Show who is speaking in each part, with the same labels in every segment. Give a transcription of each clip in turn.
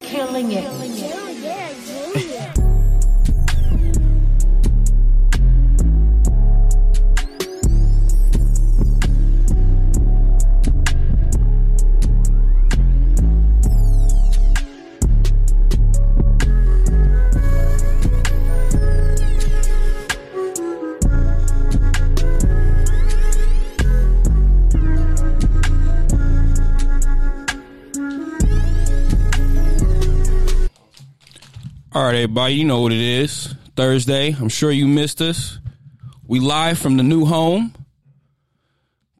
Speaker 1: killing it.
Speaker 2: All right, everybody, you know what it is. Thursday. I'm sure you missed us. We live from the new home.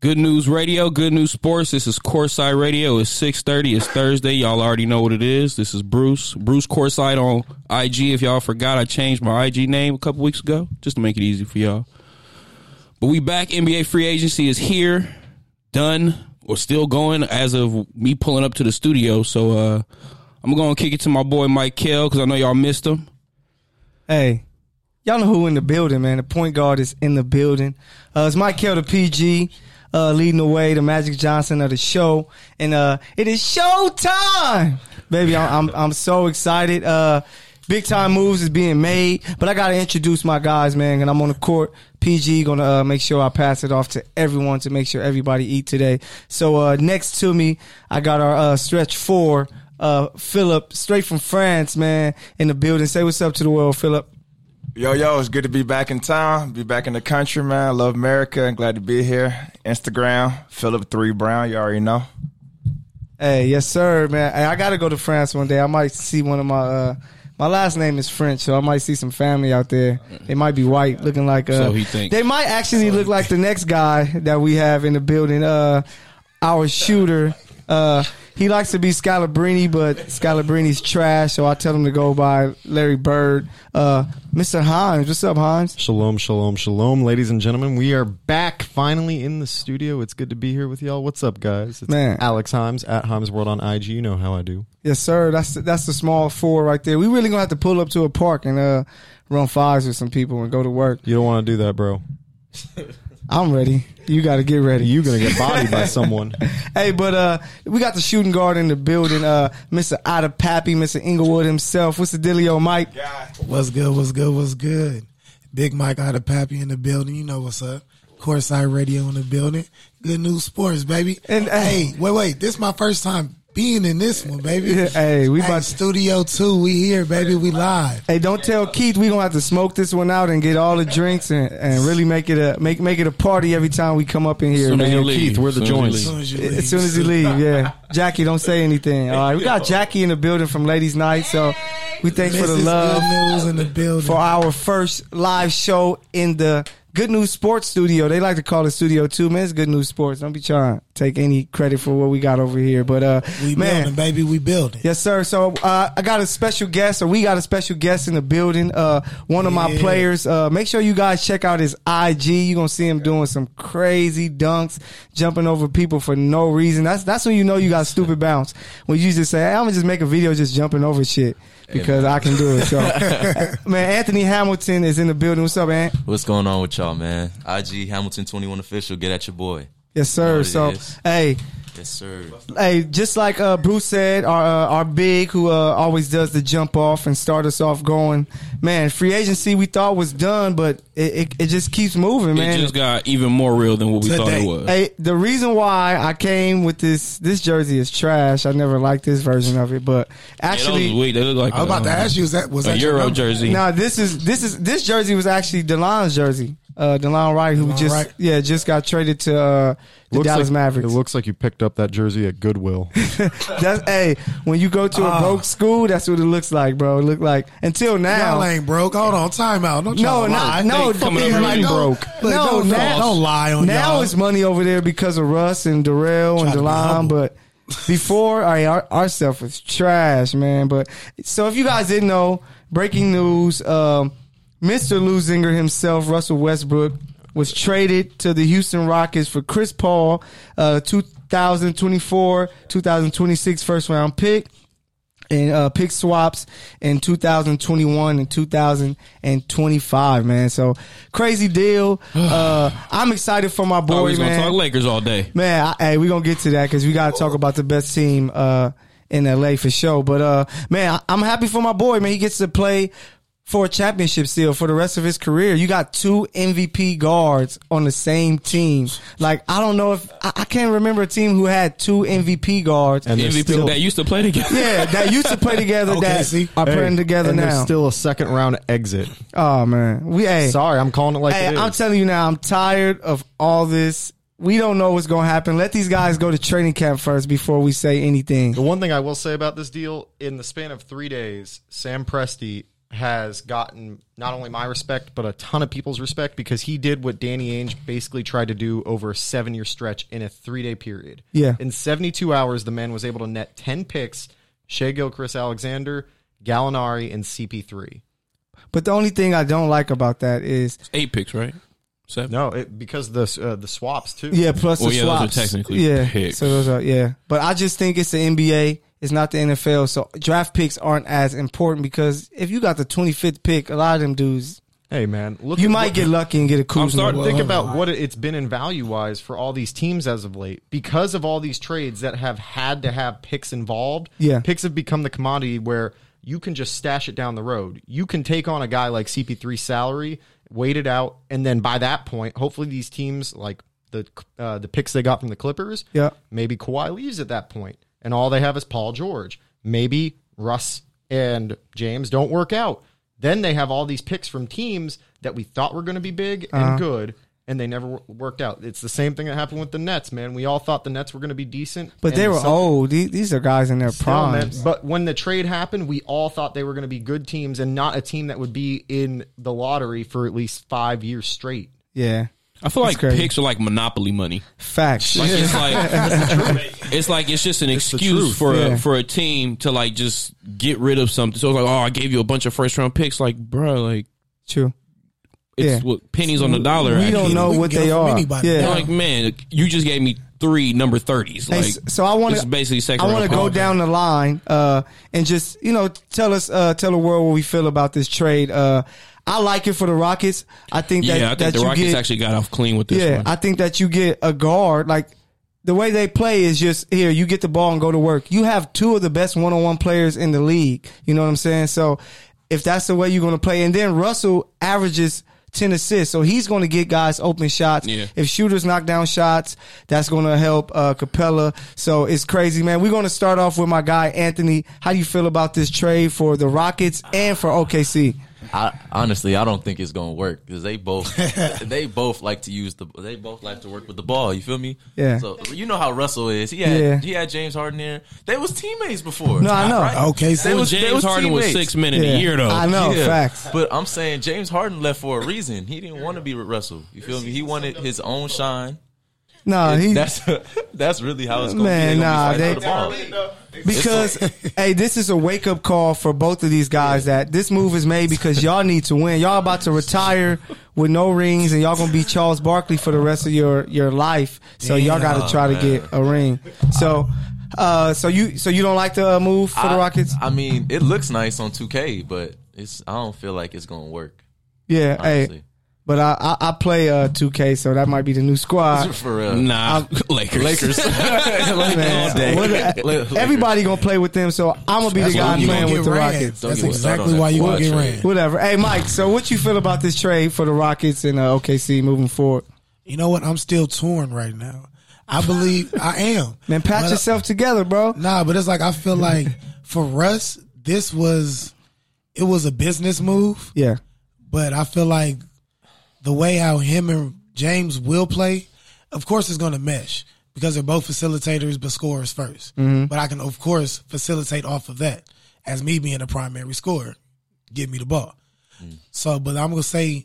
Speaker 2: Good News Radio, Good News Sports. This is Courtside Radio. It's 6.30. It's Thursday. Y'all already know what it is. This is Bruce. Bruce Courtside on IG. If y'all forgot, I changed my IG name a couple weeks ago just to make it easy for y'all. But we back. NBA free agency is here, done, or still going as of me pulling up to the studio. So uh, I'm going to kick it to my boy Mike Kell because I know y'all missed him.
Speaker 3: Hey, y'all know who in the building, man. The point guard is in the building. Uh, it's Mike Kell, the PG, uh, leading the way, the Magic Johnson of the show, and uh, it is show time, baby. I'm I'm, I'm so excited. Uh, big time moves is being made, but I gotta introduce my guys, man. And I'm on the court. PG gonna uh, make sure I pass it off to everyone to make sure everybody eat today. So uh, next to me, I got our uh, stretch four. Uh, Philip, straight from France, man, in the building. Say what's up to the world, Philip.
Speaker 4: Yo, yo, it's good to be back in town, be back in the country, man. I love America and glad to be here. Instagram, Philip Three Brown, you already know.
Speaker 3: Hey, yes, sir, man. Hey, I gotta go to France one day. I might see one of my uh my last name is French, so I might see some family out there. They might be white, looking like uh
Speaker 2: So he thinks.
Speaker 3: they might actually look like the next guy that we have in the building. Uh our shooter. Uh he likes to be Scalabrini, but Scalabrini's trash, so I tell him to go by Larry Bird. Uh Mr. Hines, what's up, Hines?
Speaker 5: Shalom, shalom, shalom, ladies and gentlemen. We are back finally in the studio. It's good to be here with y'all. What's up, guys? It's
Speaker 3: Man.
Speaker 5: Alex Himes at Himes World on IG. You know how I do.
Speaker 3: Yes, sir. That's the, that's the small four right there. We really gonna have to pull up to a park and uh run fives with some people and go to work.
Speaker 5: You don't want to do that, bro.
Speaker 3: I'm ready. You got to get ready.
Speaker 5: You're gonna get bodied by someone.
Speaker 3: Hey, but uh, we got the shooting guard in the building. Uh, Mr. Otta Pappy, Mr. Inglewood himself. What's the dealio, Mike?
Speaker 6: What's good? What's good? What's good? Big Mike out of Pappy in the building. You know what's up. Courtside Radio in the building. Good news sports, baby.
Speaker 3: And, uh,
Speaker 6: hey, wait, wait. This my first time being in this one, baby.
Speaker 3: Yeah, hey, we about-
Speaker 6: studio two. We here, baby. We live.
Speaker 3: Hey, don't tell Keith we gonna have to smoke this one out and get all the drinks and, and really make it a make make it a party every time we come up in here,
Speaker 2: Soon as you
Speaker 3: man.
Speaker 2: leave.
Speaker 5: Keith, where the
Speaker 2: Soon as you
Speaker 5: joints?
Speaker 2: leave.
Speaker 6: Soon as you leave.
Speaker 3: As Eh, soon as you leave, yeah. Jackie, don't say anything. All right, we got Jackie in the building from Ladies Night, so we thanks
Speaker 6: Mrs.
Speaker 3: for the love.
Speaker 6: Good news in the building.
Speaker 3: for our first live show in the Good News Sports Studio. They like to call it Studio Two. Man, it's Good News Sports. Don't be trying to take any credit for what we got over here. But uh,
Speaker 6: we building,
Speaker 3: man,
Speaker 6: baby. We building.
Speaker 3: yes, sir. So uh, I got a special guest, or we got a special guest in the building. Uh, one of my
Speaker 6: Yeah.
Speaker 3: players. Uh, make sure you guys check out his IG. You're gonna see him doing some crazy dunks, jumping over people for no reason. That's that's when you know you got stupid bounce. When you just say, hey, "I'm gonna just make a video just jumping over shit." Because I can do it. So, man, Anthony Hamilton is in the building. What's up, Ant?
Speaker 7: What's going on with y'all, man? IG Hamilton 21 official, get at your boy.
Speaker 3: Yes, sir.
Speaker 7: it
Speaker 3: So,
Speaker 7: is.
Speaker 3: hey,
Speaker 7: Oh, Yes, sir.
Speaker 3: hey, just like uh, Bruce said, our uh, our big who uh, always does the jump off and start us off going. Man, free agency we thought was done, but it it, it just keeps moving, man.
Speaker 2: It just got even more real than what we thought it
Speaker 6: Today.
Speaker 2: was.
Speaker 3: Hey, the reason why I came with this this jersey is trash. I never liked this version of it, but
Speaker 2: yeah, that
Speaker 3: actually,
Speaker 2: was weak. They look like
Speaker 6: I was about
Speaker 2: a,
Speaker 6: to ask you, was that was
Speaker 2: a
Speaker 6: that your
Speaker 2: Euro
Speaker 6: number?
Speaker 2: jersey.
Speaker 3: now this is this is this jersey was actually Delon's jersey. Uh, Delon Wright, who
Speaker 6: DeLon
Speaker 3: just
Speaker 6: Wright.
Speaker 3: yeah just got traded to uh, the Dallas
Speaker 5: like,
Speaker 3: Mavericks.
Speaker 5: It looks like you picked up that jersey at Goodwill.
Speaker 3: That's hey, when you go to a
Speaker 6: Ah.
Speaker 3: broke school, that's what it looks like, bro. It look like until now.
Speaker 6: Y'all ain't broke. Hold on, time out. Don't
Speaker 3: No,
Speaker 6: y'all
Speaker 3: no,
Speaker 6: lie.
Speaker 3: no,
Speaker 2: They coming up
Speaker 3: yeah,
Speaker 2: really
Speaker 3: like,
Speaker 2: broke.
Speaker 3: No,
Speaker 6: Look, don't,
Speaker 3: now,
Speaker 6: don't lie on
Speaker 3: now
Speaker 6: y'all.
Speaker 3: it's money over there because of Russ and Darrell
Speaker 6: Try
Speaker 3: and
Speaker 6: to be
Speaker 3: Delon,
Speaker 6: humble.
Speaker 3: but before all right, our our stuff was trash, man. But so if you guys didn't know, breaking news: um, Mr. Luzinger himself, Russell Westbrook, was traded to the Houston Rockets for Chris Paul, uh, 2024, 2026 first round pick and uh, pick swaps in 2021 and 2025, man. So crazy deal. Uh, I'm excited for my
Speaker 2: Thought we
Speaker 3: boy,
Speaker 2: was gonna
Speaker 3: man.
Speaker 2: talk Lakers all day.
Speaker 3: Man, I, hey, we're gonna get to that because we gotta talk about the best team uh, in LA for sure. But uh, man, I- I'm happy for my boy. Man, he gets to play for a championship still for the rest of his career. You got two MVP guards on the same team. Like I don't know if I, I can't remember a team who had two MVP guards.
Speaker 5: And they're
Speaker 2: MVP
Speaker 5: still-
Speaker 2: that used to play together.
Speaker 3: yeah, that used to play together.
Speaker 6: Okay,
Speaker 3: that
Speaker 6: see?
Speaker 3: are playing together
Speaker 5: and
Speaker 3: now.
Speaker 5: There's still a second round exit.
Speaker 3: oh man, we hey,
Speaker 5: Sorry, I'm calling it like
Speaker 3: Hey,
Speaker 5: it is.
Speaker 3: I'm telling you now, I'm tired of all this. We don't know what's going to happen. Let these guys go to training camp first before we say anything.
Speaker 5: The one thing I will say about this deal, in the span of three days, Sam Presti has gotten not only my respect, but a ton of people's respect because he did what Danny Ainge basically tried to do over a seven year stretch in a three day period.
Speaker 3: Yeah.
Speaker 5: In 72 hours, the man was able to net 10 picks Shea Gilchrist Alexander, Gallinari, and CP3.
Speaker 3: But the only thing I don't like about that is,
Speaker 2: Eight picks, right? Seven.
Speaker 5: No, it, because the, uh, the swaps, too.
Speaker 3: yeah, plus
Speaker 2: Well,
Speaker 3: the
Speaker 2: yeah, those are
Speaker 3: swaps.
Speaker 2: technically
Speaker 3: yeah,
Speaker 2: picks.
Speaker 3: so those are yeah. But I just think it's the NBA. It's not the NFL. So draft picks aren't as important because if you got the 25th pick, a lot of them dudes,
Speaker 5: Hey, man. Look
Speaker 3: you
Speaker 5: at
Speaker 3: might
Speaker 5: what-
Speaker 3: get lucky and get a Kuzma.
Speaker 2: I'm starting to
Speaker 5: think about what it's been in value wise for all these teams as of late because of all these trades that have had to have picks involved.
Speaker 3: Yeah.
Speaker 5: picks have become the commodity where you can just stash it down the road. You can take on a guy like CP3 salary, wait it out, and then by that point, hopefully these teams like the uh, the picks they got from the Clippers.
Speaker 3: Yeah.
Speaker 5: maybe Kawhi leaves at that point, and all they have is Paul George. Maybe Russ and James don't work out. Then they have all these picks from teams that we thought were going to be big
Speaker 3: Uh-huh.
Speaker 5: and good, and they never wor- worked out. It's the same thing that happened with the Nets, man. We all thought the Nets were going to be decent,
Speaker 3: But
Speaker 5: and
Speaker 3: they were
Speaker 5: some-
Speaker 3: old. These, these are guys in their
Speaker 5: Still, man,
Speaker 3: prime.
Speaker 5: But when the trade happened, we all thought they were going to be good teams and not a team that would be in the lottery for at least five years straight.
Speaker 3: Yeah,
Speaker 2: I feel
Speaker 3: That's
Speaker 2: like
Speaker 3: crazy.
Speaker 2: picks are like monopoly money.
Speaker 3: facts.
Speaker 2: Like it's like it's like it's just an excuse for
Speaker 3: Yeah.
Speaker 2: a, for a team to like just get rid of something. So it's like, oh, I gave you a bunch of first round picks. Like, bro, like
Speaker 3: True.
Speaker 2: it's
Speaker 3: Yeah.
Speaker 2: what pennies on the dollar.
Speaker 3: we
Speaker 2: at the
Speaker 3: don't
Speaker 2: end
Speaker 3: know
Speaker 2: of
Speaker 6: We can
Speaker 3: what
Speaker 6: get
Speaker 3: they
Speaker 6: them from
Speaker 3: are.
Speaker 6: anybody.
Speaker 2: the
Speaker 3: Yeah.
Speaker 2: day. Like, man, you just gave me three number thirties.
Speaker 3: Hey,
Speaker 2: Like,
Speaker 3: s- so I want
Speaker 2: this is
Speaker 3: to
Speaker 2: basically second.
Speaker 3: I want to
Speaker 2: round
Speaker 3: go
Speaker 2: pick.
Speaker 3: down the line uh, and just you know tell us uh, tell the world what we feel about this trade. Uh, I like it for the Rockets. I think
Speaker 2: Yeah,
Speaker 3: that
Speaker 2: I
Speaker 3: that
Speaker 2: think the
Speaker 3: you
Speaker 2: Rockets
Speaker 3: get,
Speaker 2: actually got off clean with this
Speaker 3: yeah,
Speaker 2: one.
Speaker 3: I think that you get a guard like the way they play is just here. You get the ball and go to work. You have two of the best one on one players in the league. You know what I'm saying? So if that's the way you're going to play, and then Russell averages. 10 assists. So he's going to get guys open shots.
Speaker 2: Yeah.
Speaker 3: If shooters knock down shots, that's going to help uh, Capella. So it's crazy, man. We're going to start off with my guy, Anthony. How do you feel about this trade for the Rockets and for OKC?
Speaker 7: I honestly, I don't think it's gonna work because they both they both like to use the they both like to work with the ball. You feel me?
Speaker 3: Yeah.
Speaker 7: So you know how Russell is. He had
Speaker 3: Yeah.
Speaker 7: he had James Harden there. They was teammates before.
Speaker 3: No, I know.
Speaker 6: Okay, so
Speaker 7: They
Speaker 2: Well,
Speaker 7: was- they
Speaker 2: James
Speaker 7: was
Speaker 2: Harden was
Speaker 7: teammates.
Speaker 2: six men in
Speaker 3: Yeah.
Speaker 2: a year though.
Speaker 3: I know. Facts.
Speaker 7: But I'm saying James Harden left for a reason. He didn't want to be with Russell. You feel me? He wanted his own shine.
Speaker 3: No, he,
Speaker 7: that's that's really how it's going.
Speaker 3: Man,
Speaker 7: be. They
Speaker 3: nah,
Speaker 7: gonna be
Speaker 3: they-
Speaker 7: fighting for the ball.
Speaker 3: because hey, this is a wake up call for both of these guys that this move is made because y'all need to win. Y'all about to retire with no rings, and y'all gonna be Charles Barkley for the rest of your your life. So y'all got to try to get a ring. So, uh, so you so you don't like the uh, move for the
Speaker 7: I-
Speaker 3: Rockets?
Speaker 7: I mean, it looks nice on 2K, but it's I don't feel like it's gonna work.
Speaker 3: Yeah, hey,
Speaker 7: Honestly.
Speaker 3: but I I, I play uh 2K, so that might be the new squad.
Speaker 7: For real.
Speaker 2: Nah, Lakers.
Speaker 7: Lakers.
Speaker 3: Man, what the- everybody gonna play with them, so I'm gonna be the
Speaker 7: That's why
Speaker 3: guy
Speaker 7: you gonna
Speaker 3: playing
Speaker 7: get
Speaker 3: with the
Speaker 6: ran.
Speaker 3: Rockets.
Speaker 7: Don't
Speaker 6: That's
Speaker 7: get me started
Speaker 6: exactly
Speaker 7: on
Speaker 6: why
Speaker 7: that
Speaker 6: you
Speaker 7: quad
Speaker 6: gonna get
Speaker 7: trade.
Speaker 6: ran.
Speaker 3: Whatever. Hey, Mike. So, what you feel about this trade for the Rockets and uh, OKC moving forward?
Speaker 6: You know what? I'm still torn right now. I believe I am.
Speaker 3: Man, pat
Speaker 6: But-
Speaker 3: yourself together, bro.
Speaker 6: Nah, but it's like I feel like for Russ, this was it was a business move,
Speaker 3: Yeah,
Speaker 6: but I feel like the way how him and James will play, of course, is going to mesh because they're both facilitators but scorers 1st
Speaker 3: Mm-hmm.
Speaker 6: But I can of course facilitate off of that as me being a primary scorer, give me the ball.
Speaker 2: Mm.
Speaker 6: So, but I'm gonna say,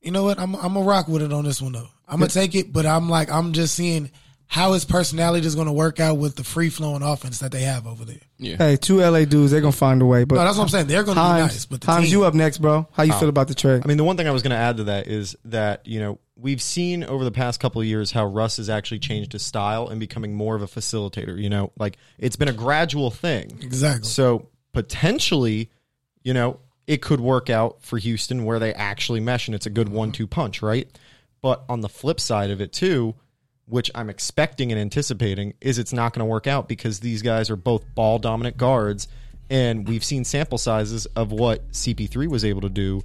Speaker 6: you know what? I'm I'm gonna rock with it on this one though. I'm gonna take it, but I'm like I'm just seeing how his personality is gonna work out with the free flowing offense that they have over there.
Speaker 3: hey, two LA dudes, they're gonna find a way. But
Speaker 6: No, that's what I'm saying. They're gonna be
Speaker 3: Himes,
Speaker 6: nice, but the
Speaker 3: Himes,
Speaker 6: team,
Speaker 3: you up next, bro? How you feel about the trade?
Speaker 5: I mean, the one thing I was going to add to that is that, you know, we've seen over the past couple of years how Russ has actually changed his style and becoming more of a facilitator, you know, like it's been a gradual thing.
Speaker 6: exactly.
Speaker 5: So potentially, you know, it could work out for Houston where they actually mesh and it's a good one two punch, right? But on the flip side of it too, which I'm expecting and anticipating, is it's not going to work out because these guys are both ball dominant guards. And we've seen sample sizes of what CP3 was able to do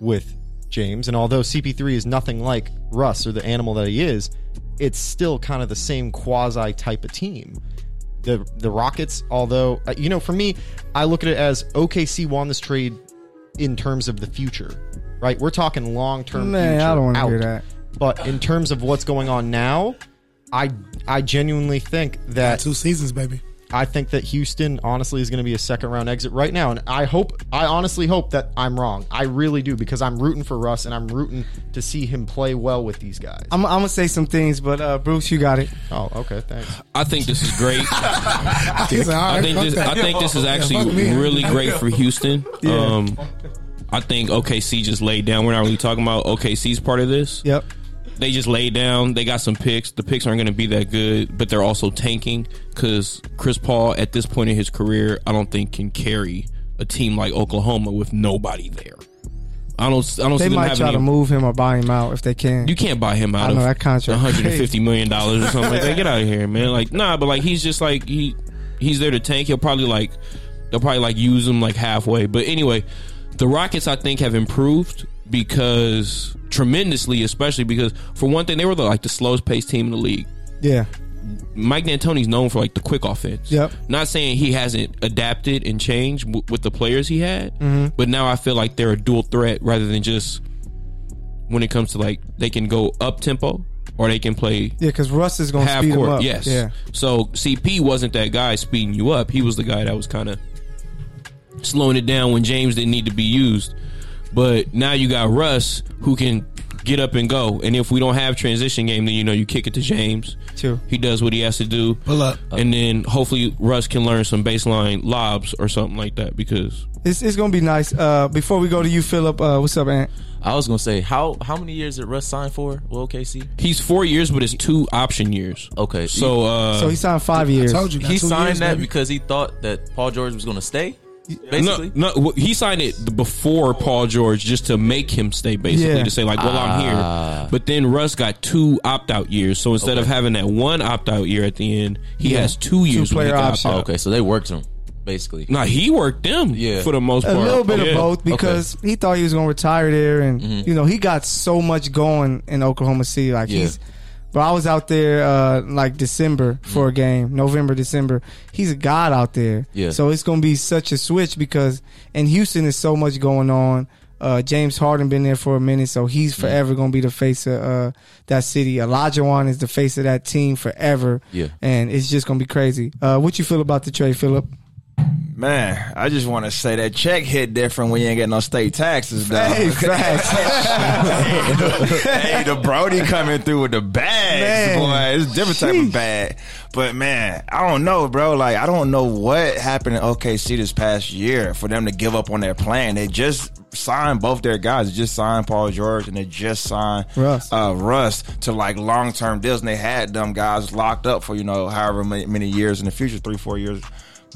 Speaker 5: with James. And although CP3 is nothing like Russ or the animal that he is, it's still kind of the same quasi type of team. The, the Rockets, although, uh, you know, for me, I look at it as OKC won this trade in terms of the future, right? We're talking long term.
Speaker 3: Man, I don't wanna hear that.
Speaker 5: But in terms of what's going on now, I I genuinely think that
Speaker 6: Two seasons, baby.
Speaker 5: I think that Houston honestly is going to be a second round exit right now, and I hope I honestly hope that I'm wrong. I really do because I'm rooting for Russ and I'm rooting to see him play well with these guys.
Speaker 3: I'm, I'm gonna say some things, but uh, Bruce, you got it.
Speaker 5: oh, okay, thanks.
Speaker 2: I think this is great.
Speaker 6: He's like, all right,
Speaker 2: I think
Speaker 6: fuck
Speaker 2: this,
Speaker 6: that.
Speaker 2: I think this is
Speaker 6: Yeah,
Speaker 2: actually
Speaker 6: fuck me.
Speaker 2: really great for Houston. Um, I think OKC just laid down. We're not really talking about OKC's part of this.
Speaker 3: Yep.
Speaker 2: They just laid down. They got some picks. The picks aren't going to be that good, but they're also tanking because Chris Paul, at this point in his career, I don't think can carry a team like Oklahoma with nobody there. I don't. I don't see
Speaker 3: They
Speaker 2: them
Speaker 3: might
Speaker 2: having
Speaker 3: try to
Speaker 2: any-
Speaker 3: move him or buy him out if they can.
Speaker 2: you can't buy him out
Speaker 3: I know,
Speaker 2: of
Speaker 3: that contract
Speaker 2: one hundred and fifty million dollars or something like that. Get out of here, man. Like nah, but like he's just like he he's there to tank. He'll probably like they'll probably like use him like halfway. But anyway, the Rockets I think have improved because tremendously, especially because for one thing they were the, like the slowest paced team in the league.
Speaker 3: yeah.
Speaker 2: Mike D'Antoni's known for like the quick offense.
Speaker 3: Yep.
Speaker 2: Not saying he hasn't adapted and changed w- with the players he had, but now I feel like they're a dual threat rather than just when it comes to like they can go up tempo or they can play
Speaker 3: Yeah, because Russ is gonna
Speaker 2: half
Speaker 3: speed him
Speaker 2: court.
Speaker 3: up.
Speaker 2: Yes.
Speaker 3: Oh, Yeah.
Speaker 2: So CP wasn't that guy speeding you up. He was the guy that was kind of slowing it down when James didn't need to be used. But now you got Russ who can get up and go. And if we don't have transition game, then you know you kick it to James.
Speaker 3: True.
Speaker 2: He does what he has to do.
Speaker 6: Pull up.
Speaker 2: And then hopefully Russ can learn some baseline lobs or something like that because
Speaker 3: It's, it's gonna be nice. Uh, before we go to you, Philip. Uh, what's up, Ant?
Speaker 7: I was gonna say how how many years did Russ sign for? Well, OKC.
Speaker 2: he's four years, but it's two option years.
Speaker 7: Okay,
Speaker 2: So, uh,
Speaker 3: so Oh, he signed five years.
Speaker 6: Told you, got
Speaker 7: he
Speaker 6: two
Speaker 7: signed
Speaker 6: years,
Speaker 7: that
Speaker 6: baby.
Speaker 7: because he thought that Paul George was gonna stay. Basically,
Speaker 2: No, no, w- he signed it before Paul George just to make him stay, basically
Speaker 3: Yeah.
Speaker 2: to say like, "Well, I'm here." But then Russ got two opt-out years, so instead of having that one opt-out year at the end, he has two years. when he
Speaker 3: player
Speaker 2: can opt
Speaker 3: option.
Speaker 2: out.
Speaker 7: okay, so they worked him basically.
Speaker 2: Now he worked them,
Speaker 7: Yeah.
Speaker 2: for the most
Speaker 3: a
Speaker 2: part,
Speaker 3: little bit
Speaker 2: Yeah.
Speaker 3: of both because he thought he was going to retire there, and you know he got so much going in Oklahoma City. Like
Speaker 7: Mm-hmm. Yeah.
Speaker 3: he's, but I was out there uh, like December for a game, November, December. He's a god out there.
Speaker 7: Mm-hmm. Yeah.
Speaker 3: So it's going to be such a switch because in Houston is so much going on. Uh, James Harden been there for a minute, so he's
Speaker 7: Mm-hmm.
Speaker 3: forever going to be the face of uh, that city. Olajuwon is the face of that team forever.
Speaker 7: Yeah.
Speaker 3: And it's just going to be crazy. Uh, what you feel about the trade, Philip?
Speaker 4: Man, I just want to say that check hit different when you ain't got no state taxes, though.
Speaker 3: Hey, facts.
Speaker 4: hey, the Brody coming through with the bags,
Speaker 3: Man.
Speaker 4: boy. It's a different type of bag. But man, I don't know, bro. Like, I don't know what happened in OKC this past year for them to give up on their plan. They just signed both their guys. They just signed Paul George and they just signed
Speaker 3: Russ.
Speaker 4: uh, Russ to like long term deals. And they had them guys locked up for, you know, however many, many years in the future, three, four years.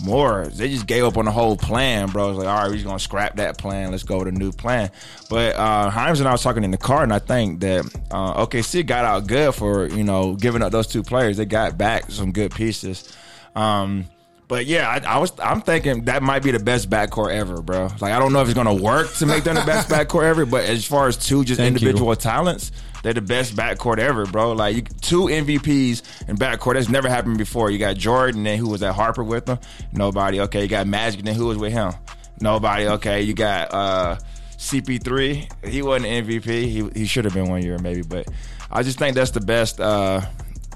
Speaker 4: More, they just gave up on the whole plan, bro. It's like, all right, we're just gonna scrap that plan. Let's go with a new plan. But uh, Himes and I was talking in the car, and I think that uh, OKC got out good for you know giving up those two players. They got back some good pieces. Um, but yeah, I, I was I'm thinking that might be the best backcourt ever, bro. Like I don't know if it's gonna work to make them the best backcourt ever, but as far as two just
Speaker 2: Thank you.
Speaker 4: individual talents, they're the best backcourt ever, bro. Like you, two MVPs in backcourt that's never happened before. You got Jordan, then who was at Harper with them? Nobody. Okay, you got Magic, then who was with him? Nobody. Okay, you got uh, CP3. He wasn't an MVP. He he should have been one year maybe, but I just think that's the best. Uh,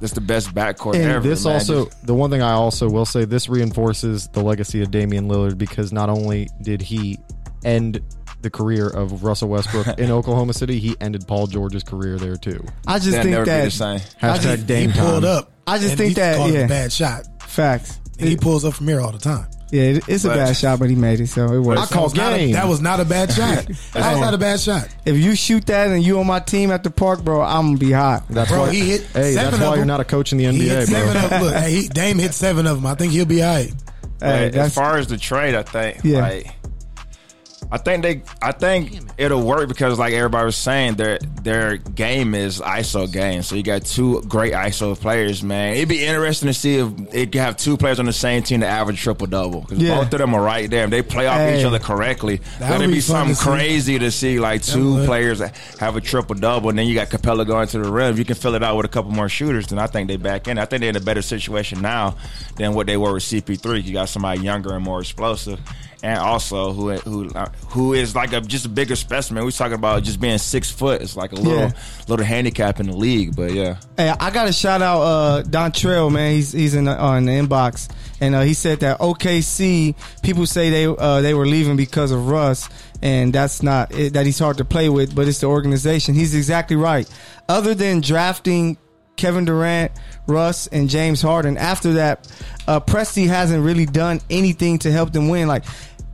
Speaker 4: that's the best backcourt
Speaker 5: And
Speaker 4: ever.
Speaker 5: this
Speaker 4: man.
Speaker 5: also, the one thing I also will say, this reinforces the legacy of Damian Lillard because not only did he end the career of Russell Westbrook in Oklahoma City, he ended Paul George's career there too.
Speaker 3: I just
Speaker 4: That'd
Speaker 3: think
Speaker 4: never be
Speaker 3: that
Speaker 4: the same.
Speaker 5: Hashtag
Speaker 3: just-
Speaker 5: Dame
Speaker 6: He pulled
Speaker 5: time.
Speaker 6: up.
Speaker 3: I just
Speaker 6: and
Speaker 3: think
Speaker 6: he
Speaker 3: that-
Speaker 6: called it
Speaker 3: yeah.
Speaker 6: a bad shot.
Speaker 3: facts.
Speaker 6: And he pulls up from here all the time.
Speaker 3: Yeah, it, it's a
Speaker 4: But-
Speaker 3: bad shot, but he made it, so it
Speaker 5: I
Speaker 3: works.
Speaker 5: call
Speaker 6: That was not a-
Speaker 5: game.
Speaker 6: that was not a bad shot. that was not a bad shot.
Speaker 3: If you shoot that and you on my team at the park, bro, I'm gonna be hot.
Speaker 5: That's
Speaker 6: Bro,
Speaker 5: why
Speaker 6: he hit
Speaker 5: Hey,
Speaker 6: seven
Speaker 5: that's
Speaker 6: of
Speaker 5: why you're
Speaker 6: them.
Speaker 5: not a coach in the
Speaker 6: He hit
Speaker 5: NBA,
Speaker 6: seven
Speaker 5: bro.
Speaker 6: of them. uh, Look, hey, he, Dame hit seven of them. I think he'll be all right.
Speaker 3: Hey,
Speaker 4: But as
Speaker 3: that's-
Speaker 4: far as the trade, I think
Speaker 3: Yeah.
Speaker 4: like I think they. I think it'll work because, like everybody was saying, their their game is ISO game. So you got two great ISO players, man. It'd be interesting to see if it could have two players on the same team to average triple double because
Speaker 3: Yeah.
Speaker 4: both of them are right there. If they play off
Speaker 3: Hey.
Speaker 4: each other correctly,
Speaker 6: That would
Speaker 4: that'd be,
Speaker 6: be fun
Speaker 4: something
Speaker 6: to see.
Speaker 4: crazy to see. Like two
Speaker 6: would.
Speaker 4: players have a triple double, and then you got Capella going to the rim. If you can fill it out with a couple more shooters, then I think they back in. I think they're in a better situation now than what they were with CP3. You got somebody younger and more explosive, and also who who who is like a just a bigger specimen. We're talking about just being six foot. It's like a little
Speaker 3: Yeah.
Speaker 4: little handicap in the league, but yeah,
Speaker 3: Hey, I got to shout out uh, Dontrell, man. He's he's in the, on the inbox, and uh, he said that OKC people say they uh, they were leaving because of Russ, and that's not it, that he's hard to play with, but it's the organization. He's exactly right. Other than drafting Kevin Durant, Russ, and James Harden, after that, uh, Presti hasn't really done anything to help them win. Like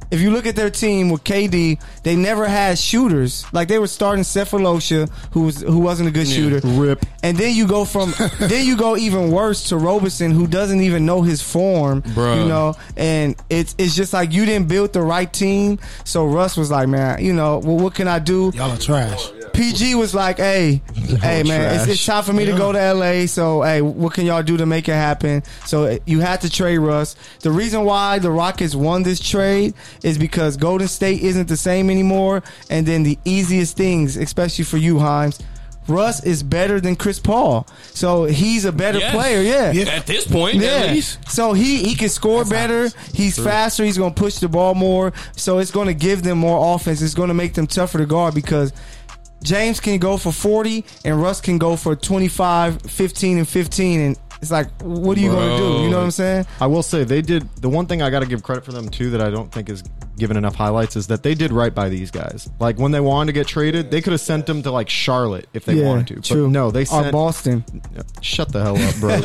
Speaker 3: if you look at their team with KD, they never had shooters. Like they were starting Cephalosha, who was who wasn't a good shooter.
Speaker 5: Rip.
Speaker 3: And then you go from then you go even worse to Robeson, who doesn't even know his form.
Speaker 2: Bruh.
Speaker 3: You know, and it's it's just like you didn't build the right team. So Russ was like, man, you know, well, what can I do?
Speaker 6: Y'all are trash.
Speaker 3: PG was like, "Hey, hey, man, it's, it's time for me to go to LA. So, hey, what can y'all do to make it happen?" So eh, you had to trade Russ. The reason why the Rockets won this trade is because Golden State isn't the same anymore. And then the easiest things, especially for you, Himes, Russ is better than Chris Paul. So he's a better
Speaker 2: Yes.
Speaker 3: player. Yeah.
Speaker 2: At this point, at
Speaker 3: Yeah.
Speaker 2: least.
Speaker 3: So he he can score better. He's faster. He's going to push the ball more. So it's going to give them more offense. It's going to make them tougher to guard because James can go for 40 and Russ can go for 25, 15 and 15 and it's like what are you going to do? You know what I'm saying?
Speaker 5: I will say they did the one thing I got to give credit for them too that I don't think is given enough highlights is that they did right by these guys. Like when they wanted to get traded, they could have sent them to like Charlotte if they wanted to. But
Speaker 3: true.
Speaker 5: no, they
Speaker 3: Or
Speaker 5: sent
Speaker 3: Boston.
Speaker 5: Shut the hell up, bro.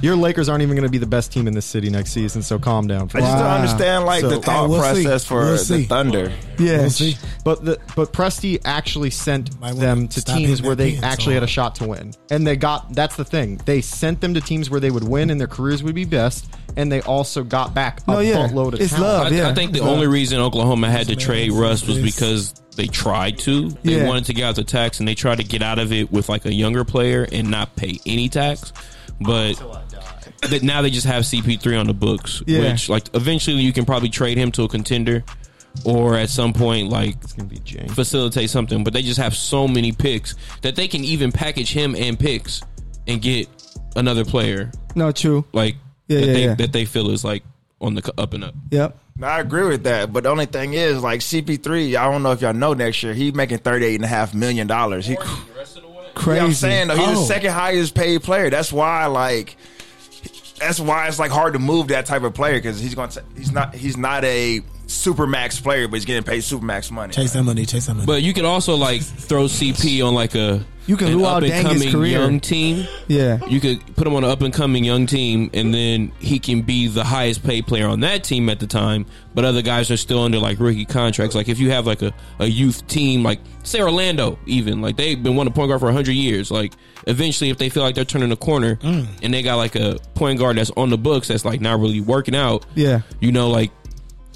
Speaker 5: your, your Lakers aren't even going to be the best team in this city next season, so calm down. For
Speaker 4: I just don't understand like
Speaker 5: So-
Speaker 4: the thought
Speaker 6: Hey, uh, we'll see.
Speaker 4: process for
Speaker 6: We'll
Speaker 4: the
Speaker 6: see.
Speaker 4: Thunder.
Speaker 3: Yeah.
Speaker 6: We'll see.
Speaker 5: But the, but Presti actually sent
Speaker 6: Might wanna
Speaker 5: them to
Speaker 6: stop
Speaker 5: teams
Speaker 6: hitting
Speaker 5: where
Speaker 6: that
Speaker 5: they
Speaker 6: pin,
Speaker 5: actually had
Speaker 6: so-
Speaker 5: a shot to win, and they got. That's the thing. They sent them to teams where they would win and their careers would be best, and they also got back a
Speaker 3: No, yeah.
Speaker 5: buttload of
Speaker 3: It's
Speaker 5: talent.
Speaker 3: love.
Speaker 2: I,
Speaker 3: yeah.
Speaker 2: I think the only reason Oklahoma had to trade Russ was
Speaker 6: Yes.
Speaker 2: because they tried to. They
Speaker 3: Yeah.
Speaker 2: wanted to get out the tax, and they tried to get out of it with like a younger player and not pay any tax. But that now they just have CP3 on the books,
Speaker 3: Yeah.
Speaker 2: which like eventually you can probably trade him to a contender, or at some point like
Speaker 5: It's gonna be jank.
Speaker 2: facilitate something. But they just have so many picks that they can even package him and picks and get another player
Speaker 3: No, true.
Speaker 2: like
Speaker 3: Yeah,
Speaker 2: that,
Speaker 3: yeah,
Speaker 2: they,
Speaker 3: yeah.
Speaker 2: that they feel is like on the c- up and up.
Speaker 3: Yep.
Speaker 4: I agree with that, but the only thing is, like CP3, I don't know if y'all know next year, he making thirty eight and a half million dollars. He
Speaker 3: Crazy.
Speaker 4: You know what I'm saying? Though, he's
Speaker 6: Oh.
Speaker 4: the second highest paid player. That's why, like, that's why it's like hard to move that type of player because he's going. to He's not. He's not a supermax player, but he's getting paid supermax money.
Speaker 6: Chase that money. Chase that money.
Speaker 2: But you can also like throw CP on like a
Speaker 3: You can
Speaker 2: an
Speaker 3: luau Danga's
Speaker 2: up-and-coming
Speaker 3: career.
Speaker 2: young team.
Speaker 3: Yeah.
Speaker 2: You could put him on an up and coming young team, and then he can be the highest paid player on that team at the time. But other guys are still under like rookie contracts. Like if you have like a, a youth team, like say Orlando, even like they've been wanting a point guard for hundred years. Like eventually, if they feel like they're turning a corner
Speaker 3: Mm.
Speaker 2: and they got like a point guard that's on the books that's like not really working out,
Speaker 3: Yeah.
Speaker 2: you know, like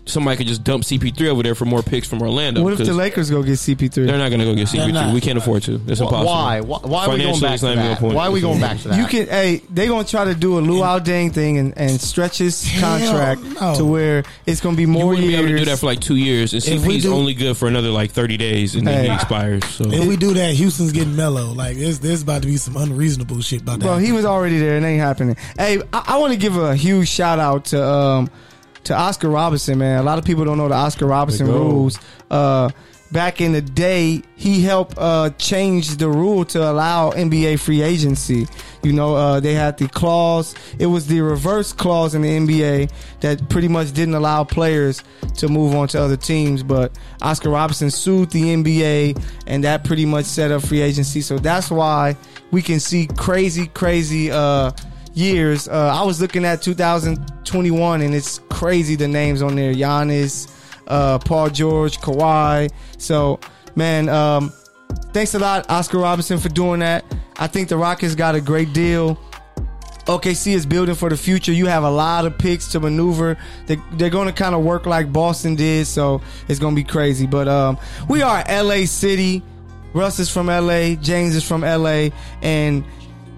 Speaker 2: somebody could just dump CP3 over there for more picks from Orlando.
Speaker 3: What if
Speaker 2: 'cause-
Speaker 3: the Lakers go get
Speaker 2: they're
Speaker 3: CP3?
Speaker 2: not going to go get
Speaker 6: They're
Speaker 2: CP3.
Speaker 6: not.
Speaker 2: We can't afford to. It's impossible.
Speaker 5: Why? Why, why are we going
Speaker 2: Financially,
Speaker 5: back
Speaker 2: it's
Speaker 5: to
Speaker 2: not even
Speaker 5: that?
Speaker 2: a point.
Speaker 5: Why are we going back to that?
Speaker 3: You can hey, they gonna try to do a luau dang thing and, and stretch his
Speaker 6: Hell
Speaker 3: contract
Speaker 6: no.
Speaker 3: to where it's gonna be
Speaker 2: You
Speaker 3: more
Speaker 2: wouldn't
Speaker 3: years.
Speaker 2: be able to do that for like two years, and
Speaker 6: If we
Speaker 2: CP's
Speaker 6: do-
Speaker 2: only good for another like thirty days, and then
Speaker 3: Hey.
Speaker 2: he expires. So
Speaker 6: if we do that, Houston's getting mellow. Like there's there's about to be some unreasonable shit about that.
Speaker 3: Bro, he was already there. It ain't happening. Hey, I, I want to give a huge shout out to um to Oscar Robinson, man. A lot of people don't know the Oscar Robinson
Speaker 5: Big O.
Speaker 3: rules. Uh, back in the day, he helped uh, change the rule to allow NBA free agency. You know, uh, they had the clause. It was the reverse clause in the NBA that pretty much didn't allow players to move on to other teams. But Oscar Robinson sued the NBA, and that pretty much set up free agency. So that's why we can see crazy, crazy. Uh, years. Uh, I was looking at 2021, and it's crazy the names on there: Giannis, uh, Paul George, Kawhi. So, man, um, thanks a lot, Oscar Robinson, for doing that. I think the Rockets got a great deal. OKC is building for the future. You have a lot of picks to maneuver. They, they're going to kind of work like Boston did, so it's going to be crazy. But um, we are LA City. Russ is from LA. James is from LA. And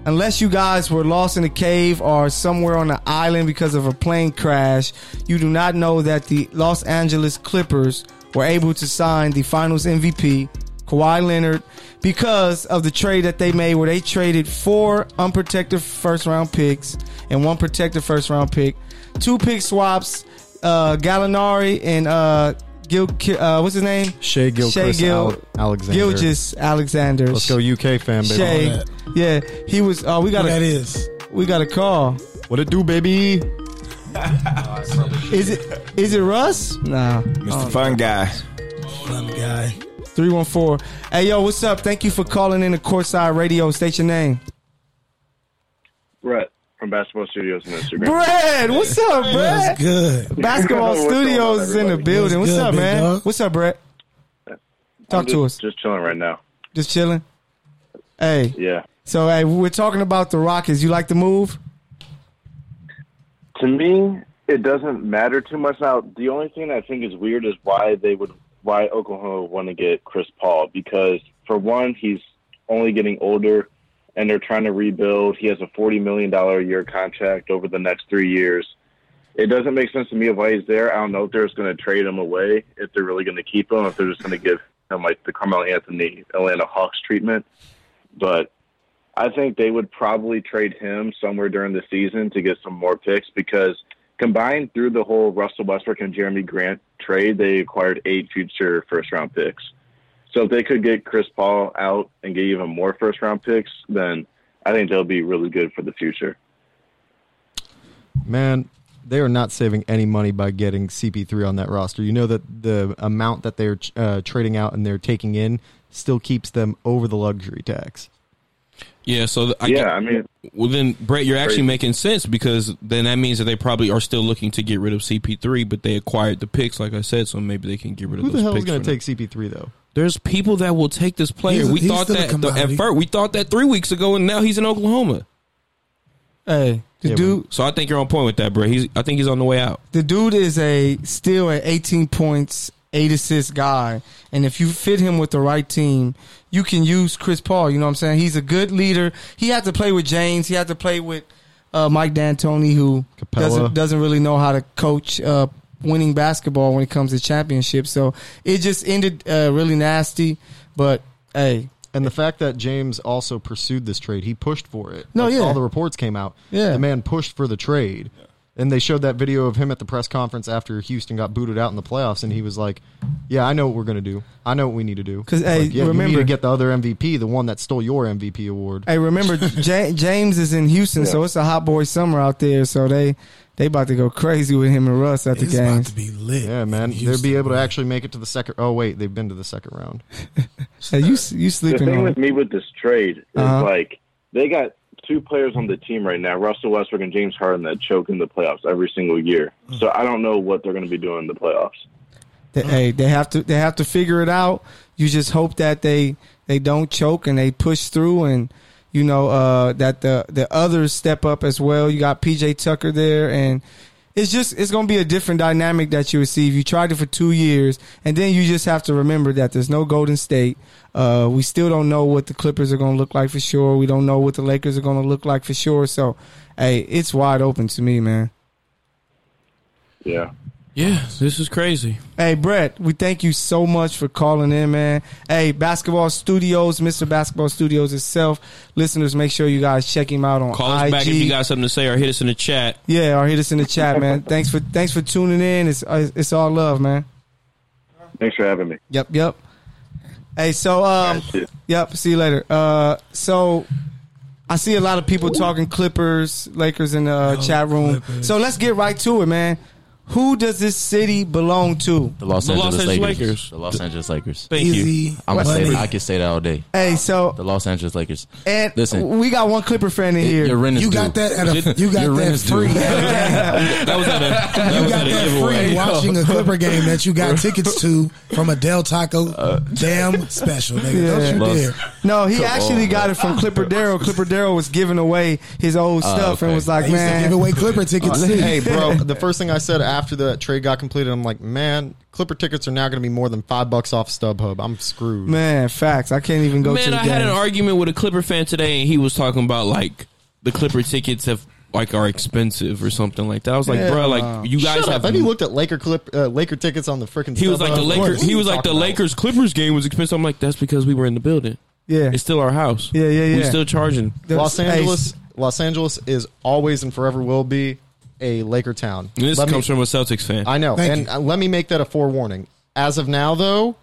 Speaker 3: unless you guys were lost in a cave or somewhere on an island because of a plane crash, you do not know that the Los Angeles Clippers were able to sign the Finals MVP. Kawhi Leonard because of the trade that they made where they traded four unprotected first round picks and one protected first round pick, two pick swaps, uh, Gallinari and uh, Gil, uh, what's his name?
Speaker 5: Shea Gilchrist Al- Alexander.
Speaker 3: Gilgis Alexander.
Speaker 5: Let's go UK fan, baby.
Speaker 3: Shea.
Speaker 6: that.
Speaker 3: Yeah, he was. Uh, we got
Speaker 6: that
Speaker 3: a
Speaker 6: is.
Speaker 3: we got a call.
Speaker 5: What it do, baby?
Speaker 3: Is it is it Russ? Nah. Um,
Speaker 4: Mr. Fun Guy.
Speaker 6: Fun guy.
Speaker 3: 314. Hey yo, what's up? Thank you for calling in the Courtside Radio. State your name.
Speaker 1: Brett from Basketball Studios on Instagram.
Speaker 3: Brad, what's up, Brad?
Speaker 6: That's good.
Speaker 3: Basketball
Speaker 1: What's going
Speaker 3: Studios
Speaker 1: on,
Speaker 3: is in the
Speaker 1: everybody?
Speaker 3: building. What's
Speaker 6: What's good,
Speaker 3: up,
Speaker 6: big
Speaker 3: man?
Speaker 6: dog?
Speaker 3: What's up, Brett? Talk
Speaker 1: just,
Speaker 3: to us.
Speaker 1: Just chilling right now.
Speaker 3: Just chilling. Hey,
Speaker 1: Yeah.
Speaker 3: so hey, we're talking about the Rockets. You like the move?
Speaker 1: To me, it doesn't matter too much. Now, the only thing I think is weird is why they would why Oklahoma would want to get Chris Paul because for one, he's only getting older, and they're trying to rebuild. He has a forty million dollar a year contract over the next three years. It doesn't make sense to me of why he's there. I don't know if they're just going to trade him away, if they're really going to keep him, if they're just going to give him like the Carmelo Anthony Atlanta Hawks treatment. But I think they would probably trade him somewhere during the season to get some more picks because combined through the whole Russell Westbrook and Jeremy Grant trade, they acquired eight future first round picks. So if they could get Chris Paul out and get even more first round picks, then I think they'll be really good for the future.
Speaker 5: Man, they are not saving any money by getting CP3 on that roster. You know that the amount that they're uh, trading out and they're taking in still keeps them over the luxury tax.
Speaker 2: Yeah, so th- I
Speaker 1: yeah,
Speaker 2: get-
Speaker 1: I mean,
Speaker 2: well then, Brett, you're actually
Speaker 1: Crazy.
Speaker 2: making sense because then that means that they probably are still looking to get rid of CP3, but they acquired the picks, like I said, so maybe they can get rid of
Speaker 5: Who
Speaker 2: those
Speaker 5: the hell is
Speaker 2: picks.
Speaker 5: going
Speaker 2: for
Speaker 5: to take CP3 though?
Speaker 2: now. There's people that will take this player.
Speaker 6: He's a-
Speaker 2: we
Speaker 6: he's
Speaker 2: thought
Speaker 6: still a
Speaker 2: that the, at
Speaker 6: commodity.
Speaker 2: first we thought that three weeks ago, and now he's in Oklahoma.
Speaker 3: Hey, the
Speaker 5: Yeah,
Speaker 3: dude,
Speaker 2: So I think you're on point with that, Brett. He's I think he's on the way out.
Speaker 3: the dude is a still at 18 points, eight assists guy, and if you fit him with the right team, you can use Chris Paul. You know what I'm saying? He's a good leader. He had to play with James. He had to play with uh, Mike D'Antoni, who
Speaker 5: Capella.
Speaker 3: doesn't doesn't really know how to coach uh, winning basketball when it comes to championships. So it just ended uh, really nasty. But hey,
Speaker 5: And the fact that James also pursued this trade, he pushed for it.
Speaker 3: No,
Speaker 5: Like,
Speaker 3: yeah.
Speaker 5: all the reports came out.
Speaker 3: Yeah.
Speaker 5: the man pushed for the trade, and they showed that video of him at the press conference after Houston got booted out in the playoffs, and he was like, "Yeah, I know what we're gonna do. I know what we need to do.
Speaker 3: 'Cause, hey,
Speaker 5: yeah, you need
Speaker 3: remember-
Speaker 5: to get the other MVP, the one that stole your MVP award.
Speaker 3: hey, remember Ja James is in Houston, so it's a hot boy summer out there. So they they about to go crazy with him and Russ at the
Speaker 6: It's
Speaker 3: game.
Speaker 6: about to be lit.
Speaker 5: yeah, man,
Speaker 6: in
Speaker 5: they'd be
Speaker 6: Houston.
Speaker 5: able to actually make it to the second. Oh wait, they've been to the second round.
Speaker 3: Hey, you you
Speaker 1: the
Speaker 3: sleeping
Speaker 1: thing
Speaker 3: on?
Speaker 1: with me with this trade is
Speaker 3: Uh-huh.
Speaker 1: like they got two players on the team right now, Russell Westbrook and James Harden, that choke in the playoffs every single year.
Speaker 3: Hmm.
Speaker 1: So I don't know what they're going to be doing in the playoffs.
Speaker 3: They, hey, they have to they have to figure it out. You just hope that they they don't choke and they push through and you know uh, that the the others step up as well. You got PJ Tucker there and it's just it's going to be a different dynamic that you receive. You tried it for 2 years and then you just have to remember that there's no Golden State. Uh, we still don't know what the Clippers are going to look like for sure. We don't know what the Lakers are going to look like for sure. So, hey, it's wide open to me, man.
Speaker 1: Yeah.
Speaker 2: Yeah, this is crazy.
Speaker 3: Hey Brett, we thank you so much for calling in, man. Hey, Basketball Studios, Mr. Basketball Studios itself. Listeners, make sure you guys check him out on
Speaker 2: Call us
Speaker 3: IG.
Speaker 2: back if you got something to say or hit us in the chat.
Speaker 3: yeah, or hit us in the chat, man. thanks for thanks for tuning in. It's uh, it's all love, man.
Speaker 1: Thanks for having me.
Speaker 3: Yep, yep. Hey, so um,
Speaker 1: That's it.
Speaker 3: Yep. See you later. Uh, so I see a lot of people talking Clippers, Lakers in the uh, chat room.
Speaker 6: Clippers.
Speaker 3: So let's get right to it, man. Who does this city belong to?
Speaker 7: The Los
Speaker 2: The Los
Speaker 7: Angeles
Speaker 2: Angeles
Speaker 7: Lakers.
Speaker 2: Lakers.
Speaker 7: The Los Angeles Lakers.
Speaker 2: Thank you.
Speaker 6: Easy.
Speaker 7: I'm gonna say
Speaker 6: money.
Speaker 7: that. I could say that all day.
Speaker 3: Hey, so
Speaker 7: The Los Angeles Lakers.
Speaker 3: and
Speaker 7: listen.
Speaker 3: we got one Clipper fan in here.
Speaker 7: Your rent is
Speaker 6: You got
Speaker 7: due.
Speaker 6: that at a you
Speaker 7: Your
Speaker 6: got
Speaker 7: rent
Speaker 6: that
Speaker 7: is due.
Speaker 6: free. at a game.
Speaker 2: That was at a, that
Speaker 6: You
Speaker 2: was
Speaker 6: got
Speaker 2: at a
Speaker 6: that free
Speaker 2: giveaway.
Speaker 6: watching a Clipper game that you got tickets to from a Del Taco
Speaker 7: Uh,
Speaker 6: damn special, nigga. Don't you
Speaker 7: Love-
Speaker 6: dare.
Speaker 3: No, he actually
Speaker 7: on,
Speaker 3: got it from Clipper Darrow. Clipper Darrow was giving away his old stuff
Speaker 7: Ah,
Speaker 3: and
Speaker 7: okay.
Speaker 3: was like,
Speaker 6: They used to give
Speaker 3: man,
Speaker 6: away Clipper tickets too.
Speaker 5: Oh, hey, bro, the first thing I said after that trade got completed, I'm like, man, Clipper tickets are now going to be more than five bucks off StubHub. I'm screwed.
Speaker 3: man, facts. I can't even go to
Speaker 2: Man,
Speaker 3: the
Speaker 2: I had an
Speaker 3: game.
Speaker 2: argument with a Clipper fan today, and he was talking about like the Clipper tickets have like are expensive or something like that. I was like, bro, like you guys
Speaker 5: Shut up.
Speaker 2: have.
Speaker 5: Have you looked at Laker clip uh, Laker tickets on the freaking?
Speaker 2: he was like the Lakers. He was like the Lakers Clippers game was expensive. I'm like, that's because we were in the building.
Speaker 3: Yeah.
Speaker 2: It's still our house.
Speaker 3: Yeah, yeah,
Speaker 2: We
Speaker 3: yeah.
Speaker 2: still charging.
Speaker 5: Los
Speaker 3: Hey,
Speaker 5: Angeles, Los Angeles is always and forever will be a Laker town.
Speaker 2: And this
Speaker 5: Let me-
Speaker 2: comes from a Celtics fan.
Speaker 5: I know,
Speaker 6: Thank
Speaker 5: and
Speaker 6: you.
Speaker 5: uh, let me make that a forewarning. As of now, though,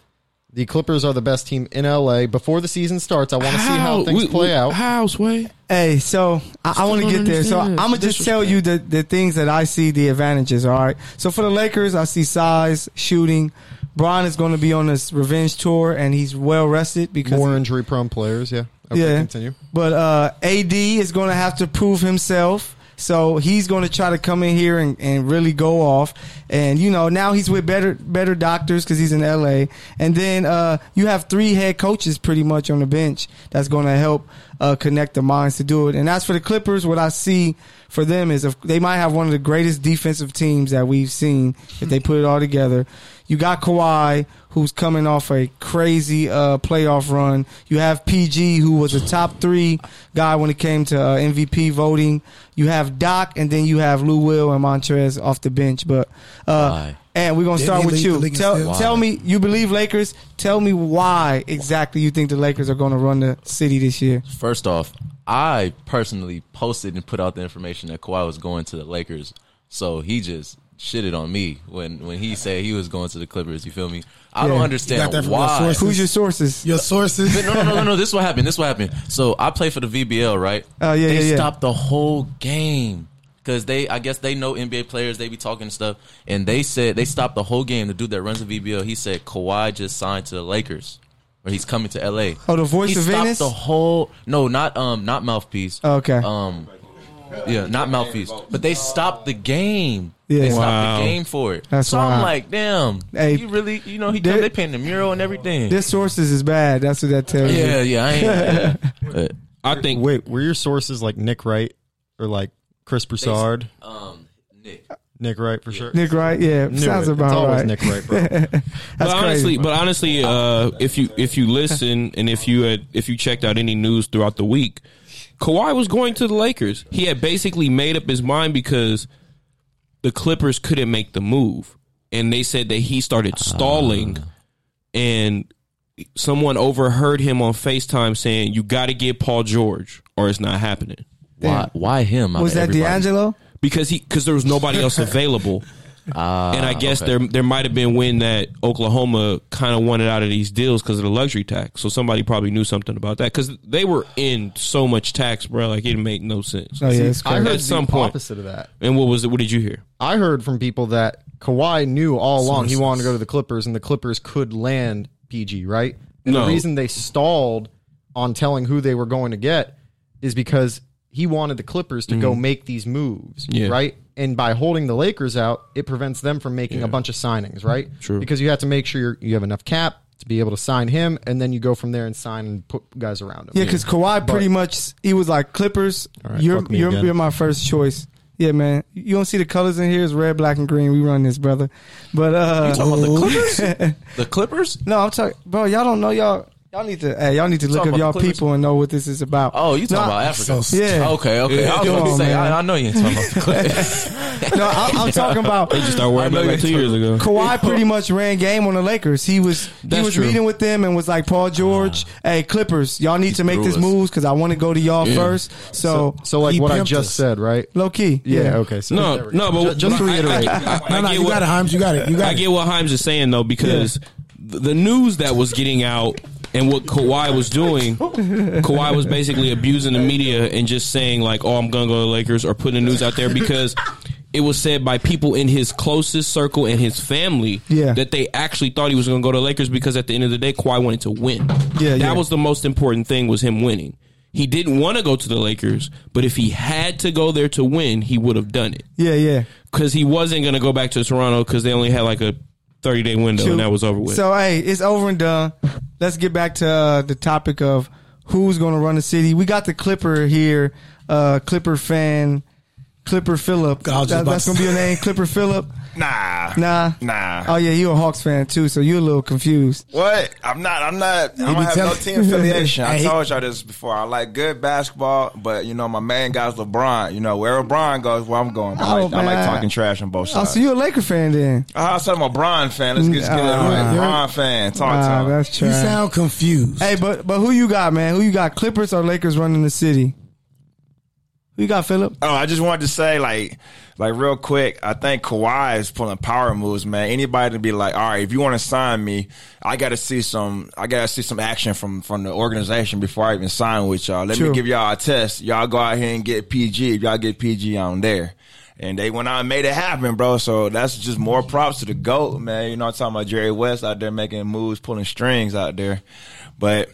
Speaker 5: the Clippers are the best team in LA. Before the season starts, I want to see how things
Speaker 2: we-
Speaker 5: play
Speaker 2: we-
Speaker 5: out.
Speaker 2: How Sway?
Speaker 3: Hey, so I, I want to
Speaker 2: don't
Speaker 3: get there. So
Speaker 2: understand
Speaker 3: I'm
Speaker 2: this.
Speaker 3: gonna just tell you the, the things that I see the advantages. All right. So for the Lakers, I see size, shooting. Bron is going to be on this revenge tour, and he's well rested because
Speaker 5: More injury prone players, yeah. Okay,
Speaker 3: yeah.
Speaker 5: continue.
Speaker 3: But uh, AD is going to have to prove himself. So he's going to try to come in here and, and really go off. And you know now he's with better better doctors because he's in LA. And then uh, you have three head coaches pretty much on the bench that's going to help uh, connect the minds to do it. And as for the Clippers, what I see for them is if they might have one of the greatest defensive teams that we've seen if they put it all together. You got Kawhi, who's coming off a crazy uh, playoff run. You have PG, who was a top three guy when it came to uh, MVP voting. You have Doc, and then you have Lou Will and Montrez off the bench. But uh,
Speaker 7: Why?
Speaker 3: and we're gonna
Speaker 6: Didn't
Speaker 3: start
Speaker 6: he
Speaker 3: with
Speaker 6: lead the
Speaker 3: you.
Speaker 6: league in
Speaker 3: Tell,
Speaker 6: steals?
Speaker 3: tell
Speaker 7: Why?
Speaker 3: me, you believe Lakers? Tell me why exactly you think the Lakers are gonna run the city this year?
Speaker 7: First off, I personally posted and put out the information that Kawhi was going to the Lakers. So he just shitted on me when, when he said he was going to the Clippers. You feel me? I don't
Speaker 3: Yeah. You
Speaker 6: got
Speaker 7: understand
Speaker 6: that from your
Speaker 7: why.
Speaker 6: sources?
Speaker 3: Who's your sources?
Speaker 6: Your sources.
Speaker 7: no, no, no, no, no. This is what happened. This is what happened. So I play for the VBL, right?
Speaker 3: Oh, yeah,
Speaker 7: They
Speaker 3: yeah, yeah.
Speaker 7: stopped the whole game because they, I guess they know NBA players. They be talking and stuff, and they said they stopped the whole game. The dude that runs the VBL, he said Kawhi just signed to the Lakers, or he's coming to LA.
Speaker 3: Oh, the voice
Speaker 7: he
Speaker 3: of
Speaker 7: stopped
Speaker 3: Venice? Oh,
Speaker 7: The whole no, not um, not mouthpiece.
Speaker 3: Okay.
Speaker 7: Um, yeah, not mouthpiece, but they stopped the game.
Speaker 3: Yeah.
Speaker 7: They stopped
Speaker 2: Wow.
Speaker 7: the game for it.
Speaker 3: That's
Speaker 7: so
Speaker 3: wild.
Speaker 7: I'm like, damn,
Speaker 3: Hey,
Speaker 7: he really, you know, he
Speaker 3: there-
Speaker 7: they painted the mural and everything.
Speaker 3: Their sources is bad. That's what that tells you.
Speaker 7: Yeah, yeah, I ain't. yeah.
Speaker 2: I think
Speaker 5: Wait, were your sources like Nick Wright or like Chris Broussard?
Speaker 7: Uh, um, Nick.
Speaker 5: Nick Wright for sure.
Speaker 3: Nick Wright, yeah,
Speaker 5: Knew
Speaker 3: sounds
Speaker 5: it.
Speaker 3: about
Speaker 5: it's always
Speaker 3: right.
Speaker 5: Nick Wright, bro.
Speaker 3: That's
Speaker 2: but honestly,
Speaker 3: crazy.
Speaker 2: but honestly, uh, if you if you listen and if you had if you checked out any news throughout the week, Kawhi was going to the Lakers. He had basically made up his mind because the Clippers couldn't make the move, and they said that he started stalling,
Speaker 3: Ah.
Speaker 2: and someone overheard him on Facetime saying, "You got to get Paul George, or it's not happening."
Speaker 7: Why? Why him? out
Speaker 3: was
Speaker 7: of
Speaker 3: that
Speaker 7: everybody?
Speaker 3: D'Angelo?
Speaker 2: because he because there was nobody else available.
Speaker 5: Ah,
Speaker 2: and I guess
Speaker 7: okay.
Speaker 2: there there might have been when that Oklahoma kind of wanted out of these deals because of the luxury tax. So somebody probably knew something about that because they were in so much tax, bro. Like it made no sense.
Speaker 3: Oh yeah, it's
Speaker 5: I
Speaker 3: crazy.
Speaker 5: heard
Speaker 2: At
Speaker 5: the
Speaker 2: some point.
Speaker 5: opposite of that.
Speaker 2: And what was it? What did you hear?
Speaker 5: I heard from people that Kawhi knew all along he wanted to go to the Clippers, and the Clippers could land PG, right? And
Speaker 2: No.
Speaker 5: the reason they stalled on telling who they were going to get is because he wanted the Clippers to go make these moves,
Speaker 2: Mm-hmm. Yeah.
Speaker 5: right? And by holding the Lakers out, it prevents them from making a bunch of signings, right?
Speaker 2: True.
Speaker 5: Because you have to make sure you're, you have enough cap to be able to sign him, and then you go from there and sign and put guys around him.
Speaker 3: Yeah, because Kawhi pretty much he was like Clippers. you're
Speaker 5: fuck me
Speaker 3: you're,
Speaker 5: again.
Speaker 3: you're my first choice. Yeah, man. You don't see the colors in here. It's red, black, and green. We run this, brother. But uh,
Speaker 7: The Clippers?
Speaker 3: no, I'm talking, bro. Y'all don't know y'all. Y'all need to. Hey, y'all need to look
Speaker 7: talking
Speaker 3: up
Speaker 7: about
Speaker 3: y'all
Speaker 7: the Clippers?
Speaker 3: people and know what this is about.
Speaker 7: Oh, you talking
Speaker 3: No,
Speaker 7: about Africa?
Speaker 6: so
Speaker 3: Yeah.
Speaker 7: Oh, Okay, okay. I was
Speaker 3: Come
Speaker 7: going to
Speaker 3: on,
Speaker 7: say,
Speaker 3: man.
Speaker 7: I, I know you ain't talking about the Clippers.
Speaker 3: No, I, I'm talking about.
Speaker 2: They just started worrying about it like two years ago.
Speaker 3: Kawhi pretty much ran game on the Lakers. He was he
Speaker 2: That's
Speaker 3: was
Speaker 2: true.
Speaker 3: meeting with them and was like, Paul George, hey Clippers, y'all need to make
Speaker 7: threw
Speaker 3: this
Speaker 7: us.
Speaker 3: moves because I want to go to y'all first. So,
Speaker 5: so like
Speaker 6: He
Speaker 5: what I
Speaker 6: pimped
Speaker 5: just
Speaker 6: us.
Speaker 5: said, right?
Speaker 3: low key,
Speaker 5: Yeah.
Speaker 3: yeah.
Speaker 5: Okay. So
Speaker 2: No, no, but
Speaker 5: Ju- just to
Speaker 2: but I-
Speaker 5: reiterate.
Speaker 2: I, I- I
Speaker 6: No, no,
Speaker 2: get
Speaker 6: you
Speaker 2: what-
Speaker 6: got it, Himes. You got it. You got
Speaker 2: I
Speaker 6: it.
Speaker 2: get what Himes is saying though because th- the news that was getting out and what Kawhi was doing, Kawhi was basically abusing the media and just saying like, "Oh, I'm gonna go to the Lakers" or putting the news out there because it was said by people in his closest circle and his family
Speaker 3: Yeah.
Speaker 2: that they actually thought he was going to go to Lakers because at the end of the day, Kawhi wanted to win.
Speaker 3: Yeah,
Speaker 2: that
Speaker 3: yeah.
Speaker 2: was the most important thing was him winning. He didn't want to go to the Lakers, but if he had to go there to win, he would have done it
Speaker 3: Yeah, yeah.
Speaker 2: because he wasn't going to go back to Toronto because they only had like a thirty day window and that was over with.
Speaker 3: So hey, it's over and done. Let's get back to uh, the topic of who's going to run the city. We got the Clipper here, uh, Clipper fan, Clipper Phillip.
Speaker 6: I was just
Speaker 3: That-
Speaker 6: about
Speaker 3: that's
Speaker 6: to
Speaker 3: going to be your name, Clipper Phillip.
Speaker 4: Nah.
Speaker 3: Nah,
Speaker 4: Nah.
Speaker 3: Oh yeah, you a Hawks fan too, so you're a little confused.
Speaker 4: What? I'm not. I'm not. I
Speaker 6: be
Speaker 4: don't have no
Speaker 6: telling-
Speaker 4: team affiliation. I
Speaker 6: Hey.
Speaker 4: told y'all this before. I like good basketball, but you know my main guy's LeBron. You know where LeBron goes, where I'm going. But I,
Speaker 3: Oh,
Speaker 4: like, I like
Speaker 3: man.
Speaker 4: talking trash on both
Speaker 3: Oh,
Speaker 4: sides. Uh-huh,
Speaker 3: so you a Laker fan then?
Speaker 4: I also am a Bron fan. Let's get, let's get it.
Speaker 3: Nah.
Speaker 4: right. Bron fan. Talk
Speaker 3: Mm, uh-huh. Nah,
Speaker 4: to him.
Speaker 3: that's
Speaker 6: You
Speaker 3: trash.
Speaker 6: sound confused.
Speaker 3: hey, but but who you got, man? Who you got? Clippers or Lakers running the city? Who you got, Phillip?
Speaker 4: Oh, I just wanted to say, like, like real quick. I think Kawhi is pulling power moves, man. Anybody to be like, all right, if you want to sign me, I got to see some, I got to see some action from from the organization before I even sign with y'all. Let
Speaker 3: True.
Speaker 4: me give y'all a test. Y'all go out here and get PG. If y'all get PG on there. And they went out and made it happen, bro. So that's just more props to the GOAT, man. You know, I'm talking about Jerry West out there making moves, pulling strings out there. But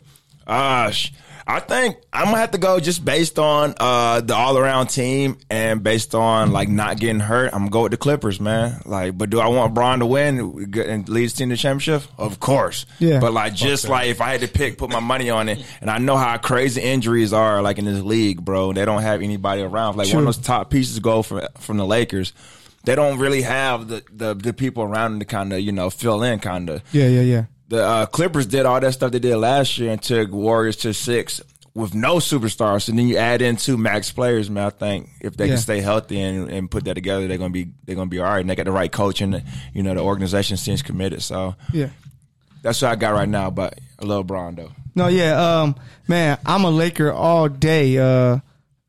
Speaker 4: Gosh, I think I'm gonna have to go just based on uh, the all around team and based on like not getting hurt. I'm gonna go with the Clippers, man. Like, but do I want Braun to win and lead his team to the championship? Of course.
Speaker 3: Yeah.
Speaker 4: But like, just like if I had to pick, put my money on it, and I know how crazy injuries are like in this league, bro. They don't have anybody around. Like one of those top pieces go from from the Lakers. They don't really have the, the, the people around them to kind of you know fill in kind of
Speaker 3: Yeah, yeah, yeah.
Speaker 4: the uh, Clippers did all that stuff they did last year and took Warriors to six with no superstars. And then you add in two max players, man. I think if they
Speaker 3: Yeah.
Speaker 4: can stay healthy and, and put that together, they're gonna be they're gonna be all right. And they got the right coach and you know the organization seems committed. So
Speaker 3: Yeah.
Speaker 4: that's what I got right now. But I love Bron though.
Speaker 3: No, yeah, um, man, I'm a Laker all day. Uh,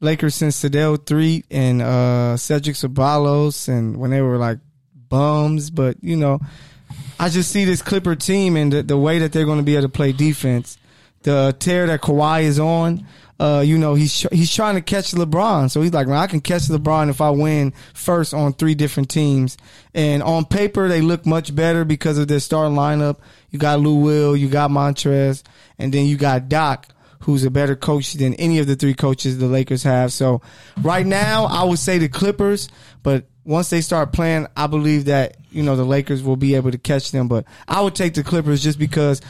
Speaker 3: Lakers since Sedell three and uh, Cedric Sabalos, and when they were like bums, but you know, I just see this Clipper team and the, the way that they're going to be able to play defense. The tear that Kawhi is on, uh, you know, he's tr- he's trying to catch LeBron, so he's like, man, I can catch LeBron if I win first on three different teams. And on paper, they look much better because of their starting lineup. You got Lou Will, you got Montrez, and then you got Doc, who's a better coach than any of the three coaches the Lakers have. So right now, I would say the Clippers, but once they start playing, I believe that you know the Lakers will be able to catch them. But I would take the Clippers just because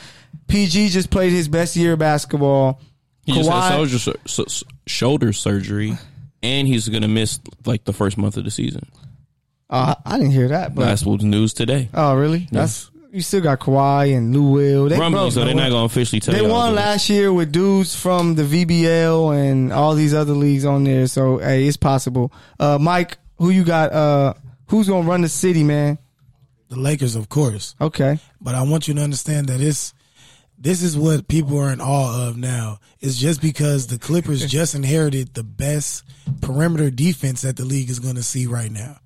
Speaker 3: PG just played his best year of basketball.
Speaker 2: He just had soldier, sur- su- su- shoulder surgery, and he's going to miss like the first month of the season.
Speaker 3: uh, I didn't hear that, but
Speaker 2: That's what's news today.
Speaker 3: oh really? That's you still got Kawhi and Lou Will. They
Speaker 2: Rumbling,
Speaker 3: broke,
Speaker 2: so they're not going to officially tell
Speaker 3: They
Speaker 2: y'all
Speaker 3: won
Speaker 2: this.
Speaker 3: last year with dudes from the VBL and all these other leagues on there. So hey, it's possible. Uh, Mike, who you got? Uh, who's gonna run the city, man?
Speaker 6: The Lakers, of course.
Speaker 3: Okay.
Speaker 6: But I want you to understand that it's this is what people are in awe of now. It's just because the Clippers just inherited the best perimeter defense that the league is going to see right now.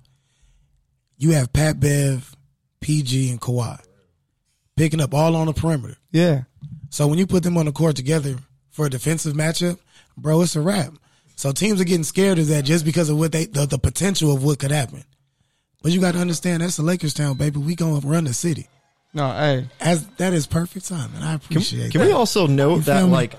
Speaker 6: You have Pat Bev, PG, and Kawhi picking up all on the perimeter.
Speaker 3: Yeah.
Speaker 6: So when you put them on the court together for a defensive matchup, bro, it's a wrap. So teams are getting scared of that just because of what they the, the potential of what could happen. But you got to understand that's the Lakers town, baby. We gonna run the city.
Speaker 3: No, hey.
Speaker 6: As that is perfect timing. I appreciate
Speaker 5: Can
Speaker 6: that.
Speaker 5: we also note that
Speaker 6: feel me?
Speaker 5: like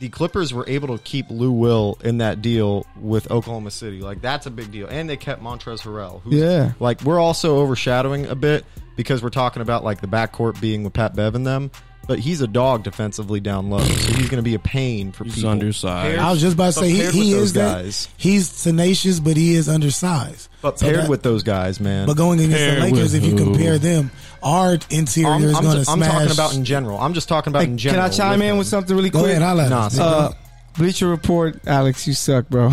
Speaker 5: the Clippers were able to keep Lou Will in that deal with Oklahoma City? Like that's a big deal, and they kept Montrezl Harrell. Who,
Speaker 3: Yeah.
Speaker 5: like we're also overshadowing a bit because we're talking about like the backcourt being with Pat Bev and them, but he's a dog defensively down low, so he's going to be a pain for
Speaker 2: He's
Speaker 5: people.
Speaker 2: undersized.
Speaker 6: I was just about to
Speaker 5: But
Speaker 6: say he,
Speaker 5: paired with
Speaker 6: he
Speaker 5: those
Speaker 6: is that.
Speaker 5: guys.
Speaker 6: He's tenacious, but he is undersized.
Speaker 5: But
Speaker 6: So
Speaker 5: paired
Speaker 6: that-
Speaker 5: with those guys, man.
Speaker 6: but going against the
Speaker 2: Paired
Speaker 6: Lakers,
Speaker 2: with
Speaker 6: if you
Speaker 2: who?
Speaker 6: compare them, our interior
Speaker 5: I'm,
Speaker 6: is
Speaker 5: I'm
Speaker 6: going to
Speaker 5: just- I'm
Speaker 6: smash.
Speaker 5: talking about in general. I'm just talking about
Speaker 3: Hey,
Speaker 5: in general.
Speaker 3: Can I chime in with
Speaker 5: them.
Speaker 3: something really
Speaker 6: Go
Speaker 3: quick?
Speaker 6: ahead, holla at
Speaker 5: Nah,
Speaker 6: us.
Speaker 5: son.
Speaker 3: Uh, Bleacher Report, Alex, you suck, bro.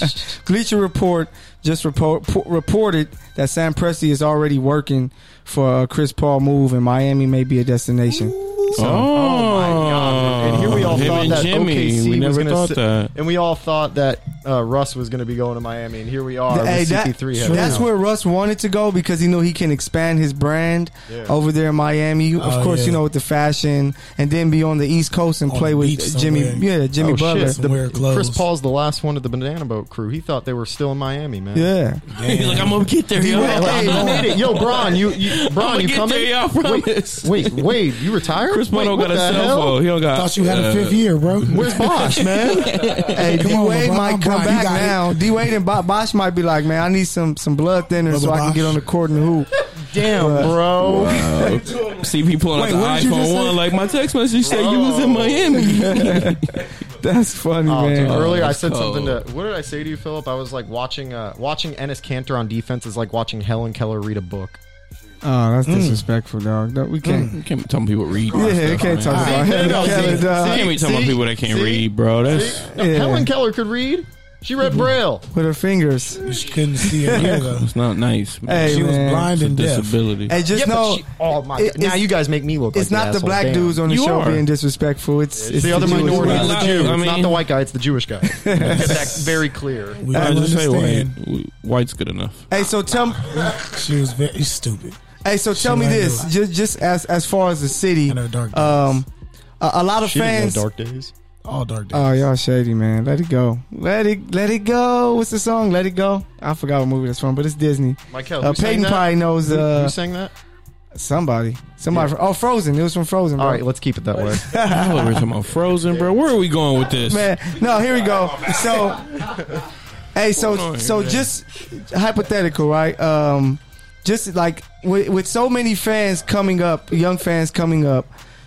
Speaker 3: Bleacher Report just report, po- reported that Sam Presti is already working for a Chris Paul move, and Miami may be a destination.
Speaker 5: Oh my god! And here we all
Speaker 2: Him
Speaker 5: thought
Speaker 2: and
Speaker 5: that
Speaker 2: Jimmy.
Speaker 5: OKC
Speaker 2: we
Speaker 5: was
Speaker 2: never
Speaker 5: going
Speaker 2: thought
Speaker 5: to,
Speaker 2: that.
Speaker 5: and we all thought that uh, Russ was going to be going to Miami, and here we are.
Speaker 3: Hey,
Speaker 5: with
Speaker 3: that-
Speaker 5: CP3 heading
Speaker 3: that's
Speaker 5: out.
Speaker 3: where Russ wanted to go because he knew he can expand his brand
Speaker 5: Yeah.
Speaker 3: over there in Miami. Of
Speaker 6: Oh,
Speaker 3: course,
Speaker 6: yeah.
Speaker 3: you know with the fashion, and then be on the East Coast and
Speaker 6: On
Speaker 3: play
Speaker 6: the
Speaker 3: with
Speaker 6: beach somewhere.
Speaker 3: Jimmy. Yeah, Jimmy
Speaker 5: Oh,
Speaker 3: Butler.
Speaker 5: shit.
Speaker 6: Somewhere
Speaker 5: The,
Speaker 6: close.
Speaker 5: Chris Paul's the last one of the banana boat crew. He thought they were still in Miami, man.
Speaker 3: Yeah,
Speaker 2: He's like, I'm gonna get there, yo.
Speaker 5: Hey, I made it. Yo, Bron, you, you
Speaker 2: I'm
Speaker 5: Bron,
Speaker 2: gonna
Speaker 5: you
Speaker 2: get
Speaker 5: coming?
Speaker 2: there, y'all, I promise.
Speaker 5: Wait, wait, you retired?
Speaker 2: Chris Paul
Speaker 5: Wait,
Speaker 2: don't
Speaker 5: what
Speaker 2: got a
Speaker 5: the
Speaker 2: cell
Speaker 5: hell?
Speaker 2: phone. He don't got. uh,
Speaker 6: Thought you had a fifth year, bro.
Speaker 5: Where's Bosch, man?
Speaker 3: hey, D
Speaker 6: Come on,
Speaker 3: Wade
Speaker 6: LeBron.
Speaker 3: might
Speaker 6: Come
Speaker 3: come
Speaker 6: on, you
Speaker 3: back
Speaker 6: got it.
Speaker 3: now. D Wade and Bo- Bosch might be like, man, I need some some blood thinner so
Speaker 6: Brother
Speaker 3: I can
Speaker 6: Bosch.
Speaker 3: get on the court and hoop.
Speaker 5: Damn, bro.
Speaker 2: CP pulling
Speaker 3: Wait, what
Speaker 2: out the
Speaker 3: did you just
Speaker 2: iPhone
Speaker 3: say? Oh.
Speaker 2: one. Like my text message said, you was in Miami.
Speaker 3: That's funny,
Speaker 5: Oh, dude,
Speaker 3: man.
Speaker 5: earlier I
Speaker 2: that's
Speaker 5: said
Speaker 2: cold.
Speaker 5: something to. What did I say to you, Philip? I was like watching uh, watching Ennis Cantor on defense is like watching Helen Keller read a book.
Speaker 3: Oh, that's disrespectful, dog. No, we can't.
Speaker 2: you can't be telling people read. my
Speaker 3: Yeah, we
Speaker 2: stuff,
Speaker 3: can't
Speaker 2: man.
Speaker 3: talk about him.
Speaker 5: no,
Speaker 3: Kevin,
Speaker 5: see,
Speaker 3: dog.
Speaker 2: You can't be talking about
Speaker 5: See?
Speaker 2: people that can't
Speaker 5: See?
Speaker 2: read, bro. That's
Speaker 5: No,
Speaker 3: Yeah. Mm-hmm.
Speaker 5: Helen Keller could read. She read Braille.
Speaker 3: with her fingers.
Speaker 6: She couldn't see a year ago.
Speaker 2: it's not nice. man.
Speaker 3: Hey,
Speaker 6: She was
Speaker 3: man.
Speaker 6: blind
Speaker 2: It's a
Speaker 6: and deaf.
Speaker 2: disability.
Speaker 3: Hey, just
Speaker 5: Yeah, but
Speaker 3: know
Speaker 5: she- oh my!
Speaker 3: it-
Speaker 5: God. Now
Speaker 3: it's-
Speaker 5: you guys make me look.
Speaker 3: it's
Speaker 5: like
Speaker 3: not the
Speaker 5: asshole.
Speaker 3: black
Speaker 5: Damn.
Speaker 3: dudes on the
Speaker 2: You
Speaker 3: show
Speaker 2: are.
Speaker 3: being disrespectful. It's,
Speaker 5: It's the other
Speaker 3: Jewish
Speaker 5: minority.
Speaker 3: people.
Speaker 5: It's the
Speaker 2: Well,
Speaker 5: Jew.
Speaker 2: I
Speaker 5: It's not
Speaker 2: mean-
Speaker 5: the white guy. It's the Jewish guy. Get that very clear.
Speaker 6: We
Speaker 2: I
Speaker 6: all
Speaker 2: just say white.
Speaker 6: understand.
Speaker 2: White's good enough.
Speaker 3: Hey, so tell
Speaker 6: She was very stupid.
Speaker 3: hey, so tell me
Speaker 6: She learned
Speaker 3: this.
Speaker 6: a lot.
Speaker 3: Just just as as far as the city,
Speaker 6: In her dark days.
Speaker 3: um, a, a lot of
Speaker 5: She didn't
Speaker 3: fans.
Speaker 5: know dark days.
Speaker 6: All dark days.
Speaker 3: Oh, y'all shady man. Let it go. Let it let it go. What's the song? Let it go. I forgot what movie that's from, but it's Disney.
Speaker 5: Michael,
Speaker 3: Uh, Peyton probably knows
Speaker 5: who
Speaker 3: uh,
Speaker 5: sang that?
Speaker 3: somebody. Somebody. From, oh, Frozen. It was from Frozen. Bro.
Speaker 5: All right, let's keep it that way.
Speaker 2: I was talking about Frozen, bro. Where are we going with this?
Speaker 3: man. No, here we go. So, hey, so
Speaker 2: on here,
Speaker 3: so
Speaker 2: man?
Speaker 3: just hypothetical, right? Um, just like with, with so many fans coming up, young fans coming up,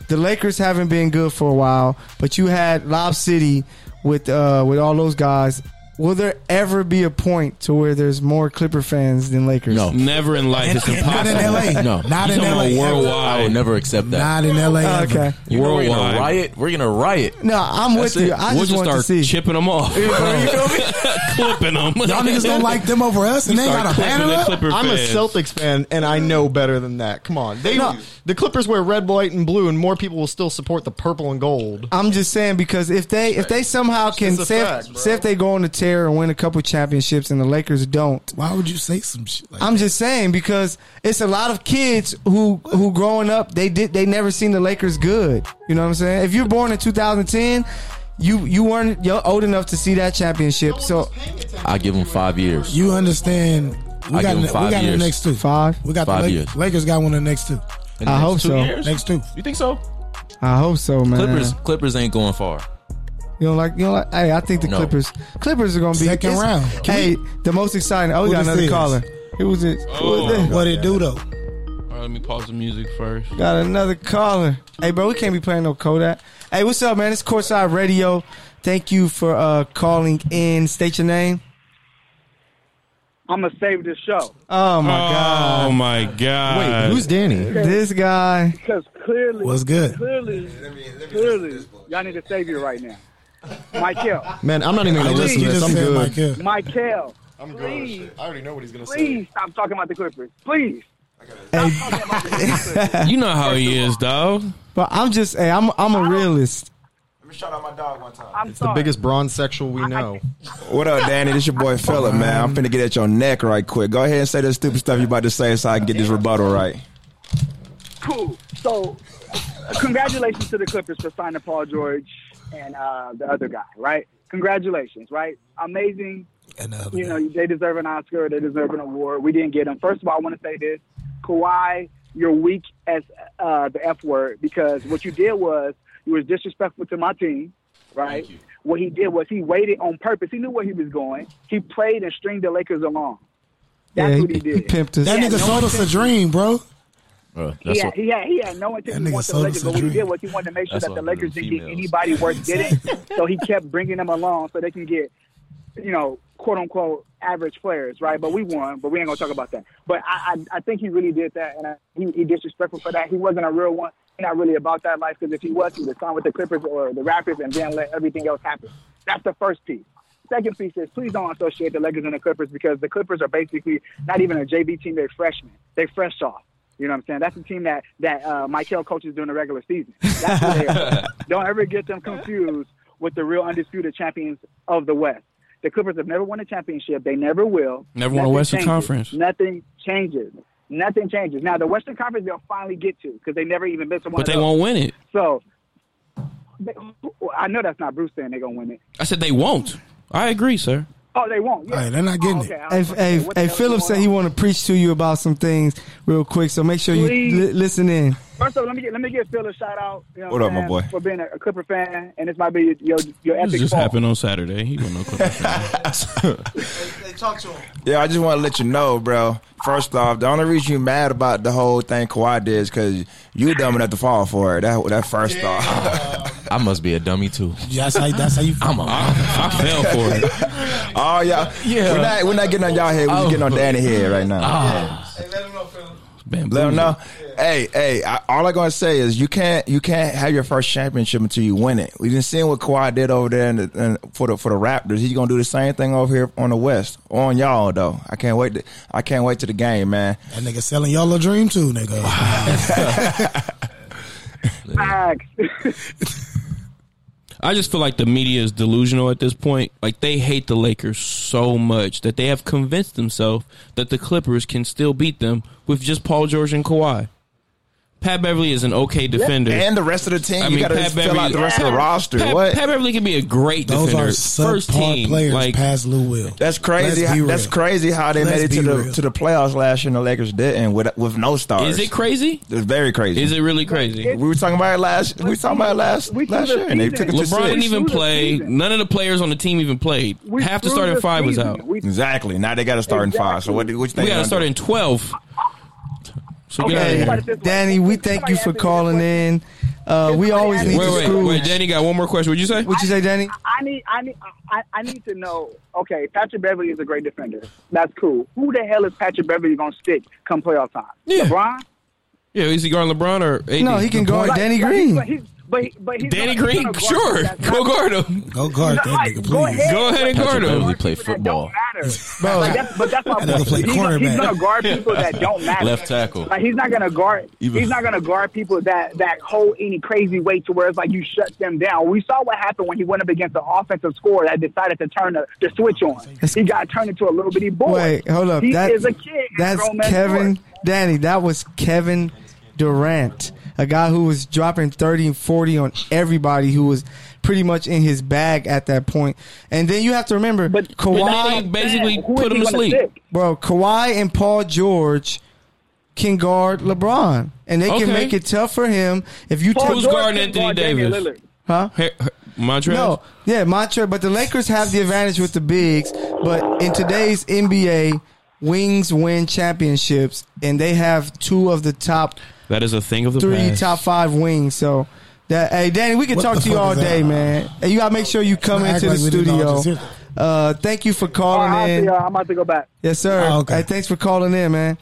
Speaker 3: the Lakers haven't been good for a while. But you had Lob City with uh with all those guys. Will there ever be a point to where there's more Clipper fans than Lakers?
Speaker 7: No.
Speaker 2: Never in life.
Speaker 6: And-
Speaker 2: It's
Speaker 6: and not in
Speaker 2: impossible.
Speaker 6: LA.
Speaker 7: No.
Speaker 6: Not in
Speaker 2: You're
Speaker 6: LA.
Speaker 2: talking about
Speaker 7: I will
Speaker 2: worldwide.
Speaker 7: never accept that.
Speaker 6: Not in LA.
Speaker 3: Oh,
Speaker 6: ever.
Speaker 3: okay.
Speaker 7: You know we're gonna
Speaker 2: Worldwide.
Speaker 7: riot. We're gonna riot.
Speaker 3: No, I'm
Speaker 7: That's
Speaker 3: with you.
Speaker 7: it.
Speaker 3: I
Speaker 2: we'll
Speaker 3: just
Speaker 2: just
Speaker 3: want to
Speaker 2: start
Speaker 3: see.
Speaker 2: chipping them off, clipping them.
Speaker 6: Y'all niggas don't like them over us, and they got a banner up.
Speaker 5: I'm a Celtics fan, and I know better than that. Come on, they the Clippers wear red, white, and blue, and more people will still support the purple and gold.
Speaker 3: I'm just saying because if they if they somehow can
Speaker 5: It's a
Speaker 3: say
Speaker 5: fact,
Speaker 3: if,
Speaker 5: bro.
Speaker 3: say if they go on a tear and win a couple championships and the Lakers don't,
Speaker 6: Why would you say some shit like
Speaker 3: I'm just saying because it's a lot of kids who who growing up they did they never seen the Lakers good. You know what I'm saying? If you're born in 2010, you you weren't you're old enough to see that championship. So
Speaker 7: I give them five years.
Speaker 6: You understand? We got
Speaker 7: I give 'em
Speaker 6: we
Speaker 7: five
Speaker 6: got the
Speaker 7: years.
Speaker 6: next two.
Speaker 3: five,
Speaker 6: We got
Speaker 7: Five
Speaker 6: the Lak-
Speaker 7: years.
Speaker 6: Lakers got one in the next two.
Speaker 7: In the
Speaker 3: I
Speaker 7: next
Speaker 3: hope
Speaker 7: two
Speaker 3: so.
Speaker 7: years?
Speaker 6: Next two.
Speaker 7: You think so?
Speaker 3: I hope so, man.
Speaker 7: Clippers. Clippers ain't going far.
Speaker 3: You don't like you don't like. Hey, I think the
Speaker 7: No.
Speaker 3: Clippers Clippers are gonna be
Speaker 6: Second
Speaker 3: it's-
Speaker 6: round. Can
Speaker 3: Hey, the most exciting. Oh, we
Speaker 6: Who
Speaker 3: got
Speaker 6: this
Speaker 3: another
Speaker 6: is?
Speaker 3: caller. Who was it? Who
Speaker 2: Oh.
Speaker 3: was it?
Speaker 6: What it do though?
Speaker 2: All right, let me pause the music first.
Speaker 3: Got another caller. Hey, bro, we can't be playing no Kodak. Hey, what's up, man? It's Courtside Radio. Thank you for uh, calling in. State your name.
Speaker 8: I'm gonna save this show
Speaker 3: Oh my
Speaker 2: Oh
Speaker 3: god,
Speaker 2: my god!
Speaker 5: Danny?
Speaker 3: this guy.
Speaker 8: because clearly,
Speaker 6: What's good?
Speaker 8: clearly, clearly, y'all need a savior right now. Michael,
Speaker 5: Man, I'm not even gonna listen
Speaker 6: You
Speaker 5: to this. I'm
Speaker 6: just said
Speaker 5: good.
Speaker 6: Michael.
Speaker 8: Michael, I'm please,
Speaker 5: I already know what he's gonna
Speaker 8: please stop talking about the Clippers. Please,
Speaker 2: You know how he is, dog.
Speaker 3: But I'm just, hey, I'm, I'm a realist.
Speaker 4: Let me shout out my dog one time.
Speaker 8: I'm
Speaker 5: It's the
Speaker 8: sorry.
Speaker 5: biggest bronze sexual we know.
Speaker 4: What up, Danny? This your boy Philip, man. I'm finna get at your neck right quick. Go ahead and say that stupid stuff you about to say so I can get this rebuttal right.
Speaker 8: cool. So, congratulations to the Clippers for signing Paul George and uh, the other guy, right? Congratulations, right? Amazing.
Speaker 6: And the other
Speaker 8: You
Speaker 6: guy.
Speaker 8: know, they deserve an Oscar. They deserve an award. We didn't get them. First of all, I want to say this: Kawhi, you're weak as uh, the F word because what you did was you was disrespectful to my team, right? What he did was he waited on purpose. He knew where he was going. He played and stringed the Lakers along. That's
Speaker 3: yeah,
Speaker 8: what he did.
Speaker 3: pimped us.
Speaker 6: That
Speaker 8: Yeah,
Speaker 6: nigga
Speaker 8: no
Speaker 6: sold us a dream, bro.
Speaker 7: Bro,
Speaker 8: He
Speaker 7: Uh, that's
Speaker 8: had,
Speaker 7: what,
Speaker 8: he had he had no
Speaker 6: That
Speaker 8: intention
Speaker 6: nigga
Speaker 8: of wanting the
Speaker 6: sold
Speaker 8: Lakers,
Speaker 6: us a
Speaker 8: but what he
Speaker 6: dream.
Speaker 8: did was he wanted to make sure
Speaker 7: That's
Speaker 8: that the
Speaker 7: why I'm
Speaker 8: Lakers
Speaker 7: doing
Speaker 8: didn't get
Speaker 7: females.
Speaker 8: anybody worth getting. so he kept bringing them along so they can get, you know, quote unquote average players, right? But we won, but we ain't gonna talk about that. But I I, I think he really did that, and I, he he disrespectful for that. He wasn't a real one. He not really about that life because if he was, he would have signed with the Clippers or the Raptors and then let everything else happen. That's the first piece. Second piece is please don't associate the Lakers and the Clippers because the Clippers are basically not even a JV team. They're freshmen. They're fresh off. You know what I'm saying? That's the team that that uh, Michael coaches during the regular season. That's who they are. don't ever get them confused with the real undisputed champions of the West. The Clippers have never won a championship. They never will.
Speaker 2: Never won a
Speaker 8: Nothing
Speaker 2: Western
Speaker 8: changes.
Speaker 2: Conference.
Speaker 8: Nothing changes. Nothing changes. Now the Western Conference they'll finally get to because they never even been to one.
Speaker 2: But
Speaker 8: of
Speaker 2: they
Speaker 8: those.
Speaker 2: won't win it.
Speaker 8: So they, I know that's not Bruce saying they're gonna win it.
Speaker 2: I said they won't. I agree, sir.
Speaker 8: Oh, they won't. Yeah.
Speaker 6: Hey, they're not getting
Speaker 8: Oh, okay.
Speaker 6: it.
Speaker 8: I
Speaker 3: Hey,
Speaker 8: was
Speaker 3: f-
Speaker 8: gonna say,
Speaker 3: hey,
Speaker 8: what the
Speaker 3: hey
Speaker 8: hell's
Speaker 3: Philip said
Speaker 8: going
Speaker 3: he
Speaker 8: on?
Speaker 3: want to preach to you about some things real quick, so make sure you
Speaker 8: Please.
Speaker 3: li- listen in.
Speaker 8: First of all, let me get, let me give Phil a shout out. You know what
Speaker 4: What up,
Speaker 8: I'm
Speaker 4: my
Speaker 8: saying,
Speaker 4: boy?
Speaker 8: For being a, a Clipper fan, and this might be your your epic
Speaker 2: This just
Speaker 8: fall.
Speaker 2: happened on Saturday. He wasn't no Clippers fan.
Speaker 4: Yeah, I just want to let you know, bro. First off, the only reason you mad about the whole thing Kawhi did is because you dumb enough to fall for it. That that first off.
Speaker 7: I must be a dummy too.
Speaker 6: Yeah, that's how, that's how you.
Speaker 7: I'm a
Speaker 2: I fell for it. Oh.
Speaker 4: oh yeah, yeah. We're not, we're not getting on y'all head. We're just getting on Danny head right now.
Speaker 2: Ah,
Speaker 6: Ah.
Speaker 2: Man,
Speaker 4: Let them know. Hey, hey. I, all I gotta say is you can't you can't have your first championship until you win it. We didn't see what Kawhi did over there in the, in, for the for the Raptors. He's gonna do the same thing over here on the West on y'all though. I can't wait. To, I can't wait to the game, man.
Speaker 6: That nigga selling y'all a dream too, nigga.
Speaker 8: Facts.
Speaker 2: I just feel like the media is delusional at this point. Like they hate the Lakers so much that they have convinced themselves that the Clippers can still beat them with just Paul George and Kawhi. Pat Beverly is an okay defender.
Speaker 4: And the rest of the team,
Speaker 2: I
Speaker 4: you
Speaker 2: mean,
Speaker 4: gotta
Speaker 2: Pat
Speaker 4: fill
Speaker 2: Beverly-
Speaker 4: out the rest of the roster.
Speaker 2: Pat,
Speaker 4: what?
Speaker 2: Pat Beverly can be a great
Speaker 6: Those are
Speaker 2: defender. First
Speaker 6: subpar
Speaker 2: team,
Speaker 6: players
Speaker 2: like
Speaker 6: past Lou Will.
Speaker 4: That's crazy.
Speaker 6: Let's be
Speaker 4: How, that's
Speaker 6: real.
Speaker 4: crazy how they
Speaker 6: Let's
Speaker 4: made it to
Speaker 6: be
Speaker 4: the
Speaker 6: real.
Speaker 4: to the playoffs last year and the Lakers didn't with with no stars.
Speaker 2: is it crazy?
Speaker 4: It's very crazy.
Speaker 2: Is it really crazy?
Speaker 4: we were talking about it last. We were talking about it last
Speaker 8: We threw
Speaker 4: last
Speaker 8: the
Speaker 4: year, and they
Speaker 8: season.
Speaker 4: took it to
Speaker 8: It's
Speaker 2: LeBron
Speaker 4: six.
Speaker 2: didn't even
Speaker 8: Through the
Speaker 2: play.
Speaker 8: season.
Speaker 2: None of the players on the team even played.
Speaker 8: We
Speaker 2: Half the
Speaker 8: threw
Speaker 2: starting
Speaker 8: the
Speaker 2: five was
Speaker 8: season.
Speaker 2: out.
Speaker 8: We,
Speaker 4: Exactly. Now they got to start in five. So what? do- What you think?
Speaker 2: We got
Speaker 4: they're
Speaker 2: to start
Speaker 4: gonna
Speaker 2: in twelve. So
Speaker 8: Okay,
Speaker 2: get out
Speaker 8: somebody
Speaker 2: of here.
Speaker 8: said-
Speaker 3: Danny, we thank you for calling in. Uh, we always need to
Speaker 2: Wait, wait,
Speaker 3: screw.
Speaker 2: wait. Danny got one more question. What'd you say?
Speaker 3: What you say, Danny?
Speaker 8: I need, I need, I, I need to know. Okay, Patrick Beverly is a great defender. That's cool. Who the hell is Patrick Beverly gonna stick come playoff time?
Speaker 2: Yeah.
Speaker 8: LeBron.
Speaker 2: Yeah, is he guarding LeBron or AD?
Speaker 3: No, Oh, he can guard
Speaker 8: Like-
Speaker 3: Danny
Speaker 8: like,
Speaker 3: Green.
Speaker 8: But he's, but, he, but he's
Speaker 2: Danny
Speaker 8: gonna- he's
Speaker 2: Green,
Speaker 8: gonna guard
Speaker 2: sure,
Speaker 8: people that's
Speaker 2: go
Speaker 8: not-
Speaker 2: guard him.
Speaker 6: Go guard that
Speaker 8: Like,
Speaker 6: nigga,
Speaker 8: Go
Speaker 6: please.
Speaker 8: ahead,
Speaker 2: Go ahead and
Speaker 8: Patrick
Speaker 2: guard him.
Speaker 8: Beverly
Speaker 7: Play
Speaker 8: people that
Speaker 7: football.
Speaker 8: Don't matter. Like, that's, but that's my
Speaker 6: That nigga
Speaker 8: point.
Speaker 6: play
Speaker 8: He's gonna- He's
Speaker 6: cornerback.
Speaker 8: gonna guard people that don't matter.
Speaker 7: Left tackle.
Speaker 8: Like he's not gonna guard.
Speaker 7: Even-
Speaker 8: He's not gonna guard people that that hold any crazy weight to where it's like you shut them down. We saw what happened when he went up against an offensive scorer that decided to turn the, the switch on. He got turned into a little bitty boy.
Speaker 3: Wait, hold up.
Speaker 8: He
Speaker 3: That-
Speaker 8: is a kid. in
Speaker 3: That's
Speaker 8: grown-ass
Speaker 3: Kevin.
Speaker 8: court.
Speaker 3: Danny, that was Kevin Durant, a guy who was dropping 30 and 40 on everybody who was pretty much in his bag at that point. And then you have to remember,
Speaker 8: But
Speaker 3: Kawhi,
Speaker 2: Danny- basically
Speaker 8: Who is
Speaker 2: put
Speaker 8: he
Speaker 2: him to
Speaker 8: gonna
Speaker 2: sleep.
Speaker 8: stick?
Speaker 3: bro, Kawhi and Paul George can guard LeBron, and they
Speaker 2: Okay.
Speaker 3: can make it tough for him if you
Speaker 8: Paul
Speaker 3: take,
Speaker 2: Who's
Speaker 8: George
Speaker 2: guarding
Speaker 8: can
Speaker 2: Anthony
Speaker 8: guard Damian
Speaker 2: Davis?
Speaker 8: Lillard.
Speaker 3: huh?
Speaker 2: Her, her, Montrez?
Speaker 3: No, yeah, Montre. But the Lakers have the advantage with the bigs. But in today's NBA, wings win championships, and they have two of the top
Speaker 2: that is a thing of the
Speaker 3: three,
Speaker 2: past.
Speaker 3: top five wings. So. That, hey Danny, we can
Speaker 6: What
Speaker 3: talk
Speaker 6: the
Speaker 3: to you
Speaker 6: fuck
Speaker 3: all
Speaker 6: is that?
Speaker 3: day, man. Hey, you gotta make sure you come
Speaker 6: Don't act
Speaker 3: into the
Speaker 6: like we didn't all just hear
Speaker 3: studio.
Speaker 6: that.
Speaker 3: Uh, thank you for
Speaker 8: All right,
Speaker 3: calling
Speaker 8: I'll Oh, see
Speaker 3: in.
Speaker 8: y'all. I'm about to go back.
Speaker 3: Yes, sir.
Speaker 6: Oh, okay.
Speaker 3: Hey, thanks for calling in, man.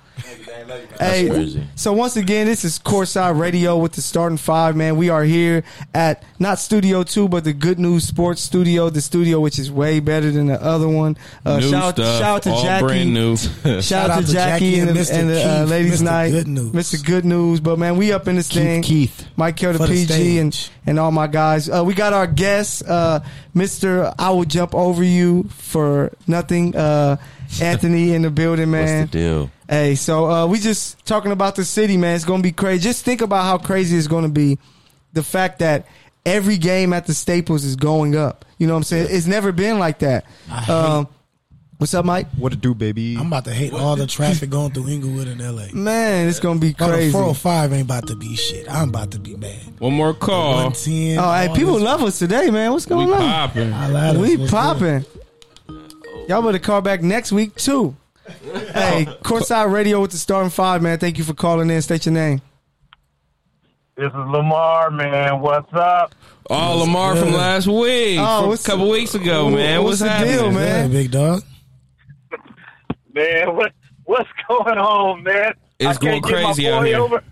Speaker 3: Hey,
Speaker 7: crazy.
Speaker 3: so once again, this is Courtside Radio with the starting five, man. We are here at not Studio Two, but the Good News Sports Studio, the studio which is way better than the other one. Uh,
Speaker 2: New
Speaker 3: shout,
Speaker 2: stuff,
Speaker 3: shout out to
Speaker 2: all
Speaker 3: Jackie.
Speaker 2: brand new.
Speaker 3: Shout, out to Jackie, and, the,
Speaker 6: Mr.
Speaker 3: and the uh,
Speaker 6: Keith,
Speaker 3: ladies'
Speaker 6: Mr.
Speaker 3: night,
Speaker 6: Good News.
Speaker 3: Mr. Good News. But man, we up in this thing.
Speaker 6: Keith.
Speaker 3: Mike Kelly,
Speaker 6: For the
Speaker 3: PG, and
Speaker 6: stage.
Speaker 3: and all my guys. Uh, we got our guest, uh, Mister. I will jump over you for nothing. Uh, Anthony in the building,
Speaker 7: What's
Speaker 3: man.
Speaker 7: the deal?
Speaker 3: Hey, so uh, we just talking about the city, man. It's gonna be crazy. Just think about how crazy it's gonna be. The fact that every game at the Staples is going up. You know what I'm saying? It's never been like that. Um, what's up, Mike?
Speaker 5: What to do, baby?
Speaker 6: I'm about to hate all the traffic going through Inglewood and LA.
Speaker 3: Man, it's gonna be
Speaker 6: Bro, the
Speaker 3: crazy. Oh,
Speaker 6: 405 ain't about to be shit. I'm about to be mad.
Speaker 2: One more call.
Speaker 6: 110.
Speaker 3: hey,
Speaker 6: all
Speaker 3: people
Speaker 6: this-
Speaker 3: love us today, man. What's
Speaker 2: We
Speaker 3: going on?
Speaker 2: popping.
Speaker 6: I lied to us.
Speaker 3: We
Speaker 6: What's
Speaker 3: popping. Y'all better call back next week too. hey, Courtside Radio with the starting five, man. Thank you for calling in. State your name.
Speaker 9: This is Lamar, man. What's up?
Speaker 2: Oh, Lamar from
Speaker 6: good?
Speaker 2: last week.
Speaker 3: Oh,
Speaker 2: from
Speaker 3: what's-
Speaker 2: a couple weeks ago, man.
Speaker 3: what's
Speaker 2: What's,
Speaker 3: the
Speaker 2: happening?
Speaker 3: deal,
Speaker 6: good?
Speaker 3: man?
Speaker 6: Yeah, big dog.
Speaker 9: Man, what what's going on, man?
Speaker 2: It's
Speaker 9: I can't
Speaker 2: going
Speaker 9: get my
Speaker 2: crazy out
Speaker 9: boy
Speaker 2: here.
Speaker 9: Over.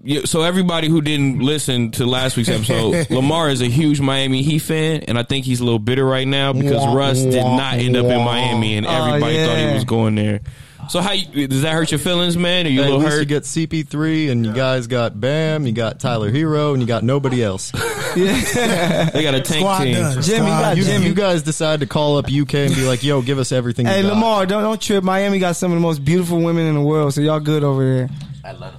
Speaker 2: Yeah, so everybody who didn't listen to last week's episode, Lamar is a huge Miami Heat fan, and I think he's a little bitter right now because
Speaker 6: Wah,
Speaker 2: Russ did
Speaker 6: wah,
Speaker 2: not end up in
Speaker 6: wah.
Speaker 2: Miami, and
Speaker 3: Oh,
Speaker 2: everybody thought he
Speaker 3: yeah.
Speaker 2: was going there. So how you, does that hurt your feelings, man? Are you a
Speaker 10: Hey, at
Speaker 2: little
Speaker 10: least you
Speaker 2: hurt?
Speaker 10: got CP3, and you guys got Bam, you got Tyler Hero, and you got nobody else.
Speaker 2: They got a tank
Speaker 6: Squad
Speaker 2: team.
Speaker 6: done.
Speaker 3: Jimmy,
Speaker 6: Squad
Speaker 3: you got
Speaker 6: done.
Speaker 10: You,
Speaker 3: Jimmy.
Speaker 10: you guys decide to call up UK and be like, "Yo, give us everything."
Speaker 3: Hey
Speaker 10: you got.
Speaker 3: Lamar, don't don't trip. Miami got some of the most beautiful women in the world, so y'all good over there.
Speaker 7: Atlanta.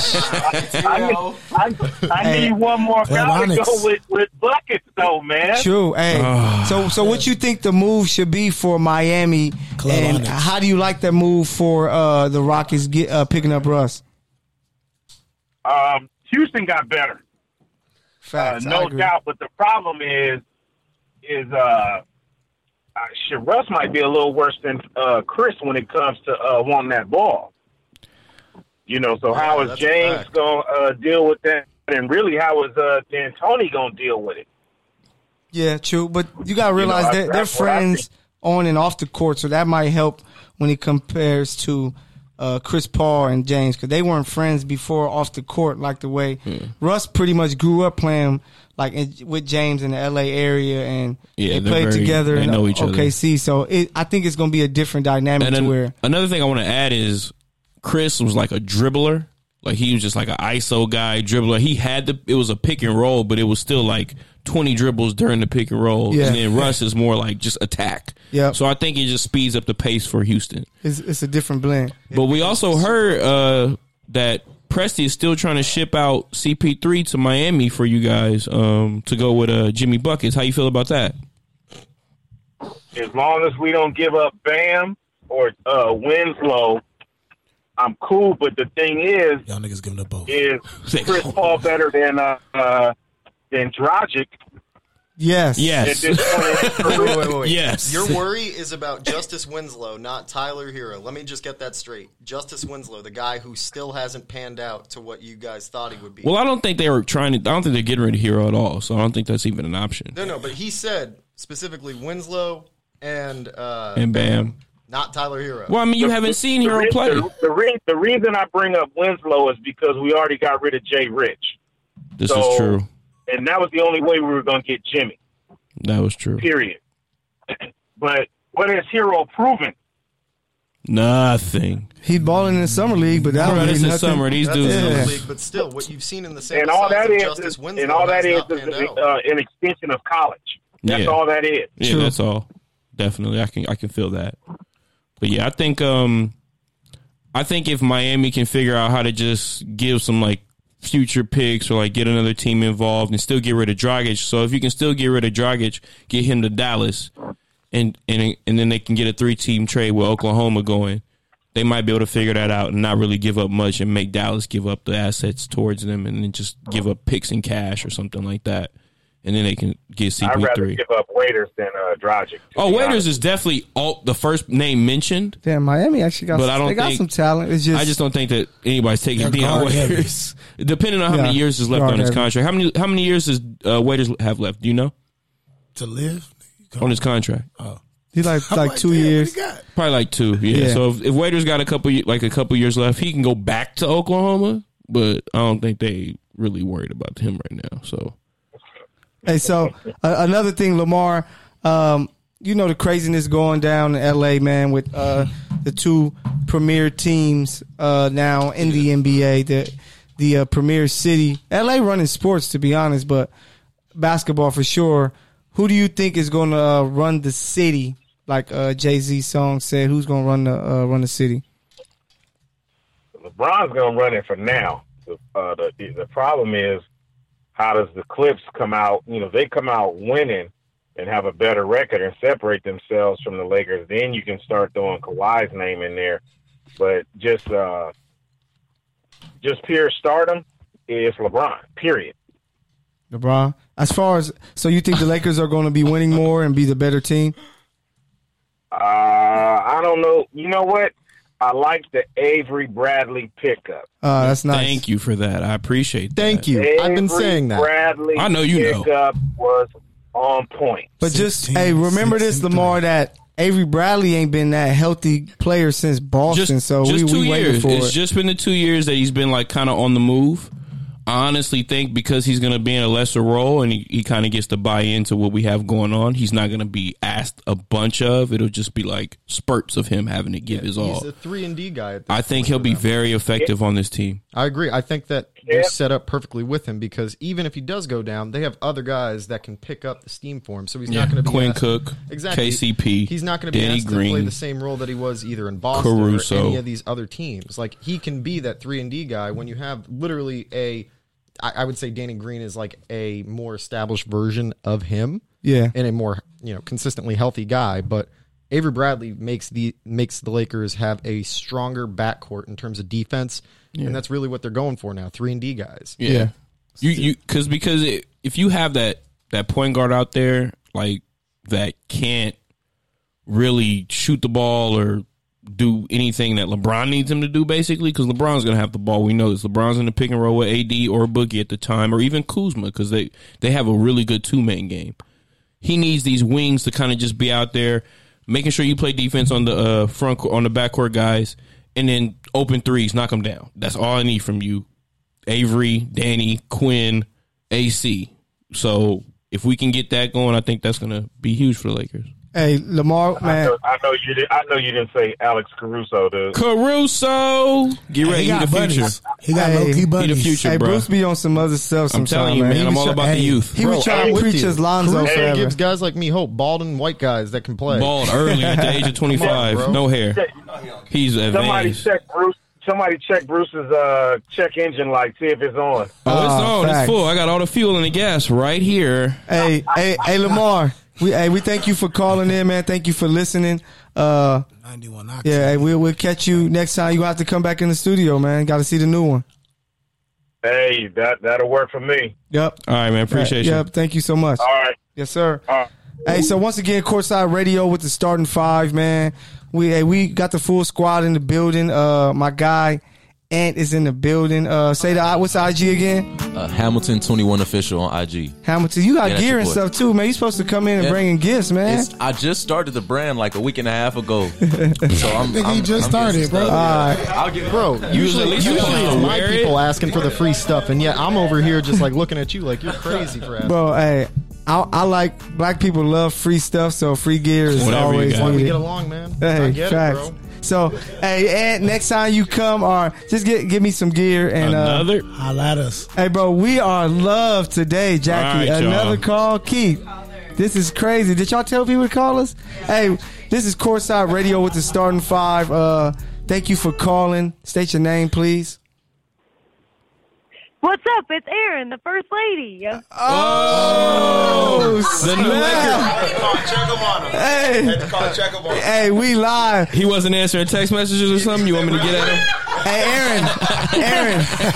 Speaker 9: I, need- I need one more guy to
Speaker 6: Atlantics.
Speaker 9: go with, with buckets, though, man.
Speaker 3: True. Hey,
Speaker 2: Ah.
Speaker 3: so so what you think the move should be for Miami,
Speaker 6: Club
Speaker 3: and
Speaker 6: Onyx.
Speaker 3: how do you like that move for uh, the Rockets get, uh, picking up Russ?
Speaker 9: Um, Houston got better, uh,
Speaker 3: Facts. I
Speaker 9: no
Speaker 3: agree.
Speaker 9: doubt. But the problem is, is uh, uh, shit, Russ might be a little worse than uh, Chris when it comes to uh, wanting that ball. You know, so how is
Speaker 10: that's a
Speaker 9: James
Speaker 10: fact.
Speaker 9: gonna uh, deal with that? And really, how is uh, D'Antoni gonna deal with it?
Speaker 3: Yeah, true. But you gotta realize
Speaker 9: I-
Speaker 3: they're, they're
Speaker 9: that's what I
Speaker 3: friends on and off the court, so that might help when it compares to uh, Chris Paul and James because they weren't friends before off the court like the way
Speaker 2: Hmm.
Speaker 3: Russ pretty much grew up playing like in, with James in the L.A. area and
Speaker 2: Yeah,
Speaker 3: they
Speaker 2: they're
Speaker 3: played
Speaker 2: very-
Speaker 3: together.
Speaker 2: they
Speaker 3: in
Speaker 2: know each other.
Speaker 3: OKC, so it, I think it's gonna be a different dynamic
Speaker 2: And
Speaker 3: to
Speaker 2: then
Speaker 3: where
Speaker 2: another thing I want to add is Chris was like a dribbler. Like he was just like an ISO guy dribbler. He had the it was a pick and roll, but it was still like twenty dribbles during the pick and roll.
Speaker 3: Yeah.
Speaker 2: And then Russ is more like just attack.
Speaker 3: Yep.
Speaker 2: So I think it just speeds up the pace for Houston.
Speaker 3: it's, it's a different blend.
Speaker 2: But we also heard uh, that Presti is still trying to ship out CP3 to Miami for you guys um, to go with uh, Jimmy Buckets. How you feel about that?
Speaker 9: as long as we don't give up Bam or uh, Winslow, I'm cool. But the thing is,
Speaker 6: Y'all niggas giving up both.
Speaker 9: is Chris Paul better than uh, uh, than Dragic
Speaker 3: Yes.
Speaker 9: at
Speaker 2: Yes.
Speaker 9: this point?
Speaker 10: Wait, wait, wait, wait.
Speaker 2: Yes.
Speaker 10: Your worry is about Justice Winslow, not Tyler Hero. Let me just get that straight. Justice Winslow, the guy who still hasn't panned out to what you guys thought he would be.
Speaker 2: Well, I don't think they were trying to. I don't think they're getting rid of Hero at all. So I don't think that's even an option.
Speaker 10: no, no, but he said specifically Winslow and uh,
Speaker 2: And Bam.
Speaker 10: not Tyler Hero.
Speaker 2: Well, I mean, you haven't seen Hero
Speaker 9: the,
Speaker 2: play.
Speaker 9: The, the, re- the reason I bring up Winslow is because we already got rid of Jay Rich,
Speaker 2: This
Speaker 9: so-
Speaker 2: is true.
Speaker 9: and that was the only way we were going to get Jimmy.
Speaker 2: That was true.
Speaker 9: Period. But what has Hero proven?
Speaker 2: Nothing.
Speaker 3: He balling in the summer league, but that
Speaker 2: Bro,
Speaker 3: don't
Speaker 2: this
Speaker 3: mean
Speaker 2: is
Speaker 3: nothing.
Speaker 2: summer. These dudes.
Speaker 3: it.
Speaker 2: is-
Speaker 10: league, but still, what you've seen in the same
Speaker 9: And all that is,
Speaker 10: Justice
Speaker 9: is
Speaker 10: Winslow
Speaker 9: and all that is,
Speaker 10: not
Speaker 9: is
Speaker 10: panned out.
Speaker 9: uh, an extension of college. That's
Speaker 2: Yeah.
Speaker 9: all that is.
Speaker 2: Yeah,
Speaker 3: True.
Speaker 2: that's all. Definitely, I can I can feel that. But yeah, I think um, I think if Miami can figure out how to just give some like future picks or like get another team involved and still get rid of Dragic. So if you can still get rid of Dragic, get him to Dallas, and and and then they can get a three team trade with Oklahoma going. They might be able to figure that out and not really give up much and make Dallas give up the assets towards them and then just give up picks and cash or something like that. And then they can get
Speaker 9: I'd
Speaker 2: CP3.
Speaker 9: rather give up Waiters than uh, Dragic. to
Speaker 2: Oh,
Speaker 9: be
Speaker 2: Waiters
Speaker 9: honest.
Speaker 2: is definitely all the first name mentioned.
Speaker 3: Damn, Miami actually got.
Speaker 2: But
Speaker 3: some,
Speaker 2: I don't
Speaker 3: they got
Speaker 2: think-
Speaker 3: some talent. It's just,
Speaker 2: I just don't think that anybody's taking
Speaker 6: They're
Speaker 2: Deion
Speaker 6: guard heavy.
Speaker 2: Waiters. Depending on how
Speaker 3: Yeah,
Speaker 2: many years is left
Speaker 3: guard
Speaker 2: on his
Speaker 3: heavy.
Speaker 2: contract, how many how many years does uh, Waiters have left? Do you know
Speaker 6: To live? Nigga,
Speaker 2: on his contract?
Speaker 6: Oh.
Speaker 3: he like like two
Speaker 6: damn, what
Speaker 3: years.
Speaker 6: he got?
Speaker 2: Probably like two. Yeah.
Speaker 3: Yeah.
Speaker 2: So if, if Waiters got a couple ye- like a couple years left, he can go back to Oklahoma. But I don't think they really worried about him right now. So
Speaker 3: Hey, so uh, another thing, Lamar, um, you know the craziness going down in LA, man, with uh, the two premier teams uh, now in the NBA, the the uh, premier city. LA running sports, to be honest, but basketball for sure. Who do you think is going to uh, run the city? Like uh, Jay Z song said, who's going to run the uh, run the city?
Speaker 9: LeBron's going to run it for now. The, uh, the the problem is how does the Clips come out? You know, if they come out winning and have a better record and separate themselves from the Lakers. Then you can start throwing Kawhi's name in there. But just uh, just pure stardom is LeBron. Period.
Speaker 3: LeBron. As far as so, you think the Lakers are going to be winning more and be the better team?
Speaker 9: Uh, I don't know. You know what? I like the Avery Bradley pickup.
Speaker 3: Uh, that's nice.
Speaker 2: thank you for that. I appreciate. that.
Speaker 10: Thank you. I've been
Speaker 9: Avery
Speaker 10: saying that.
Speaker 9: Bradley
Speaker 2: I know you know.
Speaker 9: pickup was on point.
Speaker 3: But just
Speaker 6: 16,
Speaker 3: hey, remember this,
Speaker 6: 16,
Speaker 3: Lamar. That Avery Bradley ain't been that healthy player since Boston, so we,
Speaker 2: two
Speaker 3: we waiting
Speaker 2: years.
Speaker 3: for
Speaker 2: it's
Speaker 3: it.
Speaker 2: just been the two years that he's been like kind of on the move. I honestly think because he's going to be in a lesser role and he, he kind of gets to buy into what we have going on, he's not going to be asked a bunch of. It'll just be like spurts of him having to give
Speaker 5: He's
Speaker 2: his all.
Speaker 5: a three and D guy. At this
Speaker 2: I think
Speaker 5: point
Speaker 2: he'll
Speaker 5: for
Speaker 2: be
Speaker 5: them.
Speaker 2: very effective on this team.
Speaker 5: I agree. I think that
Speaker 9: Yeah.
Speaker 5: they're set up perfectly with him because even if he does go down, they have other guys that can pick up the steam for him. So he's not going to be
Speaker 2: Quinn
Speaker 5: asked-
Speaker 2: Cook,
Speaker 5: exactly.
Speaker 2: KCP,
Speaker 5: He's not going to be
Speaker 2: Danny
Speaker 5: asked to play
Speaker 2: Green,
Speaker 5: the same role that he was either in Boston
Speaker 2: Caruso.
Speaker 5: or any of these other teams. Like he can be that three and D guy when you have literally a. I I would say Danny Green is like a more established version of him
Speaker 3: Yeah.
Speaker 5: and a more you know consistently healthy guy. But Avery Bradley makes the makes the Lakers have a stronger backcourt in terms of defense, and that's really what they're going for now. Three and D guys.
Speaker 2: Yeah. You you cuz because it, if you have that that point guard out there like that can't really shoot the ball or do anything that LeBron needs him to do basically cuz LeBron's going to have the ball. We know this. LeBron's in the pick and roll with AD or Boogie at the time or even Kuzma cuz they they have a really good two-man game. He needs these wings to kind of just be out there making sure you play defense on the uh, front on the backcourt guys and then open threes, knock them down. That's all I need from you Avery, Danny, Quinn, AC. So if we can get that going, I think that's going to be huge for the Lakers.
Speaker 3: Hey, Lamar,
Speaker 9: I
Speaker 3: man.
Speaker 9: know, I know you. Did, I know you didn't say Alex Caruso. Dude.
Speaker 2: Caruso,
Speaker 6: He
Speaker 2: get ready. He,
Speaker 6: got
Speaker 2: the
Speaker 6: buddies.
Speaker 2: future.
Speaker 6: He got
Speaker 3: Hey,
Speaker 6: low
Speaker 3: he
Speaker 6: key
Speaker 3: the
Speaker 6: buddies.
Speaker 2: future.
Speaker 3: Hey,
Speaker 2: bruh.
Speaker 3: Bruce be on some other stuff
Speaker 2: I'm
Speaker 3: sometime,
Speaker 2: telling you, man.
Speaker 3: He
Speaker 2: I'm
Speaker 3: was
Speaker 2: all
Speaker 3: try-
Speaker 2: about the
Speaker 6: hey,
Speaker 2: youth.
Speaker 3: He was
Speaker 5: Bro,
Speaker 3: trying
Speaker 5: I'm
Speaker 3: to
Speaker 5: with
Speaker 3: preach
Speaker 5: you.
Speaker 3: his Lonzo
Speaker 9: Caruso
Speaker 5: It
Speaker 3: forever.
Speaker 5: gives guys like me hope, bald and white guys that can play.
Speaker 2: Bald early at the age of 25,
Speaker 5: bro.
Speaker 2: no hair. He's
Speaker 9: Somebody
Speaker 2: advanced.
Speaker 9: check Bruce. Somebody check Bruce's uh, check engine light. See if it's on.
Speaker 2: Oh, it's
Speaker 3: Ah,
Speaker 2: on.
Speaker 3: facts.
Speaker 2: It's full. I got all the fuel and the gas right here.
Speaker 3: hey, hey, hey, Lamar. We hey, we thank you for calling in, man. Thank you for listening. Uh,
Speaker 6: 91 knocks.
Speaker 3: yeah, hey, we, we'll catch you next time. You gonna have to come back in the studio, man. Got to see the new one.
Speaker 9: Hey, that that'll work for me.
Speaker 3: Yep.
Speaker 2: All right, man. Appreciate you.
Speaker 3: Yep. Thank you so much.
Speaker 9: All right.
Speaker 3: Yes, sir.
Speaker 9: All right.
Speaker 3: Hey, so once again, Courtside Radio with the starting five, man. We hey, we got the full squad in the building. Uh, my guy Ant is in the building. Uh, say the what's the IG again?
Speaker 7: Uh, Hamilton twenty one official on IG.
Speaker 3: Hamilton, you got
Speaker 7: Yeah, that's
Speaker 3: gear
Speaker 7: your
Speaker 3: and
Speaker 7: boy.
Speaker 3: stuff too, man. You supposed to come in and
Speaker 7: Yeah.
Speaker 3: bring in gifts, man.
Speaker 7: It's, I just started the brand like a week and a half ago. So I'm,
Speaker 6: think he
Speaker 7: I'm-
Speaker 6: just
Speaker 7: I'm getting
Speaker 6: started,
Speaker 7: some
Speaker 6: bro.
Speaker 7: stuff.
Speaker 3: All right.
Speaker 7: I'll get
Speaker 5: Bro, usually,
Speaker 2: at least
Speaker 5: usually
Speaker 2: supposed
Speaker 5: it's
Speaker 2: to
Speaker 5: my
Speaker 2: wear it.
Speaker 5: people asking for the free stuff, and yet I'm over here just like looking at you like you're crazy for asking.
Speaker 3: Bro, hey, I, I like black people love free stuff, so free gear is
Speaker 2: Whatever you
Speaker 3: always
Speaker 2: got.
Speaker 5: Why we
Speaker 3: needed.
Speaker 5: get along, man. I
Speaker 3: Hey,
Speaker 5: get
Speaker 3: facts.
Speaker 5: it, bro.
Speaker 3: So, hey, and next time you come, or just get give me some gear and uh,
Speaker 2: Another.
Speaker 6: Holla at us.
Speaker 3: Hey, bro, we are love today, Jackie.
Speaker 2: All right, y'all.
Speaker 3: Another call, Keith. This is crazy. Did y'all tell people to call us? Hey, this is Courtside Radio with the starting five. Uh, thank you for calling. State your name, please.
Speaker 11: What's up? It's Erin, the first lady.
Speaker 3: Oh,
Speaker 2: The new
Speaker 3: snap.
Speaker 10: Had to call and check up on him. Had
Speaker 3: Hey,
Speaker 10: to call and check up on him.
Speaker 3: hey, we live.
Speaker 2: He wasn't answering text messages or something. You want me to get at him?
Speaker 3: Hey, Aaron, Aaron,
Speaker 2: He's,
Speaker 3: Aaron,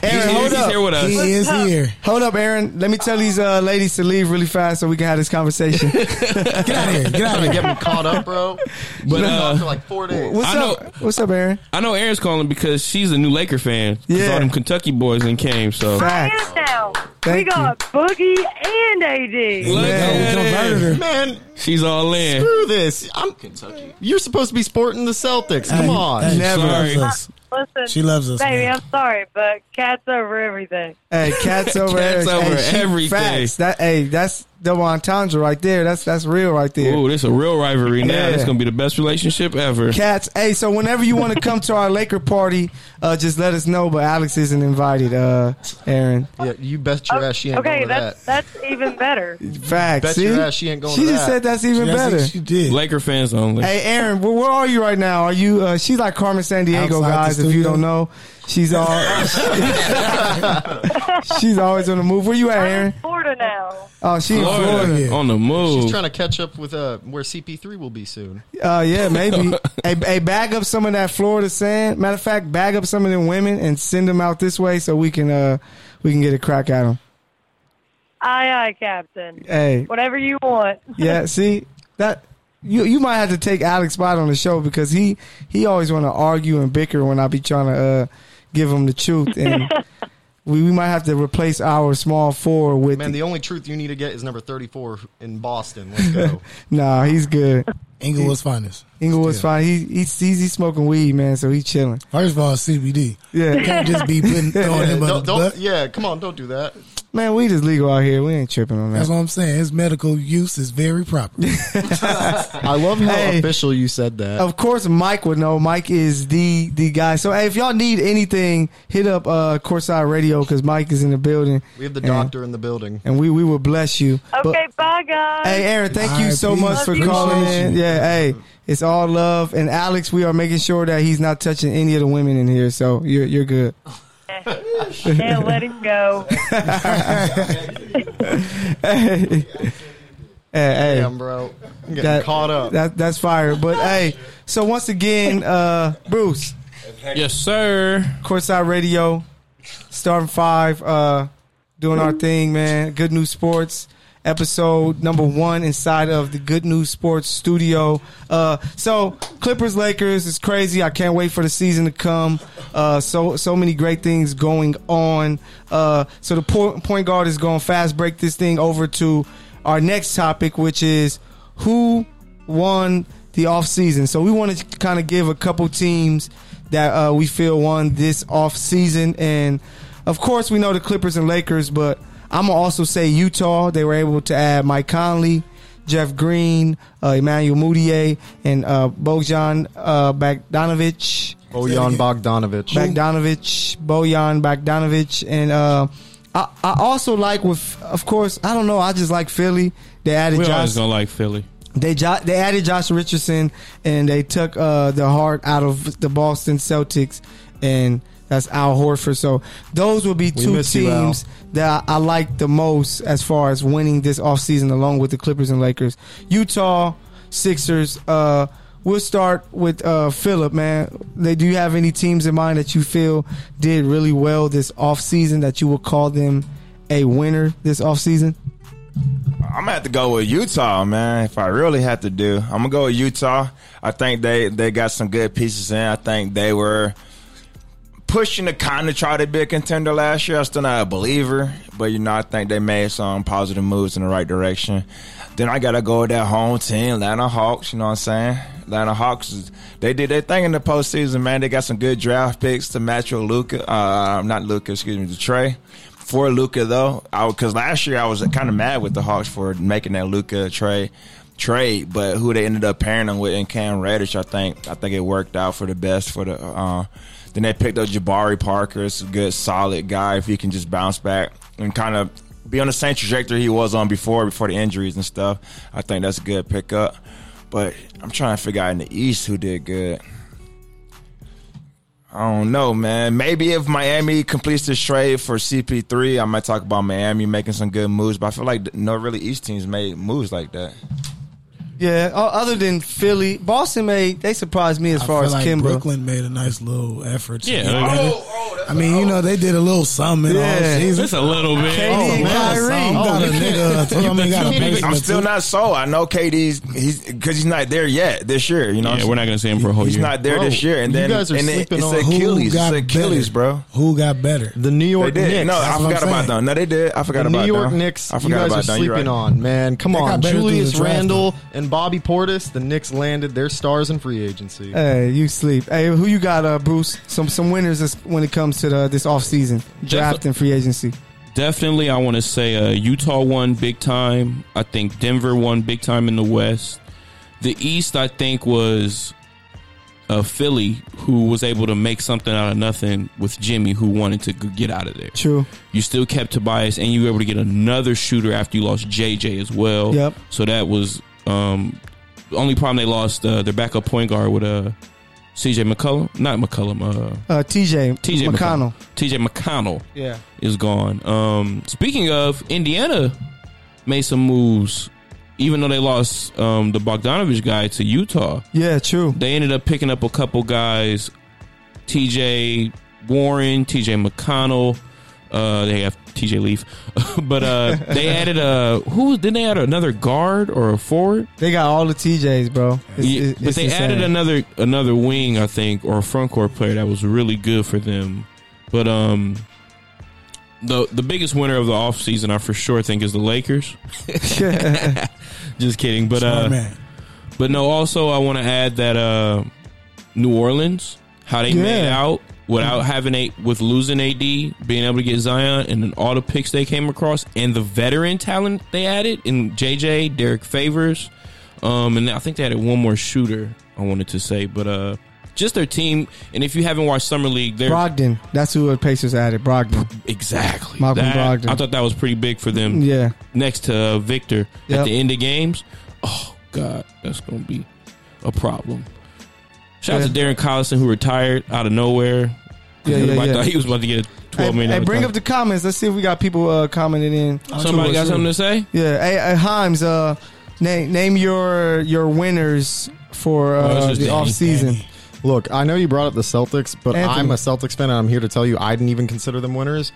Speaker 2: he's,
Speaker 3: hold
Speaker 2: here
Speaker 3: up,
Speaker 2: with us.
Speaker 6: He is here.
Speaker 3: hold up, Aaron. Let me tell these uh, ladies to leave really fast so we can have this conversation.
Speaker 6: Get out of here. Get out of here.
Speaker 5: Get me caught up, bro.
Speaker 2: But uh,
Speaker 10: For like four days.
Speaker 3: What's
Speaker 2: I know-
Speaker 3: up? What's up, Aaron?
Speaker 2: I know Aaron's calling because she's a new Laker fan. 'Cause
Speaker 3: Yeah.
Speaker 2: all them Kentucky boys and came. So
Speaker 11: I
Speaker 3: Facts.
Speaker 11: am now.
Speaker 3: Thank
Speaker 11: we got Boogie and AD.
Speaker 2: Look
Speaker 3: Man.
Speaker 2: at her.
Speaker 5: Man,
Speaker 2: She's all in.
Speaker 5: screw this. I'm Kentucky. You're supposed to be sporting the Celtics. Come on.
Speaker 6: Hey,
Speaker 3: Never.
Speaker 6: She loves us.
Speaker 11: Listen,
Speaker 6: She loves us,
Speaker 11: baby.
Speaker 6: man.
Speaker 11: I'm sorry, but cats over everything.
Speaker 3: Hey, cats over
Speaker 2: Cats
Speaker 3: everything.
Speaker 2: over
Speaker 3: Hey, she-
Speaker 2: everything.
Speaker 3: Facts. That hey, that's double entendre right there. That's that's real right there.
Speaker 2: Ooh, this a real rivalry now.
Speaker 3: Yeah.
Speaker 2: It's gonna be the best relationship ever.
Speaker 3: Cats. Hey, so whenever you want to come to our Laker party, uh, just let us know. But Alex isn't invited. Uh, Aaron.
Speaker 5: Yeah, you bet your ass she ain't
Speaker 11: okay,
Speaker 5: going to that.
Speaker 11: that's that's even better.
Speaker 3: Facts.
Speaker 5: Bet
Speaker 3: see?
Speaker 5: your ass she ain't going
Speaker 3: She
Speaker 5: to
Speaker 3: just
Speaker 5: that.
Speaker 3: said that's even
Speaker 6: That's
Speaker 3: better.
Speaker 6: what She did.
Speaker 2: Laker fans only.
Speaker 3: Hey, Aaron, where, where are you right now? Are you? Uh, she's like Carmen San
Speaker 6: Outside the
Speaker 3: Diego, guys. If you
Speaker 6: studio.
Speaker 3: don't know, she's all. she's always on the move. Where you at,
Speaker 11: I'm in
Speaker 3: Aaron?
Speaker 11: Florida now.
Speaker 3: Oh, she in
Speaker 2: Florida
Speaker 3: Florida.
Speaker 6: Florida.
Speaker 2: on the move.
Speaker 5: She's trying to catch up with uh, where CP3 will be soon.
Speaker 3: Uh, yeah, maybe. hey, hey, bag up some of that Florida sand. Matter of fact, bag up some of them women and send them out this way so we can uh we can get a crack at them.
Speaker 11: Aye, aye, Captain.
Speaker 3: Hey,
Speaker 11: Whatever you want.
Speaker 3: yeah. See that you you might have to take Alex spot on the show because he he always want to argue and bicker when I be trying to uh give him the truth and We, we might have to replace our small four with.
Speaker 10: Man, the only truth you need to get is number 34 in Boston. Let's go.
Speaker 3: nah, he's good.
Speaker 6: Inglewood's finest.
Speaker 3: Inglewood's fine. He, he's, he's he's smoking weed, man, so he's chilling.
Speaker 6: First of all, CBD.
Speaker 3: Yeah.
Speaker 6: Can't just be putting throwing
Speaker 10: yeah,
Speaker 6: him under
Speaker 10: don't,
Speaker 6: the
Speaker 10: don't-
Speaker 6: bus.
Speaker 10: yeah, come on, don't do that.
Speaker 3: Man, weed is legal out here. We ain't tripping on
Speaker 6: That's
Speaker 3: that.
Speaker 6: what I'm saying. His medical use is very proper.
Speaker 5: I love how
Speaker 3: Hey.
Speaker 5: official you said that.
Speaker 10: Uh,
Speaker 3: Of course, Mike would know. Mike is the the guy. So hey, if y'all need anything, hit up uh, Courtside Radio because Mike is in the building.
Speaker 10: We have the
Speaker 3: And-
Speaker 10: doctor in the building.
Speaker 3: and we we will bless you. But-
Speaker 11: Okay, bye guys.
Speaker 3: Hey, Aaron, thank you
Speaker 6: Alright,
Speaker 3: so
Speaker 6: peace.
Speaker 3: much for
Speaker 11: Love you.
Speaker 3: calling in.
Speaker 6: Appreciate you.
Speaker 3: Yeah, hey, it's all love. And Alex, we are making sure that he's not touching any of the women in here, so you're you're good.
Speaker 11: Can't let him go.
Speaker 3: hey, hey,
Speaker 10: Damn, bro. I'm getting
Speaker 3: that-
Speaker 10: caught up.
Speaker 3: that that's fire. But hey, so once again, uh, Bruce,
Speaker 2: Yes, sir.
Speaker 3: Courtside Radio, starting five, uh, doing our thing, man. Good News Sports episode number one inside of the Good News Sports studio. Uh, so Clippers Lakers is crazy. I can't wait for the season to come. Uh, so so many great things going on. Uh, so the point, point guard is going to fast break this thing over to our next topic, which is who won the offseason. So we want to kind of give a couple teams that uh, we feel won this offseason. And of course, we know the Clippers and Lakers, but I'm going to also say Utah. They were able to add Mike Conley, Jeff Green, uh, Emmanuel Mudiay, and uh, Bojan uh, Bagdanovich.
Speaker 5: Bojan Bogdanovic.
Speaker 3: Bogdanovich, Bojan Bogdanovich, and uh, I, I also like with, of course, I don't know, I just like Philly. They added
Speaker 2: We
Speaker 3: Josh
Speaker 2: always gonna like Philly.
Speaker 3: they jo- they added Josh Richardson and they took uh, the heart out of the Boston Celtics and that's Al Horford. So those will be two
Speaker 5: miss you, Al.
Speaker 3: teams that I, I like the most as far as winning this offseason along with the Clippers and Lakers. Utah, Sixers, uh We'll start with uh, Philip, man. They, do you have any teams in mind that you feel did really well this offseason that you would call them a winner this offseason?
Speaker 4: I'm gonna have to go with Utah, man. If I really had to do, I'm gonna go with Utah. I think they they got some good pieces in. I think they were pushing to kind of try to be a contender last year. I'm still not a believer, but you know I think they made some positive moves in the right direction. Then I gotta go with that home team, Atlanta Hawks. You know what I'm saying? Atlanta Hawks, is- they did their thing in the postseason, man. They got some good draft picks to match with Luca. Uh, not Luca, excuse me, to Trey for Luca though, because last year I was kind of mad with the Hawks for making that Luca trade. Trade, but who they ended up pairing him with in Cam Reddish, I think I think it worked out for the best for the. Uh, then they picked up Jabari Parker. It's a good, solid guy if he can just bounce back and kind of be on the same trajectory he was on before before the injuries and stuff. I think that's a good pickup. But I'm trying to figure out in the East who did good. I don't know, man. Maybe if Miami completes this trade for CP3, I might talk about Miami making some good moves. But I feel like no really East teams made moves like that.
Speaker 3: Yeah, o- other than Philly, Boston made they surprised me as
Speaker 6: I
Speaker 3: far
Speaker 6: feel
Speaker 3: as
Speaker 6: like
Speaker 3: Kimba.
Speaker 6: Brooklyn made a nice little effort. to
Speaker 2: Yeah.
Speaker 6: get ready. I mean, you know, they did a little something.
Speaker 3: Yeah.
Speaker 6: Yeah. season.
Speaker 2: Just a little bit.
Speaker 3: KD
Speaker 4: Oh,
Speaker 3: and
Speaker 6: man,
Speaker 3: Kyrie.
Speaker 6: You
Speaker 2: Oh,
Speaker 6: got a nigga. uh, I mean, you got a basement
Speaker 4: I'm still
Speaker 6: too.
Speaker 4: not sold. I know KD's he's because he's not there yet this year. You know, what
Speaker 2: Yeah,
Speaker 4: I'm
Speaker 2: we're not gonna see him for a whole
Speaker 4: he's
Speaker 2: year.
Speaker 4: not there
Speaker 5: Bro,
Speaker 4: this year. And
Speaker 5: you
Speaker 4: then
Speaker 5: guys are
Speaker 4: and it-
Speaker 5: sleeping
Speaker 4: it's
Speaker 5: on
Speaker 6: Who
Speaker 4: Achilles. It's
Speaker 6: got
Speaker 4: Achilles,
Speaker 6: better?
Speaker 4: bro.
Speaker 6: Who got better?
Speaker 5: The New
Speaker 4: They
Speaker 5: York
Speaker 4: did.
Speaker 5: Knicks.
Speaker 4: no,
Speaker 6: that's
Speaker 4: I
Speaker 6: what I'm
Speaker 4: forgot about
Speaker 6: saying.
Speaker 4: them. No, they did. I forgot
Speaker 5: the
Speaker 4: about
Speaker 5: New York
Speaker 4: them.
Speaker 5: Knicks,
Speaker 4: I
Speaker 5: you
Speaker 4: forgot
Speaker 5: guys
Speaker 4: about
Speaker 5: are
Speaker 4: them. You're
Speaker 5: sleeping
Speaker 4: right.
Speaker 5: on, man. Come
Speaker 6: They got
Speaker 5: on.
Speaker 6: better through the
Speaker 5: Julius
Speaker 6: draft,
Speaker 5: Randle and Bobby Portis, the Knicks landed their stars in free agency.
Speaker 3: Hey, you sleep. Hey, who you got, uh, Bruce? Some some winners this, when it comes to the, this offseason
Speaker 2: uh,
Speaker 3: draft and free agency.
Speaker 2: Definitely, I want to say uh, Utah won big time. I think Denver won big time in the West. The East, I think, was uh, Philly, who was able to make something out of nothing with Jimmy, who wanted to g- get out of there.
Speaker 3: True.
Speaker 2: You still kept Tobias, and you were able to get another shooter after you lost JJ as well.
Speaker 3: Yep.
Speaker 2: So that was um, the only problem they lost uh, their backup point guard with uh, CJ McCollum, not McCollum, uh,
Speaker 3: Uh, TJ
Speaker 2: TJ
Speaker 3: McConnell.
Speaker 2: TJ McConnell
Speaker 3: Yeah.
Speaker 2: is gone. Um, speaking of, Indiana made some moves, even though they lost um, the Bogdanovich guy to Utah.
Speaker 3: Yeah. True.
Speaker 2: They ended up picking up a couple guys, TJ Warren, TJ McConnell. Uh, they have TJ Leaf, but uh, they added a who? Did they add another guard or a forward?
Speaker 3: They got all the TJs, bro. It's,
Speaker 2: Yeah,
Speaker 3: it's-
Speaker 2: but
Speaker 3: it's
Speaker 2: they
Speaker 3: insane.
Speaker 2: added another another wing, I think, or a front court player that was really good for them. But um, the the biggest winner of the offseason, I for sure think, is the Lakers. Just kidding, but
Speaker 6: Smart
Speaker 2: uh,
Speaker 6: man.
Speaker 2: but no. Also, I want to add that uh, New Orleans, how they made
Speaker 3: Yeah.
Speaker 2: out without having a with losing AD, being able to get Zion, and then all the picks they came across, and the veteran talent they added in JJ, Derek Favors, um, and I think they added one more shooter. I wanted to say, but uh, just their team. And if you haven't watched summer league, they're
Speaker 3: Brogdon. That's who the Pacers added. Brogdon.
Speaker 2: Exactly.
Speaker 3: Malcolm
Speaker 2: That-
Speaker 3: Brogdon.
Speaker 2: I thought that was pretty big for them.
Speaker 3: Yeah.
Speaker 2: Next to uh, Victor
Speaker 3: Yep.
Speaker 2: at the end of games. Oh God, that's gonna be a problem. Shout out to Darren Collison who retired out of nowhere. 'Cause
Speaker 3: Yeah, yeah,
Speaker 2: everybody
Speaker 3: yeah.
Speaker 2: thought he was about to get a
Speaker 3: Hey,
Speaker 2: twelve million.
Speaker 3: hey, bring up the comments. Let's see if we got people uh, commenting in.
Speaker 2: Somebody got something to say?
Speaker 3: Yeah. Hey, hey Himes, uh, name name your your winners for
Speaker 2: Oh, it's
Speaker 3: uh,
Speaker 2: just
Speaker 3: the
Speaker 2: Danny.
Speaker 3: off season.
Speaker 5: Look, I know you brought up the Celtics, but
Speaker 3: Anthony.
Speaker 5: I'm a Celtics fan, and I'm here to tell you I didn't even consider them winners.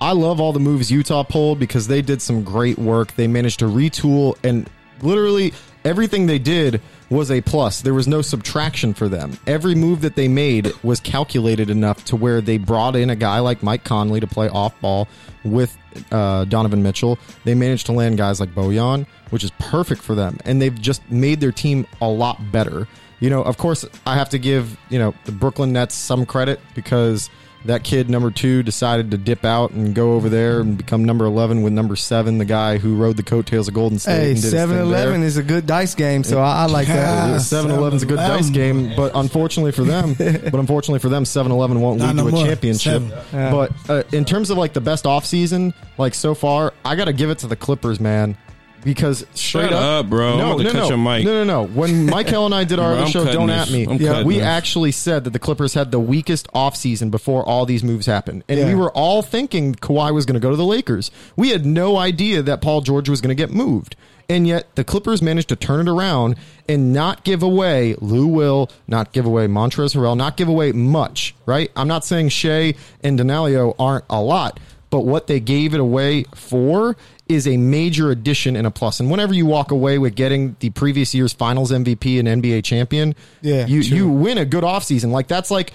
Speaker 5: I love all the moves Utah pulled because they did some great work. They managed to retool, and literally everything they did was a plus. There was no subtraction for them. Every move that they made was calculated enough to where they brought in a guy like Mike Conley to play off ball with uh, Donovan Mitchell. They managed to land guys like Bojan, which is perfect for them, and they've just made their team a lot better you know, of course, I have to give you know the Brooklyn Nets some credit because that kid number two decided to dip out and go over there and become number eleven with number seven, the guy who rode the coattails of Golden State.
Speaker 3: Hey,
Speaker 5: and did his thing
Speaker 3: 7-Eleven
Speaker 5: there.
Speaker 3: is a good dice game, so I, I like
Speaker 6: Yeah.
Speaker 3: that.
Speaker 5: Uh, 7-Eleven's a good dice
Speaker 6: 7-Eleven.
Speaker 5: game, but unfortunately for them, but unfortunately for them, 7-Eleven won't
Speaker 6: Not
Speaker 5: lead
Speaker 6: no
Speaker 5: to a
Speaker 6: more.
Speaker 5: championship.
Speaker 6: Seven.
Speaker 5: But uh, in terms of like the best offseason, like so far, I got to give it to the Clippers, man, because straight,
Speaker 2: Straight up, bro. I'm about to cut
Speaker 5: no,
Speaker 2: your mic.
Speaker 5: no, no, no. When Michael and I did our
Speaker 2: Bro,
Speaker 5: other
Speaker 2: I'm
Speaker 5: show,
Speaker 2: cutting
Speaker 5: don't
Speaker 2: this.
Speaker 5: at me.
Speaker 2: I'm
Speaker 5: yeah,
Speaker 2: cutting
Speaker 5: we
Speaker 2: this.
Speaker 5: actually said that the Clippers had the weakest offseason before all these moves happened, and
Speaker 3: Yeah.
Speaker 5: we were all thinking Kawhi was going to go to the Lakers. We had no idea that Paul George was going to get moved. And yet, the Clippers managed to turn it around and not give away Lou Will, not give away Montrezl Harrell, not give away much. Right? I'm not saying Shea and Denalio aren't a lot, but what they gave it away for is a major addition and a plus. And whenever you walk away with getting the previous year's Finals MVP and NBA champion,
Speaker 3: Yeah,
Speaker 5: you
Speaker 3: true.
Speaker 5: you win a good offseason. Like that's like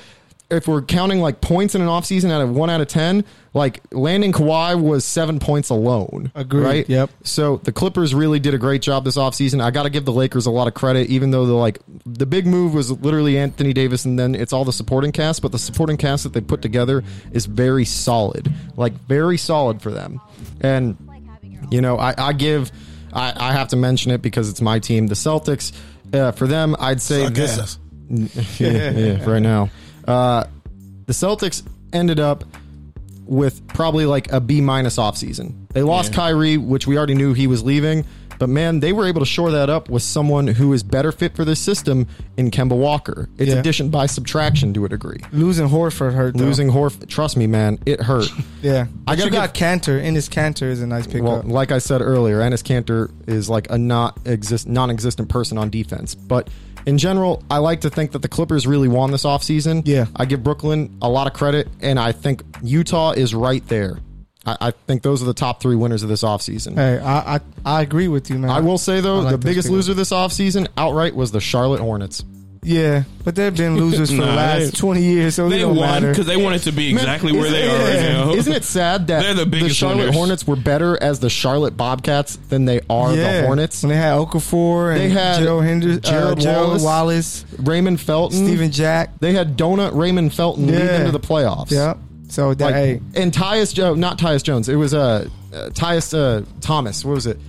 Speaker 5: if we're counting like points in an offseason out of one out of ten, like landing Kawhi was seven points alone.
Speaker 3: Agreed.
Speaker 5: Right?
Speaker 3: Yep.
Speaker 5: So the Clippers really did a great job this offseason. I gotta give the Lakers a lot of credit, even though the like the big move was literally Anthony Davis and then it's all the supporting cast, but the supporting cast that they put together is very solid. Like very solid for them. And you know, I, I give, I, I have to mention it because it's my team, the Celtics. Uh, for them, I'd say
Speaker 6: Suck
Speaker 5: this.
Speaker 6: ass.
Speaker 5: yeah, yeah, right now. Uh, the Celtics ended up with probably like a B minus offseason. They lost Kyrie, which we already knew he was leaving, but man, they were able to shore that up with someone who is better fit for this system in Kemba Walker. It's
Speaker 3: Yeah.
Speaker 5: addition by subtraction to a degree.
Speaker 3: Losing Horford hurt. Though.
Speaker 5: Losing Horf, trust me, man, it hurt.
Speaker 3: Yeah, I
Speaker 5: gotta
Speaker 3: you
Speaker 5: give-
Speaker 3: got Cantor. In his Cantor is a nice
Speaker 5: well,
Speaker 3: pickup.
Speaker 5: like I said earlier, Ennis Cantor is like a not exist non-existent person on defense. But in general, I like to think that the Clippers really won this offseason.
Speaker 3: Yeah.
Speaker 5: I give Brooklyn a lot of credit, and I think Utah is right there. I, I think those are the top three winners of this offseason.
Speaker 3: hey, I, I I agree with you, man.
Speaker 5: I will say though,
Speaker 3: Uh, I like
Speaker 5: the
Speaker 3: this
Speaker 5: biggest
Speaker 3: pickup.
Speaker 5: loser this offseason outright was the Charlotte Hornets.
Speaker 3: Yeah, but they've been losers for the
Speaker 2: Nah,
Speaker 3: last
Speaker 2: they-
Speaker 3: twenty years, so it
Speaker 2: They
Speaker 3: don't
Speaker 2: won
Speaker 3: matter.
Speaker 2: because they wanted to be exactly
Speaker 5: Man,
Speaker 2: where they
Speaker 5: isn't-
Speaker 2: are right now.
Speaker 5: Isn't it sad that
Speaker 2: They're the biggest
Speaker 5: Charlotte
Speaker 2: winners.
Speaker 5: Hornets were better as the Charlotte Bobcats than they are
Speaker 3: yeah.
Speaker 5: the Hornets?
Speaker 3: When they had Okafor and
Speaker 5: They had
Speaker 3: Gerald Henderson,
Speaker 5: Gerald
Speaker 3: uh, Gerald Wallace,
Speaker 5: Raymond Felton,
Speaker 3: Stephen Jack.
Speaker 5: They had Donut Raymond Felton lead
Speaker 3: Yeah.
Speaker 5: them to the playoffs.
Speaker 3: Yep. So that
Speaker 5: Like,
Speaker 3: hey,
Speaker 5: and Tyus Jones, not Tyus Jones. It was uh, uh Tyus uh, Thomas. What was it?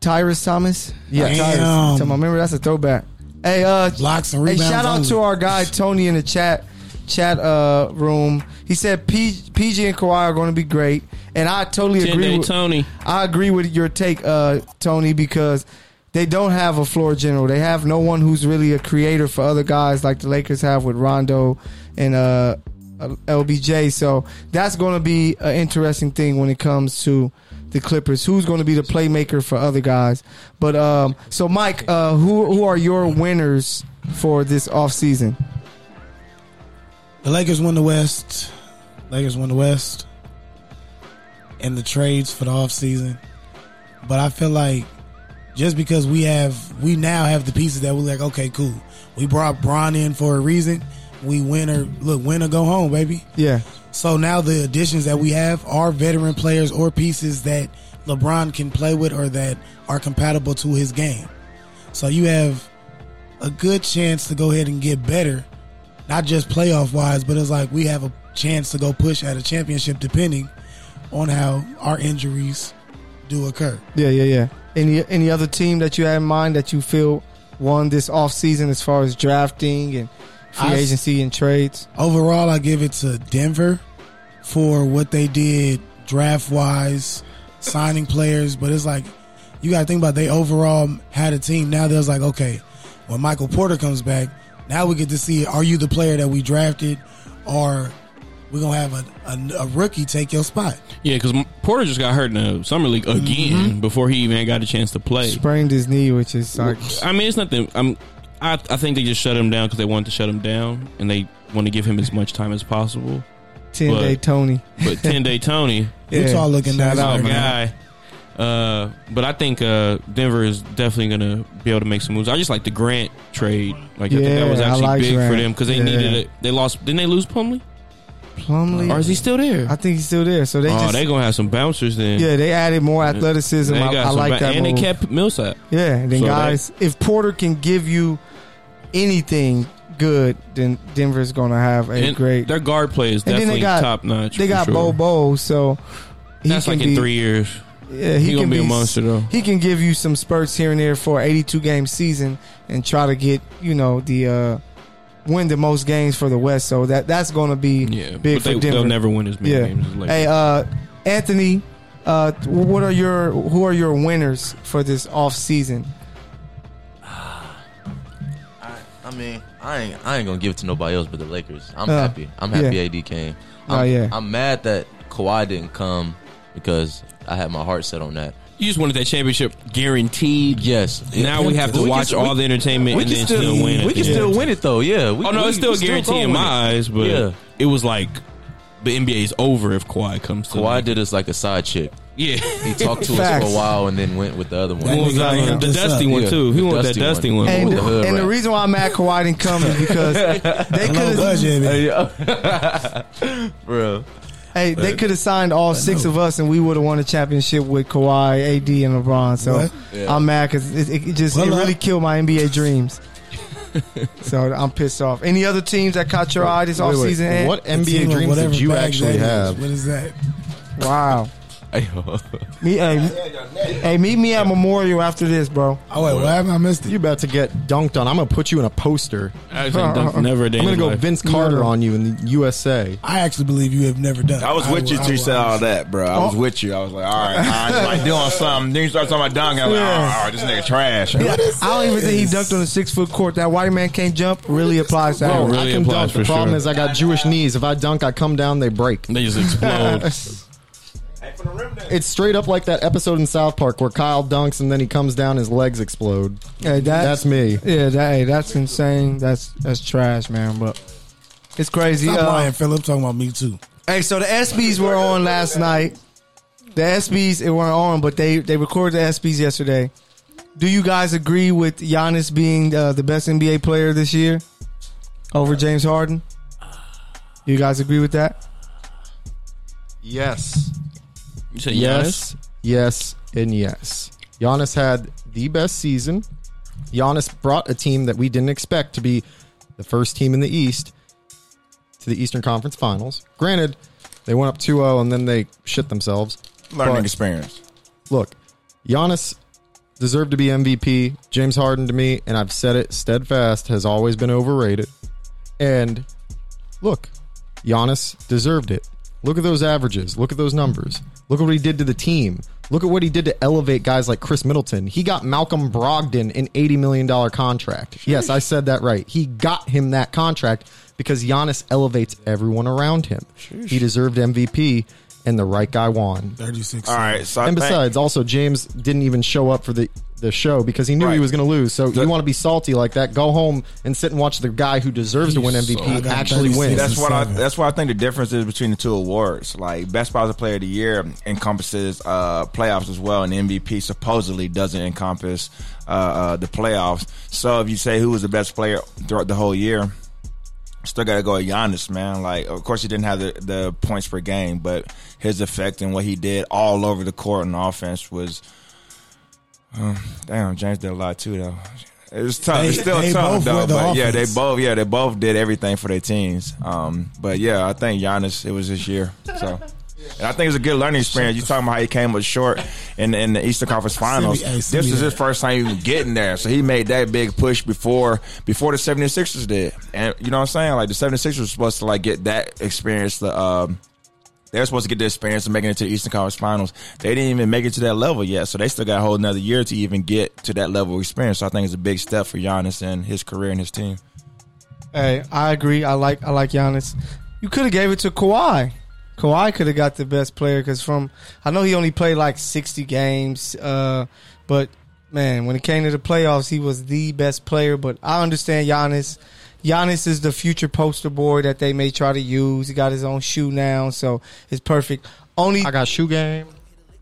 Speaker 3: Tyrus Thomas.
Speaker 5: Yeah.
Speaker 6: Damn.
Speaker 3: Tyrus. Tell my remember that's a throwback. Hey, uh,
Speaker 6: Blocks and
Speaker 3: hey,
Speaker 6: rebounds.
Speaker 3: shout out
Speaker 6: only.
Speaker 3: to our guy Tony in the chat chat uh room. He said P, PG and Kawhi are going to be great, and I totally
Speaker 2: Ten
Speaker 3: agree
Speaker 2: day
Speaker 3: with
Speaker 2: Tony.
Speaker 3: I agree with your take, uh, Tony, because they don't have a floor general. They have no one who's really a creator for other guys like the Lakers have with Rondo and uh, uh, LBJ. So that's going to be an interesting thing when it comes to the Clippers. Who's going to be the playmaker for other guys? But um, so, Mike, uh, who who are your winners for this offseason?
Speaker 6: The Lakers won the West. Lakers won the West. And the trades for the offseason. But I feel like just because we have we now have the pieces that we're like, okay, cool. We brought Bron in for a reason. we win or look win or go home, baby.
Speaker 3: Yeah.
Speaker 6: So now the additions that we have are veteran players or pieces that LeBron can play with or that are compatible to his game. So you have a good chance to go ahead and get better, not just playoff wise, but it's like we have a chance to go push at a championship depending on how our injuries do occur.
Speaker 3: Yeah, yeah, yeah. Any any other team that you had in mind that you feel won this offseason as far as drafting and free
Speaker 6: I s-
Speaker 3: agency and trades?
Speaker 6: Overall, I give it to Denver for what they did draft wise, signing players. But it's like you got to think about they overall had a team. Now there's like okay, when Michael Porter comes back, now we get to see are you the player that we drafted, or we're gonna have a, a, a rookie take your spot.
Speaker 2: Yeah, because Porter just got hurt in the summer league
Speaker 3: Mm-hmm.
Speaker 2: again before he even got a chance to play.
Speaker 3: Sprained his knee, which is like
Speaker 2: I mean, it's nothing. I'm, I I think they just shut him down because they wanted to shut him down and they want to give him as much time as possible.
Speaker 3: ten
Speaker 2: But-
Speaker 3: day Tony.
Speaker 2: But ten day Tony,
Speaker 3: Yeah.
Speaker 6: Utah looking
Speaker 3: Shout
Speaker 6: nice
Speaker 3: out,
Speaker 6: right
Speaker 3: man.
Speaker 6: now.
Speaker 2: guy. Uh, but I think uh, Denver is definitely going to be able to make some moves. I just like the Grant trade. Like I think
Speaker 3: Yeah,
Speaker 2: that was
Speaker 3: I
Speaker 2: actually
Speaker 3: like
Speaker 2: big for
Speaker 3: Grant.
Speaker 2: them because they
Speaker 3: Yeah.
Speaker 2: needed it. They lost. Didn't they lose Plumlee?
Speaker 3: Plumlee.
Speaker 2: Or is he still there?
Speaker 3: I think he's still there. So they
Speaker 2: oh,
Speaker 3: just
Speaker 2: they gonna have some bouncers then.
Speaker 3: yeah they added more athleticism.
Speaker 2: They
Speaker 3: I,
Speaker 2: got
Speaker 3: I
Speaker 2: some
Speaker 3: like
Speaker 2: ba-
Speaker 3: that.
Speaker 2: And
Speaker 3: move.
Speaker 2: they kept Millsap.
Speaker 3: Yeah, and then
Speaker 2: So
Speaker 3: guys, if Porter can give you anything good, then Denver's going to have a
Speaker 2: And
Speaker 3: great.
Speaker 2: Their guard play is
Speaker 3: And then
Speaker 2: definitely
Speaker 3: they got-
Speaker 2: top notch.
Speaker 3: They
Speaker 2: for
Speaker 3: got
Speaker 2: sure.
Speaker 3: Bobo, so he
Speaker 2: That's
Speaker 3: can
Speaker 2: like in
Speaker 3: be-
Speaker 2: three years.
Speaker 3: Yeah,
Speaker 2: he
Speaker 3: he,
Speaker 2: gonna
Speaker 3: can
Speaker 2: be a monster, though.
Speaker 3: He can give you some spurts here and there for an 82 game season and try to get you know the uh, win the most games for the West. So that that's going to be
Speaker 2: Yeah,
Speaker 3: big
Speaker 2: but
Speaker 3: for
Speaker 2: they,
Speaker 3: Denver.
Speaker 2: they'll never win as many
Speaker 3: yeah.
Speaker 2: games as Lakers.
Speaker 3: Hey, uh, Anthony, uh, what are your who are your winners for this off season?
Speaker 7: I, I mean, I ain't I ain't gonna give it to nobody else but the Lakers.
Speaker 6: Oh.
Speaker 7: I'm
Speaker 3: Uh,
Speaker 7: happy. I'm happy
Speaker 3: yeah.
Speaker 7: AD came.
Speaker 3: Oh,
Speaker 7: I'm,
Speaker 3: yeah.
Speaker 7: I'm mad that Kawhi didn't come because I had my heart set on that.
Speaker 2: you just wanted that championship guaranteed.
Speaker 7: Yes.
Speaker 2: Now we have to
Speaker 7: can
Speaker 2: watch
Speaker 7: still-
Speaker 2: all the entertainment
Speaker 7: we
Speaker 2: and
Speaker 7: can
Speaker 2: then still win at
Speaker 7: We can
Speaker 2: the end.
Speaker 7: still win it though. Yeah. We,
Speaker 2: Oh no,
Speaker 7: we-
Speaker 2: it's still
Speaker 7: we
Speaker 2: a guarantee
Speaker 7: gonna
Speaker 2: in my
Speaker 7: win it.
Speaker 2: eyes, but
Speaker 7: Yeah.
Speaker 2: it was like the NBA is over if Kawhi comes to.
Speaker 7: Kawhi
Speaker 2: the-
Speaker 7: did us like a side chick.
Speaker 2: yeah.
Speaker 7: He talked to us
Speaker 3: Facts.
Speaker 7: for a while and then went with the other
Speaker 2: He
Speaker 7: one.
Speaker 2: wants
Speaker 6: nigga
Speaker 2: that-
Speaker 6: ain't
Speaker 2: the
Speaker 6: this
Speaker 2: dusty
Speaker 6: up.
Speaker 2: one
Speaker 7: Yeah,
Speaker 2: too. He
Speaker 7: the
Speaker 2: wants that
Speaker 7: dusty one.
Speaker 2: dusty one.
Speaker 7: Hey,
Speaker 3: And,
Speaker 7: With the hood
Speaker 3: and the
Speaker 7: rap.
Speaker 3: reason why I'm mad Kawhi didn't come is because they
Speaker 6: Low
Speaker 3: could have
Speaker 6: budget, man.
Speaker 7: Bro.
Speaker 3: hey, they could have signed all six of us and we would have won a championship with Kawhi, AD, and LeBron. So
Speaker 6: What?
Speaker 3: I'm mad because it, it just it
Speaker 6: Well, I-
Speaker 3: really killed my NBA dreams. so I'm pissed off. Any other teams that caught your eye this
Speaker 5: Wait, wait,
Speaker 3: offseason? Ant?
Speaker 5: What
Speaker 6: The team
Speaker 5: NBA
Speaker 6: of
Speaker 5: dreams
Speaker 6: whatever
Speaker 5: did you
Speaker 6: bag that
Speaker 5: actually
Speaker 6: is.
Speaker 5: have?
Speaker 6: What is that?
Speaker 3: Wow.
Speaker 7: Ayo.
Speaker 3: Me, hey, hey, meet me at Memorial after this, bro.
Speaker 6: Oh wait, what happened? I missed it.
Speaker 5: You about to get dunked on. I'm gonna put you in a poster.
Speaker 2: I think
Speaker 3: Uh,
Speaker 2: that's never a day.
Speaker 5: I'm gonna
Speaker 2: in
Speaker 5: go
Speaker 2: life.
Speaker 5: Vince Carter on you in the USA.
Speaker 6: I actually believe you have never done. it.
Speaker 4: I was with you
Speaker 6: will-
Speaker 4: till you
Speaker 6: will-
Speaker 4: said all that, bro. I was
Speaker 6: Oh.
Speaker 4: with you. I was like, all right, I'm like doing something. Then you start talking about Duncan. I'm like, all right, all right, this nigga trash.
Speaker 3: I don't even think he dunked on a six foot court. That white man can't jump really applies to that.
Speaker 2: Bro,
Speaker 3: one.
Speaker 2: really
Speaker 5: I can
Speaker 2: applies
Speaker 5: dunk.
Speaker 2: for
Speaker 5: The problem
Speaker 2: sure.
Speaker 5: is I got Jewish knees. If I dunk, I come down, they break.
Speaker 2: They just explode.
Speaker 5: It's straight up like that episode in South Park where Kyle dunks and then he comes down, his legs explode.
Speaker 3: Hey, that-
Speaker 5: That's me.
Speaker 3: Yeah, that, hey, that's insane. That's that's trash, man. But it's crazy.
Speaker 6: Stop
Speaker 3: Uh,
Speaker 6: lying, Philip. Talking about me too.
Speaker 3: hey, so the SBs were on last night. The SBs it weren't on, but they they recorded the SBs yesterday. Do you guys agree with Giannis being uh, the best NBA player this year over James Harden? You guys agree with that?
Speaker 10: Yes.
Speaker 2: You said Giannis?
Speaker 5: Yes, yes, and yes. Giannis had the best season. Giannis brought a team that we didn't expect to be the first team in the East to the Eastern Conference Finals. Granted, they went up 2-0 and then they shit themselves.
Speaker 4: Learning
Speaker 5: But-
Speaker 4: experience.
Speaker 5: Look, Giannis deserved to be MVP. James Harden to me, and I've said it steadfast, has always been overrated. And look, Giannis deserved it. Look at those averages. Look at those numbers. Look at what he did to the team. Look at what he did to elevate guys like Chris Middleton. He got Malcolm Brogdon an $80 million contract. Yes, I said that right. He got him that contract because Giannis elevates everyone around him. He deserved MVP, and the right guy won.
Speaker 6: Thirty six.
Speaker 4: All right, so I
Speaker 5: And
Speaker 4: think-
Speaker 5: besides, also James didn't even show up for the the show because he knew he
Speaker 4: Right.
Speaker 5: was going to lose. So
Speaker 4: The-
Speaker 5: you want to be salty like that? Go home and sit and watch the guy who deserves to win
Speaker 6: I
Speaker 5: MVP
Speaker 6: got
Speaker 5: actually
Speaker 6: 36.
Speaker 5: win.
Speaker 4: That's what I.
Speaker 6: Seven.
Speaker 4: That's why I think the difference is between the two awards. Like Best Positive Player of the Year encompasses uh, playoffs as well, and MVP supposedly doesn't encompass uh, uh, the playoffs. So if you say who was the best player throughout the whole year, still got to go at Giannis, man. Like, of course, he didn't have the, the points per game, but his effect and what he did all over the court on offense was. Um, damn, James did a lot too, though. It was tough.
Speaker 6: They-
Speaker 4: it's still
Speaker 6: they both
Speaker 4: tough, though.
Speaker 6: were the
Speaker 4: But yeah, they
Speaker 6: offense.
Speaker 4: both, yeah, they both did everything for their teams. Um, but yeah, I think Giannis, it was his year. So. And I think it's a good learning experience. You talking about how he came up short in in the Eastern Conference Finals.
Speaker 6: Send me- hey,
Speaker 4: This
Speaker 6: send me
Speaker 4: is
Speaker 6: that.
Speaker 4: his first time even getting there. So he made that big push before before the 76ers did. And you know what I'm saying? Like the 76ers were supposed to like get that experience the um they're supposed to get the experience of making it to the Eastern Conference Finals. They didn't even make it to that level yet, so they still got a whole another year to even get to that level of experience. So I think it's a big step for Giannis and his career and his team.
Speaker 3: Hey, I agree. I like I like Giannis. You could have gave it to Kawhi. Kawhi could have got the best player because from I know he only played like sixty games, uh, but man, when it came to the playoffs, he was the best player. But I understand Giannis. Giannis is the future poster boy that they may try to use. He got his own shoe now, so it's perfect. Only
Speaker 5: I got shoe game.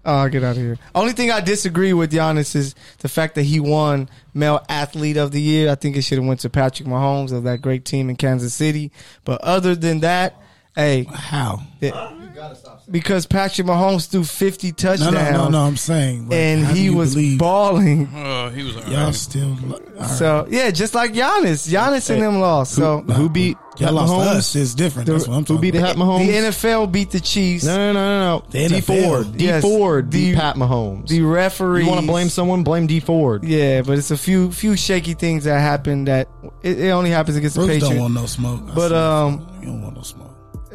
Speaker 3: Oh, get out of here. Only thing I disagree with Giannis is the fact that he won male athlete of the year. I think it should have went to Patrick Mahomes of that great team in Kansas City. But other than that, hey,
Speaker 6: How?
Speaker 3: because Patrick Mahomes threw 50
Speaker 6: No,
Speaker 3: touchdowns
Speaker 6: no, no, no. I'm saying, like,
Speaker 3: and
Speaker 6: how do
Speaker 3: he
Speaker 6: you
Speaker 3: was
Speaker 6: believe
Speaker 3: balling.
Speaker 2: Uh, he was all
Speaker 6: y'all
Speaker 2: right.
Speaker 6: still. all right.
Speaker 3: So, yeah, just like Giannis. Giannis and them lost. So,
Speaker 5: Who beat
Speaker 6: y'all lost
Speaker 5: Mahomes?
Speaker 6: us is different. That's what I'm
Speaker 5: Who
Speaker 6: talking
Speaker 5: beat
Speaker 6: about.
Speaker 5: Pat Mahomes?
Speaker 3: the NFL beat the Chiefs.
Speaker 5: no, no, no, no,
Speaker 6: The
Speaker 5: no. D
Speaker 6: NFL.
Speaker 5: Ford. D
Speaker 3: Yes.
Speaker 5: Ford beat
Speaker 3: The-
Speaker 5: Pat Mahomes.
Speaker 3: The referee.
Speaker 5: you want to blame someone? Blame D Ford.
Speaker 3: Yeah, but it's a few few shaky things that happened that it, it only happens against the
Speaker 6: Bruce
Speaker 3: Patriots.
Speaker 6: don't want no smoke. I
Speaker 3: But,
Speaker 6: said,
Speaker 3: um,
Speaker 6: you don't want no smoke.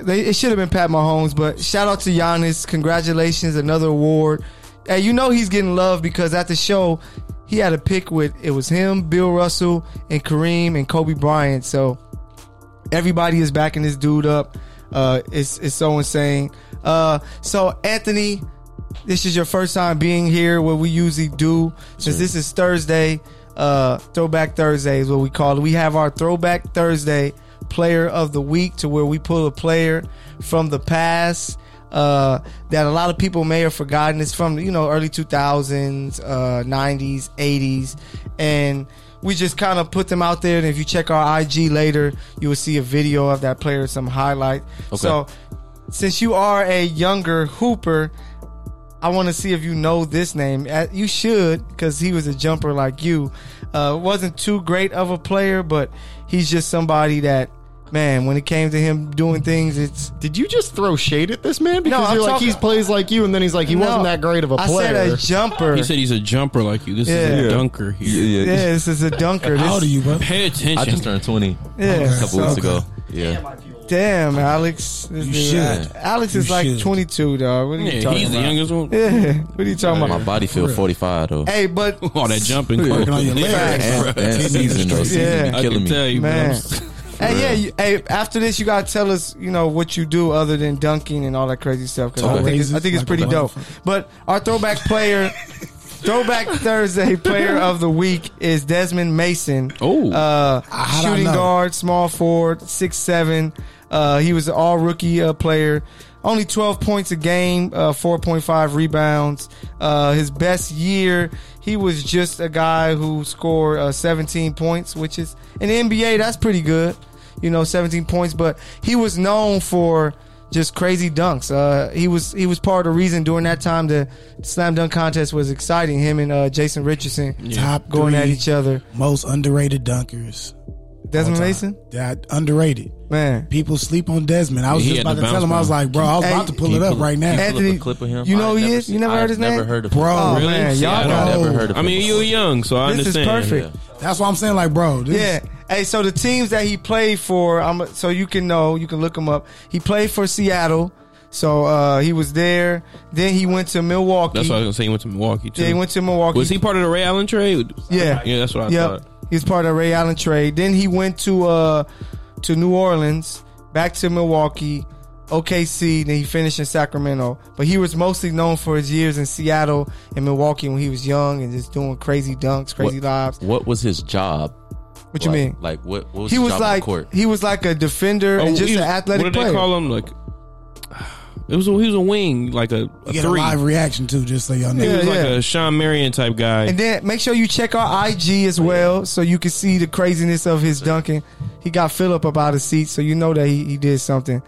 Speaker 3: They, it should have been Pat Mahomes, but shout out to Giannis. Congratulations, another award. Hey, you know he's getting love because at the show, he had a pick with it was him, Bill Russell, and Kareem and Kobe Bryant. So everybody is backing this dude up. Uh, it's it's so insane. Uh, so Anthony, this is your first time being here. What we usually do, since this is Thursday, uh, Throwback Thursday is what we call it. We have our Throwback Thursday Player of the Week, to where we pull a player from the past uh, that a lot of people may have forgotten. It's from you know early two thousands, uh, nineties, eighties, and we just kind of put them out there. And if you check our IG later, you will see a video of that player, some highlight. So, since you are a younger hooper, I want to see if you know this name. Uh, You should, because he was a jumper like you. Uh, wasn't too great of a player, but he's just somebody that, man, when it came to him doing things, it's
Speaker 5: Did you just throw shade at this man? Because
Speaker 3: I'm
Speaker 5: you're like
Speaker 3: talking-
Speaker 5: he plays like you, and then he's like he wasn't
Speaker 3: No,
Speaker 5: that great of a
Speaker 3: I
Speaker 5: player.
Speaker 3: said a jumper.
Speaker 2: He said he's a jumper like you. This
Speaker 3: Yeah.
Speaker 2: is
Speaker 3: Yeah.
Speaker 2: a dunker here.
Speaker 3: yeah, this is a dunker. This,
Speaker 6: How old are you, bro?
Speaker 2: Pay
Speaker 7: I
Speaker 2: attention.
Speaker 7: just turned 20 a
Speaker 3: Yeah.
Speaker 7: couple weeks
Speaker 6: Okay.
Speaker 7: ago. Yeah.
Speaker 3: Damn, Alex. This
Speaker 6: You
Speaker 3: is-
Speaker 6: should.
Speaker 3: Alex is
Speaker 6: You
Speaker 3: like
Speaker 6: should.
Speaker 3: 22, dog. What are you
Speaker 2: Yeah,
Speaker 3: talking
Speaker 2: he's the
Speaker 3: about?
Speaker 2: youngest one.
Speaker 3: Yeah. What are you talking
Speaker 7: My
Speaker 3: about?
Speaker 7: body feel 45 though.
Speaker 3: Hey, but
Speaker 2: All that jumping.
Speaker 6: Working on your legs.
Speaker 7: And, and season though. Season
Speaker 3: Yeah.
Speaker 7: be
Speaker 2: I
Speaker 7: killing
Speaker 2: can
Speaker 7: me.
Speaker 2: tell you,
Speaker 3: Man.
Speaker 2: man.
Speaker 3: hey, yeah. You, hey, after this, you gotta tell us, you know, what you do other than dunking and all that crazy stuff. Because I
Speaker 7: Okay.
Speaker 3: think it's, I think it's
Speaker 6: Like
Speaker 3: pretty
Speaker 6: a
Speaker 3: dope.
Speaker 6: motherfucker.
Speaker 3: But our throwback player, throwback Thursday player of the week is Desmond Mason.
Speaker 2: Oh.
Speaker 3: uh,
Speaker 6: Ah, How'd I
Speaker 3: shooting
Speaker 6: know?
Speaker 3: guard, small forward, six seven. Uh, he was an all rookie uh, player. Only 12 points a game, uh, 4.5 rebounds. Uh, his best year, he was just a guy who scored uh, 17 points, which is in the NBA, that's pretty good. You know, 17 points, but he was known for just crazy dunks. Uh, he was he was part of the reason during that time the slam dunk contest was exciting. Him and uh, Jason Richardson
Speaker 6: Top
Speaker 3: going at
Speaker 6: three
Speaker 3: each other.
Speaker 6: Most underrated dunkers.
Speaker 3: Desmond
Speaker 6: all time.
Speaker 3: Mason,
Speaker 6: That underrated.
Speaker 3: man.
Speaker 6: People sleep on Desmond. I was
Speaker 2: He
Speaker 6: just
Speaker 2: had
Speaker 6: about
Speaker 2: the
Speaker 6: to tell
Speaker 2: bounce
Speaker 6: him. I was
Speaker 2: ball.
Speaker 6: like, bro, I was
Speaker 3: Hey,
Speaker 6: about to pull
Speaker 7: Can
Speaker 6: it
Speaker 7: you
Speaker 6: up
Speaker 7: pull-
Speaker 6: right
Speaker 7: can you
Speaker 6: now.
Speaker 7: pull up
Speaker 3: Anthony,
Speaker 7: a clip of him?
Speaker 3: you know
Speaker 7: I
Speaker 3: who he
Speaker 7: never
Speaker 3: is?
Speaker 7: seen-
Speaker 3: You never
Speaker 7: I
Speaker 3: heard his
Speaker 7: never
Speaker 3: name?
Speaker 7: heard of
Speaker 6: Bro.
Speaker 7: him.
Speaker 3: Oh,
Speaker 6: Really?
Speaker 3: man,
Speaker 6: See,
Speaker 3: y'all
Speaker 6: I
Speaker 7: I
Speaker 3: know.
Speaker 7: never heard of
Speaker 2: I
Speaker 7: him
Speaker 2: mean, you
Speaker 7: before.
Speaker 2: were young, so I
Speaker 3: This is
Speaker 2: understand.
Speaker 3: perfect.
Speaker 6: That's why I'm saying, like, bro. This
Speaker 3: Yeah.
Speaker 6: is-
Speaker 3: Hey, so the teams that he played for, I'm so you can know, you can look him up. He played for Seattle, so uh, he was there. Then he went to Milwaukee.
Speaker 2: That's why I was gonna say he went to Milwaukey too.
Speaker 3: yeah, he went to Milwaukee.
Speaker 2: Was he part of the Ray Allen trade?
Speaker 3: Yeah.
Speaker 2: yeah, that's what I
Speaker 3: Yep.
Speaker 2: thought.
Speaker 3: He was part of the Ray Allen trade. Then he went to uh to New Orleans, back to Milwaukee, OKC, then he finished in Sacramento. But he was mostly known for his years in Seattle and Milwaukee when he was young and just doing crazy dunks, crazy
Speaker 7: What-
Speaker 3: lives. What
Speaker 7: What was his job?
Speaker 3: you
Speaker 7: like,
Speaker 3: mean?
Speaker 7: Like what? What was
Speaker 3: he
Speaker 7: his
Speaker 3: was
Speaker 7: job on
Speaker 3: like
Speaker 7: the court?
Speaker 3: he was like a defender and just
Speaker 2: Oh, he-
Speaker 3: an athletic
Speaker 2: What did
Speaker 3: player.
Speaker 2: they call him? Like It was a, he was a wing, like a, a
Speaker 6: You get a
Speaker 2: three.
Speaker 6: live reaction too, just so y'all know.
Speaker 2: he was
Speaker 3: Yeah,
Speaker 2: like
Speaker 3: yeah.
Speaker 2: a Sean Marion type guy.
Speaker 3: And then make sure you check our IG as well, so you can see the craziness of his dunking. He got Philip up out of seat, so you know that he, he did something.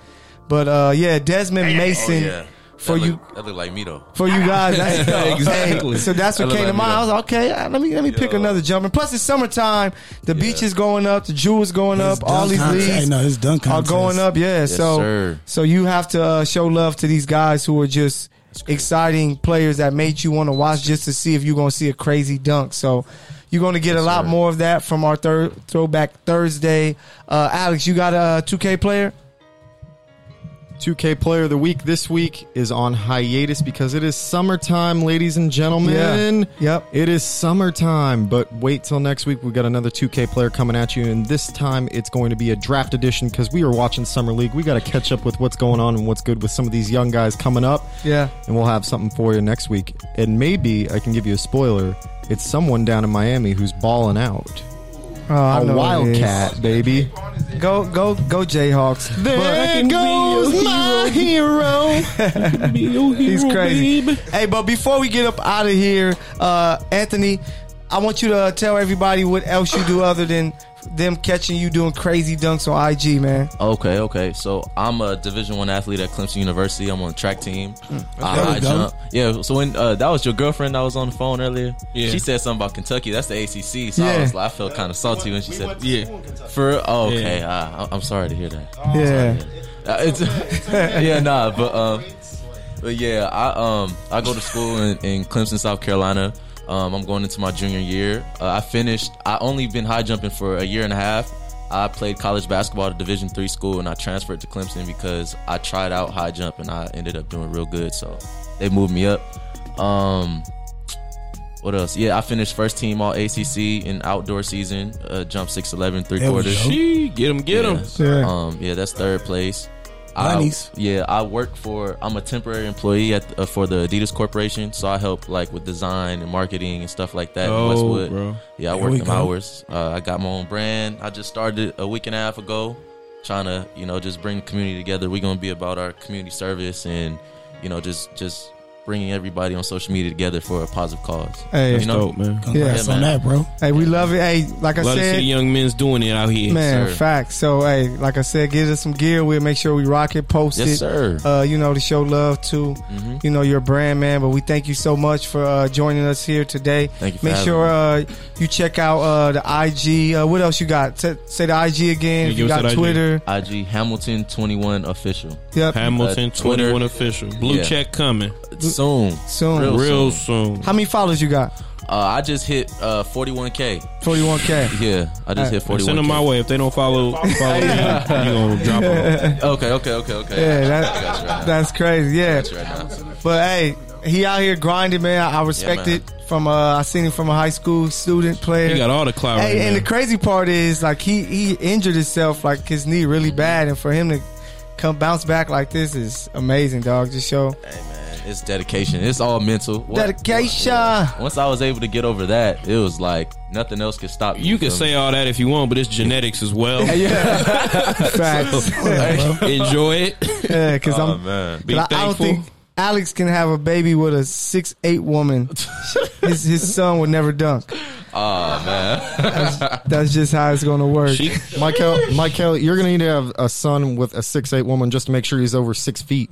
Speaker 3: But uh, yeah, Desmond Mason
Speaker 7: oh, yeah.
Speaker 3: for
Speaker 7: that
Speaker 3: you
Speaker 7: Look, that look like me though.
Speaker 3: for you guys. That's,
Speaker 2: Yeah, exactly.
Speaker 3: Hey, so that's what
Speaker 7: That
Speaker 3: came to
Speaker 7: look like
Speaker 3: mind.
Speaker 7: me,
Speaker 3: I was like, okay, uh, let me let me pick another jumper. Plus, it's summertime. The beach is going up. The jewel is going
Speaker 6: His
Speaker 3: up. All
Speaker 6: dunk
Speaker 3: these
Speaker 6: contest-
Speaker 3: leagues
Speaker 6: Hey, no, his dunk
Speaker 3: are
Speaker 6: contest.
Speaker 3: going up. Yeah. so
Speaker 7: sir.
Speaker 3: so you have to uh, show love to these guys who are just exciting players that made you want to watch just to see if you're gonna see a crazy dunk. So. You're going to get a lot more of that from our third throwback Thursday. Uh, Alex, you got a 2K player?
Speaker 5: 2K player of the week this week is on hiatus because it is summertime, ladies and gentlemen.
Speaker 3: Yeah. Yep.
Speaker 5: It is summertime, but wait till next week. We've got another 2K player coming at you, and this time it's going to be a draft edition because we are watching Summer League. We got to catch up with what's going on and what's good with some of these young guys coming up.
Speaker 3: Yeah.
Speaker 5: And we'll have something for you next week. And maybe I can give you a spoiler it's someone down in Miami who's balling out.
Speaker 3: Oh, I
Speaker 5: A
Speaker 3: know it is.
Speaker 5: Wildcat, baby.
Speaker 3: Go, go, go, Jayhawks.
Speaker 5: There goes my hero.
Speaker 3: He's crazy. Hey, but before we get up out of here, uh, Anthony, I want you to tell everybody what else you do other than them catching you doing crazy dunks on IG, man.
Speaker 7: Okay, okay. So I'm a Division One athlete at Clemson University. I'm on track team. I
Speaker 6: There we
Speaker 7: high
Speaker 6: go.
Speaker 7: jump. Yeah. So when uh, that was your girlfriend that was on the phone earlier,
Speaker 2: Yeah.
Speaker 7: she said something about Kentucky. That's the ACC. So
Speaker 3: Yeah.
Speaker 7: I was, I felt kind of salty when she said,
Speaker 2: Yeah.
Speaker 7: "For oh, okay, uh, I- I'm sorry to hear that."
Speaker 3: yeah.
Speaker 7: Uh, it's, yeah, nah, but um, but yeah, I um, I go to school in, in Clemson, South Carolina. Um, I'm going into my junior year. Uh, I finished. I only been high jumping for a year and a half. I played college basketball at a Division three school, and I transferred to Clemson because I tried out high jump and I ended up doing real good. So they moved me up. Um, what else? Yeah, I finished first team all ACC in outdoor season. Uh, jump 6'11", three
Speaker 6: There we
Speaker 7: quarters.
Speaker 6: go.
Speaker 2: She get him, get him.
Speaker 3: Yeah.
Speaker 7: Um, yeah, that's third place.
Speaker 6: Bunnies.
Speaker 7: I, yeah, I work for. I'm a temporary employee at uh, for the Adidas Corporation, so I help like with design and marketing and stuff like that. in
Speaker 2: Oh,
Speaker 7: Westwood.
Speaker 2: bro.
Speaker 7: Yeah, I
Speaker 6: There
Speaker 7: work
Speaker 6: we
Speaker 7: them
Speaker 6: go.
Speaker 7: hours. Uh, I got my own brand. I just started a week and a half ago, trying to you know just bring the community together. We're gonna be about our community service and you know just just bringing everybody on social media together for a positive cause.
Speaker 3: Hey.
Speaker 7: you know?
Speaker 2: Dope, man.
Speaker 6: Congrats
Speaker 7: Yeah,
Speaker 6: on
Speaker 7: man.
Speaker 6: that, bro.
Speaker 3: Hey, we love it. Hey, like I
Speaker 2: Love to see
Speaker 3: said,
Speaker 2: young men's doing it out here.
Speaker 3: man,
Speaker 7: sir.
Speaker 3: facts. So, hey, like I said, get us some gear. We'll make sure we rock it, post
Speaker 7: Yes,
Speaker 3: it.
Speaker 7: sir. Mm-hmm.
Speaker 3: Uh, you know, to show love to, you know, your brand, man. But we thank you so much for uh, joining us here today.
Speaker 7: Thank you for
Speaker 3: Make
Speaker 7: having
Speaker 3: sure uh, you check out uh, the IG. Uh, what else you got? T- say the IG again.
Speaker 2: Yeah,
Speaker 3: if you
Speaker 2: give us
Speaker 3: got
Speaker 2: that IG.
Speaker 3: Twitter.
Speaker 7: IG Hamilton twenty one official
Speaker 3: Yep.
Speaker 2: Hamilton
Speaker 7: Uh, Twitter.
Speaker 2: 21 official. Blue
Speaker 7: Yeah.
Speaker 2: check coming
Speaker 7: soon.
Speaker 3: Soon.
Speaker 7: Real
Speaker 2: real soon.
Speaker 3: How many followers you got?
Speaker 7: Uh, I just hit uh, 41k.
Speaker 3: 41K.
Speaker 7: Yeah, I just hit 41.
Speaker 2: Send them my way. If they don't follow, follow you, you gonna drop them.
Speaker 7: Okay, okay, okay, okay.
Speaker 3: Yeah,
Speaker 7: I got you
Speaker 3: that,
Speaker 7: right now.
Speaker 3: that's crazy. Yeah.
Speaker 7: I got you right now.
Speaker 3: But hey, he out here grinding, man. I respect
Speaker 7: Yeah, man.
Speaker 3: it. From uh, I seen him from a high school student player.
Speaker 2: He got all the clout.
Speaker 3: Hey,
Speaker 2: right
Speaker 3: and
Speaker 2: now.
Speaker 3: the crazy part is like he he injured himself like his knee really
Speaker 7: Mm-hmm.
Speaker 3: bad, and for him to come bounce back like this is amazing, dog. Just show
Speaker 7: Hey man, it's dedication. It's all mental. What-
Speaker 3: dedication.
Speaker 7: Once I was able to get over that, it was like nothing else could stop me.
Speaker 2: you can
Speaker 7: from-
Speaker 2: say all that if you want, but it's genetics as well.
Speaker 3: Facts.
Speaker 2: Enjoy it.
Speaker 3: yeah, because
Speaker 7: Oh,
Speaker 3: I'm.
Speaker 7: man.
Speaker 2: Be
Speaker 3: I, I don't
Speaker 2: thankful.
Speaker 3: think Alex can have a baby with a six eight woman. his his son would never dunk.
Speaker 7: Oh man.
Speaker 3: That's just how it's gonna work.
Speaker 2: She-
Speaker 5: Michael, Michael, you're gonna need to have a son with a six eight woman just to make sure he's over six feet.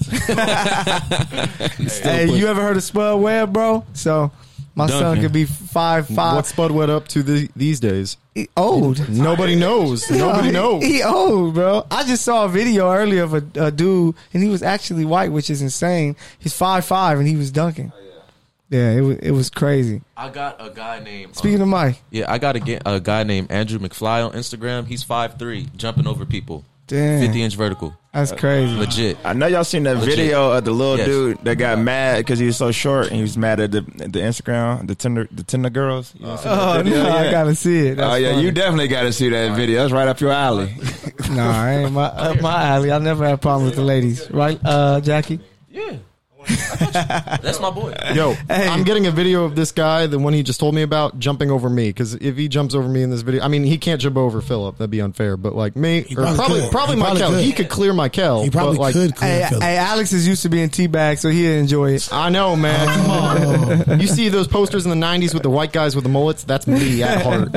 Speaker 3: hey, you ever heard of Spud Webb, bro? So my son
Speaker 2: Dunking.
Speaker 3: could be five five.
Speaker 5: What's Bud Wet up to the, these days?
Speaker 3: He old.
Speaker 5: Nobody knows. Nobody
Speaker 3: he-
Speaker 5: knows.
Speaker 3: He old, bro. I just saw a video earlier of a, a dude, and he was actually white, which is insane. He's five five, and he was dunking. yeah. it was it was crazy.
Speaker 7: I got a guy named.
Speaker 3: Speaking
Speaker 7: um,
Speaker 3: of Mike,
Speaker 7: yeah, I got a, ga- a guy named Andrew McFly on Instagram. He's 5'3", jumping over people,
Speaker 3: damn,
Speaker 7: fifty inch vertical,
Speaker 3: that's crazy.
Speaker 7: legit.
Speaker 4: I know y'all seen that
Speaker 7: Legit.
Speaker 4: video of the little
Speaker 7: Yes.
Speaker 4: dude that got mad because he was so short and he was mad at the the Instagram, the Tinder, the Tinder girls. You know what I'm saying?
Speaker 3: Oh no, I gotta see it. That's
Speaker 4: Oh yeah,
Speaker 3: funny.
Speaker 4: you definitely got to see that video. That's right up your alley.
Speaker 3: uh, Nah, I ain't my up my alley. I never had a problem with the ladies, right, uh, Jackie?
Speaker 7: Yeah. That's my boy.
Speaker 5: Yo,
Speaker 3: Hey.
Speaker 5: I'm getting a video of this guy, the one he just told me about, jumping over me. Because if he jumps over me in this video, I mean, he can't jump over Philip. That'd be unfair. But like me, or probably
Speaker 6: probably could.
Speaker 5: probably
Speaker 6: He probably
Speaker 5: Michael.
Speaker 6: could.
Speaker 5: He could clear Michael.
Speaker 6: He probably
Speaker 5: but, like,
Speaker 6: could clear
Speaker 3: Hey,
Speaker 6: Philip.
Speaker 3: hey, Alex is used to being teabagged, so he'd enjoy it.
Speaker 5: I know, man. Come on. you see those posters in the '90s with the white guys with the mullets? That's me at heart.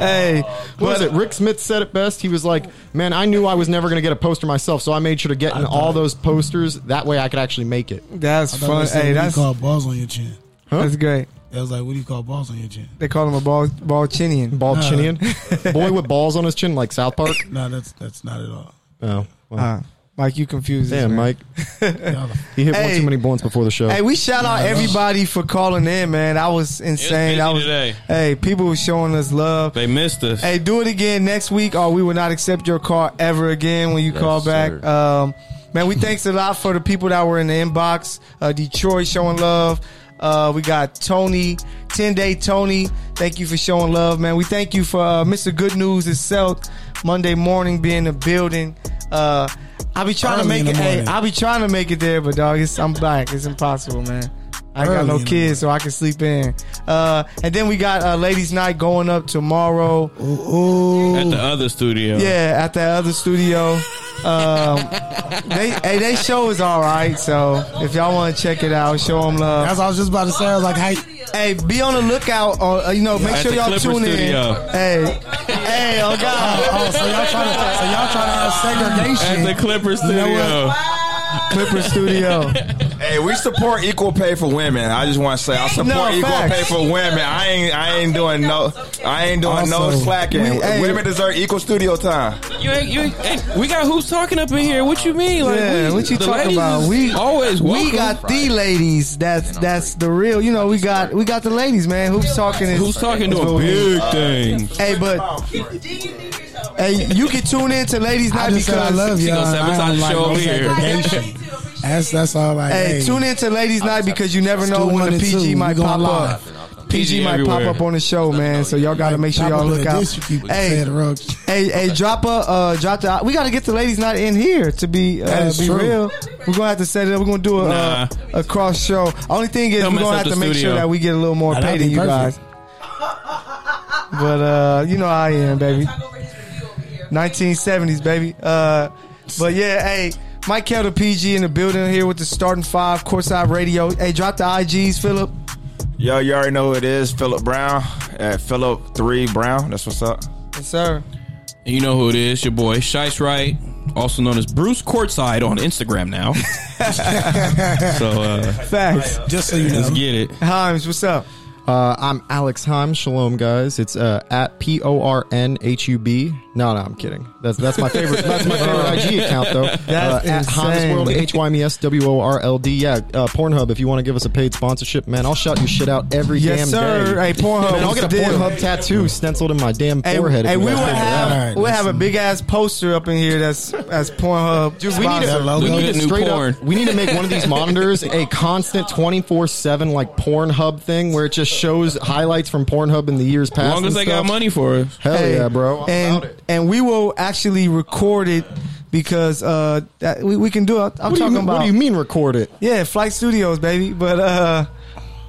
Speaker 3: Hey,
Speaker 5: What is it? Rick Smith said it best. He was like, "Man, I knew I was never going to get a poster myself, so I made sure to get in all those posters. That way, I could actually make it."
Speaker 3: that's
Speaker 6: I thought
Speaker 3: fun.
Speaker 6: they said,
Speaker 3: Hey,
Speaker 6: what
Speaker 3: that's
Speaker 6: do you call balls on your chin?
Speaker 3: that's great.
Speaker 6: That was like, what do you call balls on your chin?
Speaker 3: They call him a ball ball chinian.
Speaker 5: Bald chinian, boy with balls on his chin, like South Park.
Speaker 6: No, that's that's not at all.
Speaker 5: Oh, well.
Speaker 3: Uh, Mike, you confused. us,
Speaker 5: damn,
Speaker 3: man.
Speaker 5: Mike.
Speaker 6: Y'all are-
Speaker 5: He hit one
Speaker 3: Hey.
Speaker 5: too many blunts before the show.
Speaker 3: Hey, we shout out everybody for calling in, man. I was insane.
Speaker 2: busy
Speaker 3: I was
Speaker 2: today.
Speaker 3: hey, people were showing us love.
Speaker 2: They missed us.
Speaker 3: Hey, do it again next week, or we will not accept your call ever again when you call back.
Speaker 7: sir.
Speaker 3: Um, man, we thanks a lot for the people that were in the inbox. Uh, Detroit showing love. Uh, we got Tony, 10 Day Tony. Thank you for showing love, man. We thank you for uh, Mr. Good News itself, Monday morning being in the building. Uh, I'll be trying
Speaker 6: Early
Speaker 3: to
Speaker 6: in
Speaker 3: make
Speaker 6: the
Speaker 3: it. Hey,
Speaker 6: morning.
Speaker 3: I'll be trying to make it there, but dog, it's, I'm black. It's impossible, man. I ain't got
Speaker 6: Early
Speaker 3: no
Speaker 6: in the
Speaker 3: kids, so I can sleep in. Uh, and then we got uh, ladies' night going up tomorrow.
Speaker 2: at the other studio.
Speaker 3: Yeah, at that other studio. Um, they hey, they show is all right. So if y'all want to check it out, show them love.
Speaker 6: That's what I was just about to say. I was like, hey,
Speaker 3: Hey, be on the lookout. On uh, you know, make
Speaker 2: At
Speaker 3: sure
Speaker 2: the
Speaker 3: y'all
Speaker 2: Clipper
Speaker 3: tune
Speaker 2: studio.
Speaker 3: in. Hey, hey, oh God,
Speaker 6: oh, so y'all trying to so y'all trying to have
Speaker 2: At
Speaker 6: segregation?
Speaker 2: the Clipper studio.
Speaker 3: Clipper Studio.
Speaker 4: Hey, we support equal pay for women. I just want to say I support
Speaker 3: No,
Speaker 4: equal
Speaker 3: facts.
Speaker 4: pay for women. I ain't I ain't doing no I ain't doing no
Speaker 3: Also,
Speaker 4: slacking.
Speaker 3: we- hey.
Speaker 4: women deserve equal studio time.
Speaker 2: You ain't, you ain't, hey, we got who's talking up in here. What you mean? Like,
Speaker 3: Yeah,
Speaker 2: we-
Speaker 3: what you
Speaker 2: the
Speaker 3: talking
Speaker 2: ladies
Speaker 3: about?
Speaker 2: is
Speaker 3: We
Speaker 2: always
Speaker 3: We
Speaker 2: welcome.
Speaker 3: got the ladies. That's that's the real. You know, we got we got the ladies, man. Who's talking? Is,
Speaker 2: Who's talking doing big things?
Speaker 3: Hey, but hey, you can tune in to ladies' night
Speaker 6: I just
Speaker 3: because
Speaker 6: said I love
Speaker 2: She
Speaker 6: y'all.
Speaker 2: gonna
Speaker 6: I
Speaker 2: sabotage
Speaker 6: don't
Speaker 2: the
Speaker 6: like
Speaker 2: show
Speaker 6: no
Speaker 2: over here.
Speaker 6: segregation. That's that's all. Like,
Speaker 3: Hey, tune in to Ladies Night because you never know
Speaker 6: Stu
Speaker 3: when
Speaker 6: one
Speaker 3: the
Speaker 6: and
Speaker 3: PG
Speaker 6: two,
Speaker 3: might
Speaker 6: we
Speaker 3: pop
Speaker 6: going
Speaker 3: up. PG might pop
Speaker 2: everywhere.
Speaker 3: up on the show, man. So y'all got to make sure y'all look out.
Speaker 6: Hey,
Speaker 3: Hey, hey, hey, drop a, uh, drop the. We got to get the Ladies Night in here to be
Speaker 6: That
Speaker 3: uh,
Speaker 6: is
Speaker 3: be
Speaker 6: true.
Speaker 3: real. We're gonna have to set it up. We're gonna do a uh, a cross show. Only thing is,
Speaker 2: Don't
Speaker 3: we're
Speaker 2: mess
Speaker 3: gonna
Speaker 2: up
Speaker 3: have to
Speaker 2: the
Speaker 3: make sure
Speaker 2: studio.
Speaker 3: that we get a little more
Speaker 6: Nah,
Speaker 3: pay
Speaker 6: that'd
Speaker 3: than
Speaker 6: be
Speaker 3: you guys.
Speaker 6: perfect.
Speaker 3: But uh, you know how I am, baby. 1970s, baby. Uh, but yeah, hey, Mike Kelder PG in the building here with the starting five, Courtside Radio. Hey, drop the IGs, Philip.
Speaker 4: Yo, you already know who it is, Philip Brown at Philip Three Brown. That's what's up.
Speaker 3: Yes, sir.
Speaker 2: You know who it is, your boy Shice Wright, also known as Bruce Courtside on Instagram now. so uh,
Speaker 3: Facts.
Speaker 6: just so you know,
Speaker 2: let's get it.
Speaker 3: Himes, what's up?
Speaker 5: Uh, I'm Alex Heim. Shalom, guys. It's uh, at p o r n h u b. No, no, I'm kidding. That's that's my favorite. that's my favorite IG account though.
Speaker 3: That's
Speaker 5: uh, at
Speaker 3: insane.
Speaker 5: Himes World H Y M E S W O R L D. Yeah, uh, Pornhub. If you want to give us a paid sponsorship, man, I'll shout your shit out every
Speaker 3: Yes,
Speaker 5: damn
Speaker 3: sir.
Speaker 5: day.
Speaker 3: Hey, Pornhub,
Speaker 5: Man, I'll
Speaker 3: what's
Speaker 5: get a
Speaker 3: the deal?
Speaker 5: Pornhub tattoo stenciled in my damn
Speaker 3: Hey,
Speaker 5: forehead. if
Speaker 3: hey
Speaker 5: you
Speaker 3: we would
Speaker 5: guys figure it out.
Speaker 3: have
Speaker 6: Alright,
Speaker 3: we'll have a
Speaker 6: listen.
Speaker 3: big ass poster up in here that's that's Pornhub.
Speaker 5: Dude, we need
Speaker 6: Sponsor.
Speaker 5: to,
Speaker 6: Logo.
Speaker 5: we need
Speaker 2: Good
Speaker 5: to
Speaker 2: new
Speaker 5: straight
Speaker 2: porn.
Speaker 5: up. We need to make one of these monitors a constant twenty four seven like Pornhub thing where it just shows highlights from Pornhub in the years past.
Speaker 2: As long as
Speaker 5: and
Speaker 2: they got
Speaker 5: stuff.
Speaker 2: money for us.
Speaker 5: Hell
Speaker 3: Hey,
Speaker 5: yeah, bro!
Speaker 3: and and we will actually record it because uh that, we, we can do it. I'm
Speaker 5: what, do you,
Speaker 3: talking
Speaker 5: mean-
Speaker 3: about
Speaker 5: what do you mean record it?
Speaker 3: yeah, Flight Studios, baby. But uh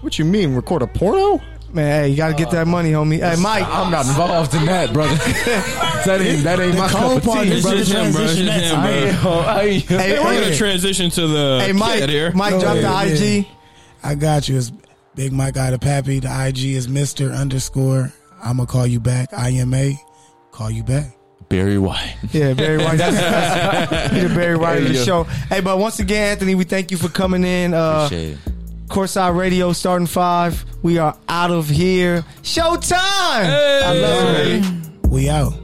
Speaker 5: What you mean record a porno?
Speaker 3: man, hey, you gotta get that money, homie. Hey, Mike,
Speaker 12: I'm not involved in that, brother. that ain't that ain't my
Speaker 6: cold
Speaker 12: cup of
Speaker 6: part
Speaker 12: tea,
Speaker 6: is
Speaker 12: brother.
Speaker 2: It's
Speaker 6: just-
Speaker 2: him, bro. It's
Speaker 6: transition that
Speaker 2: just him,
Speaker 12: I
Speaker 2: bro.
Speaker 12: ain't- I ain't-
Speaker 3: Hey,
Speaker 2: We're gonna
Speaker 3: hey.
Speaker 2: transition to the
Speaker 3: Hey,
Speaker 2: kid Uh, here.
Speaker 3: Mike, Mike, drop
Speaker 6: Go
Speaker 3: the
Speaker 6: ahead.
Speaker 3: IG.
Speaker 6: I got you. It's Big Mike out of Pappy. The IG is Mister Underscore. I'm gonna call you back. IMA, call you back.
Speaker 7: Barry White.
Speaker 3: Yeah, Barry White. He's the Barry White of the show. Hey, but once again, Anthony, we thank you for coming in. Uh,
Speaker 7: Shit.
Speaker 3: Courtside Radio starting five. We are out of here. Showtime! I love it.
Speaker 6: We out.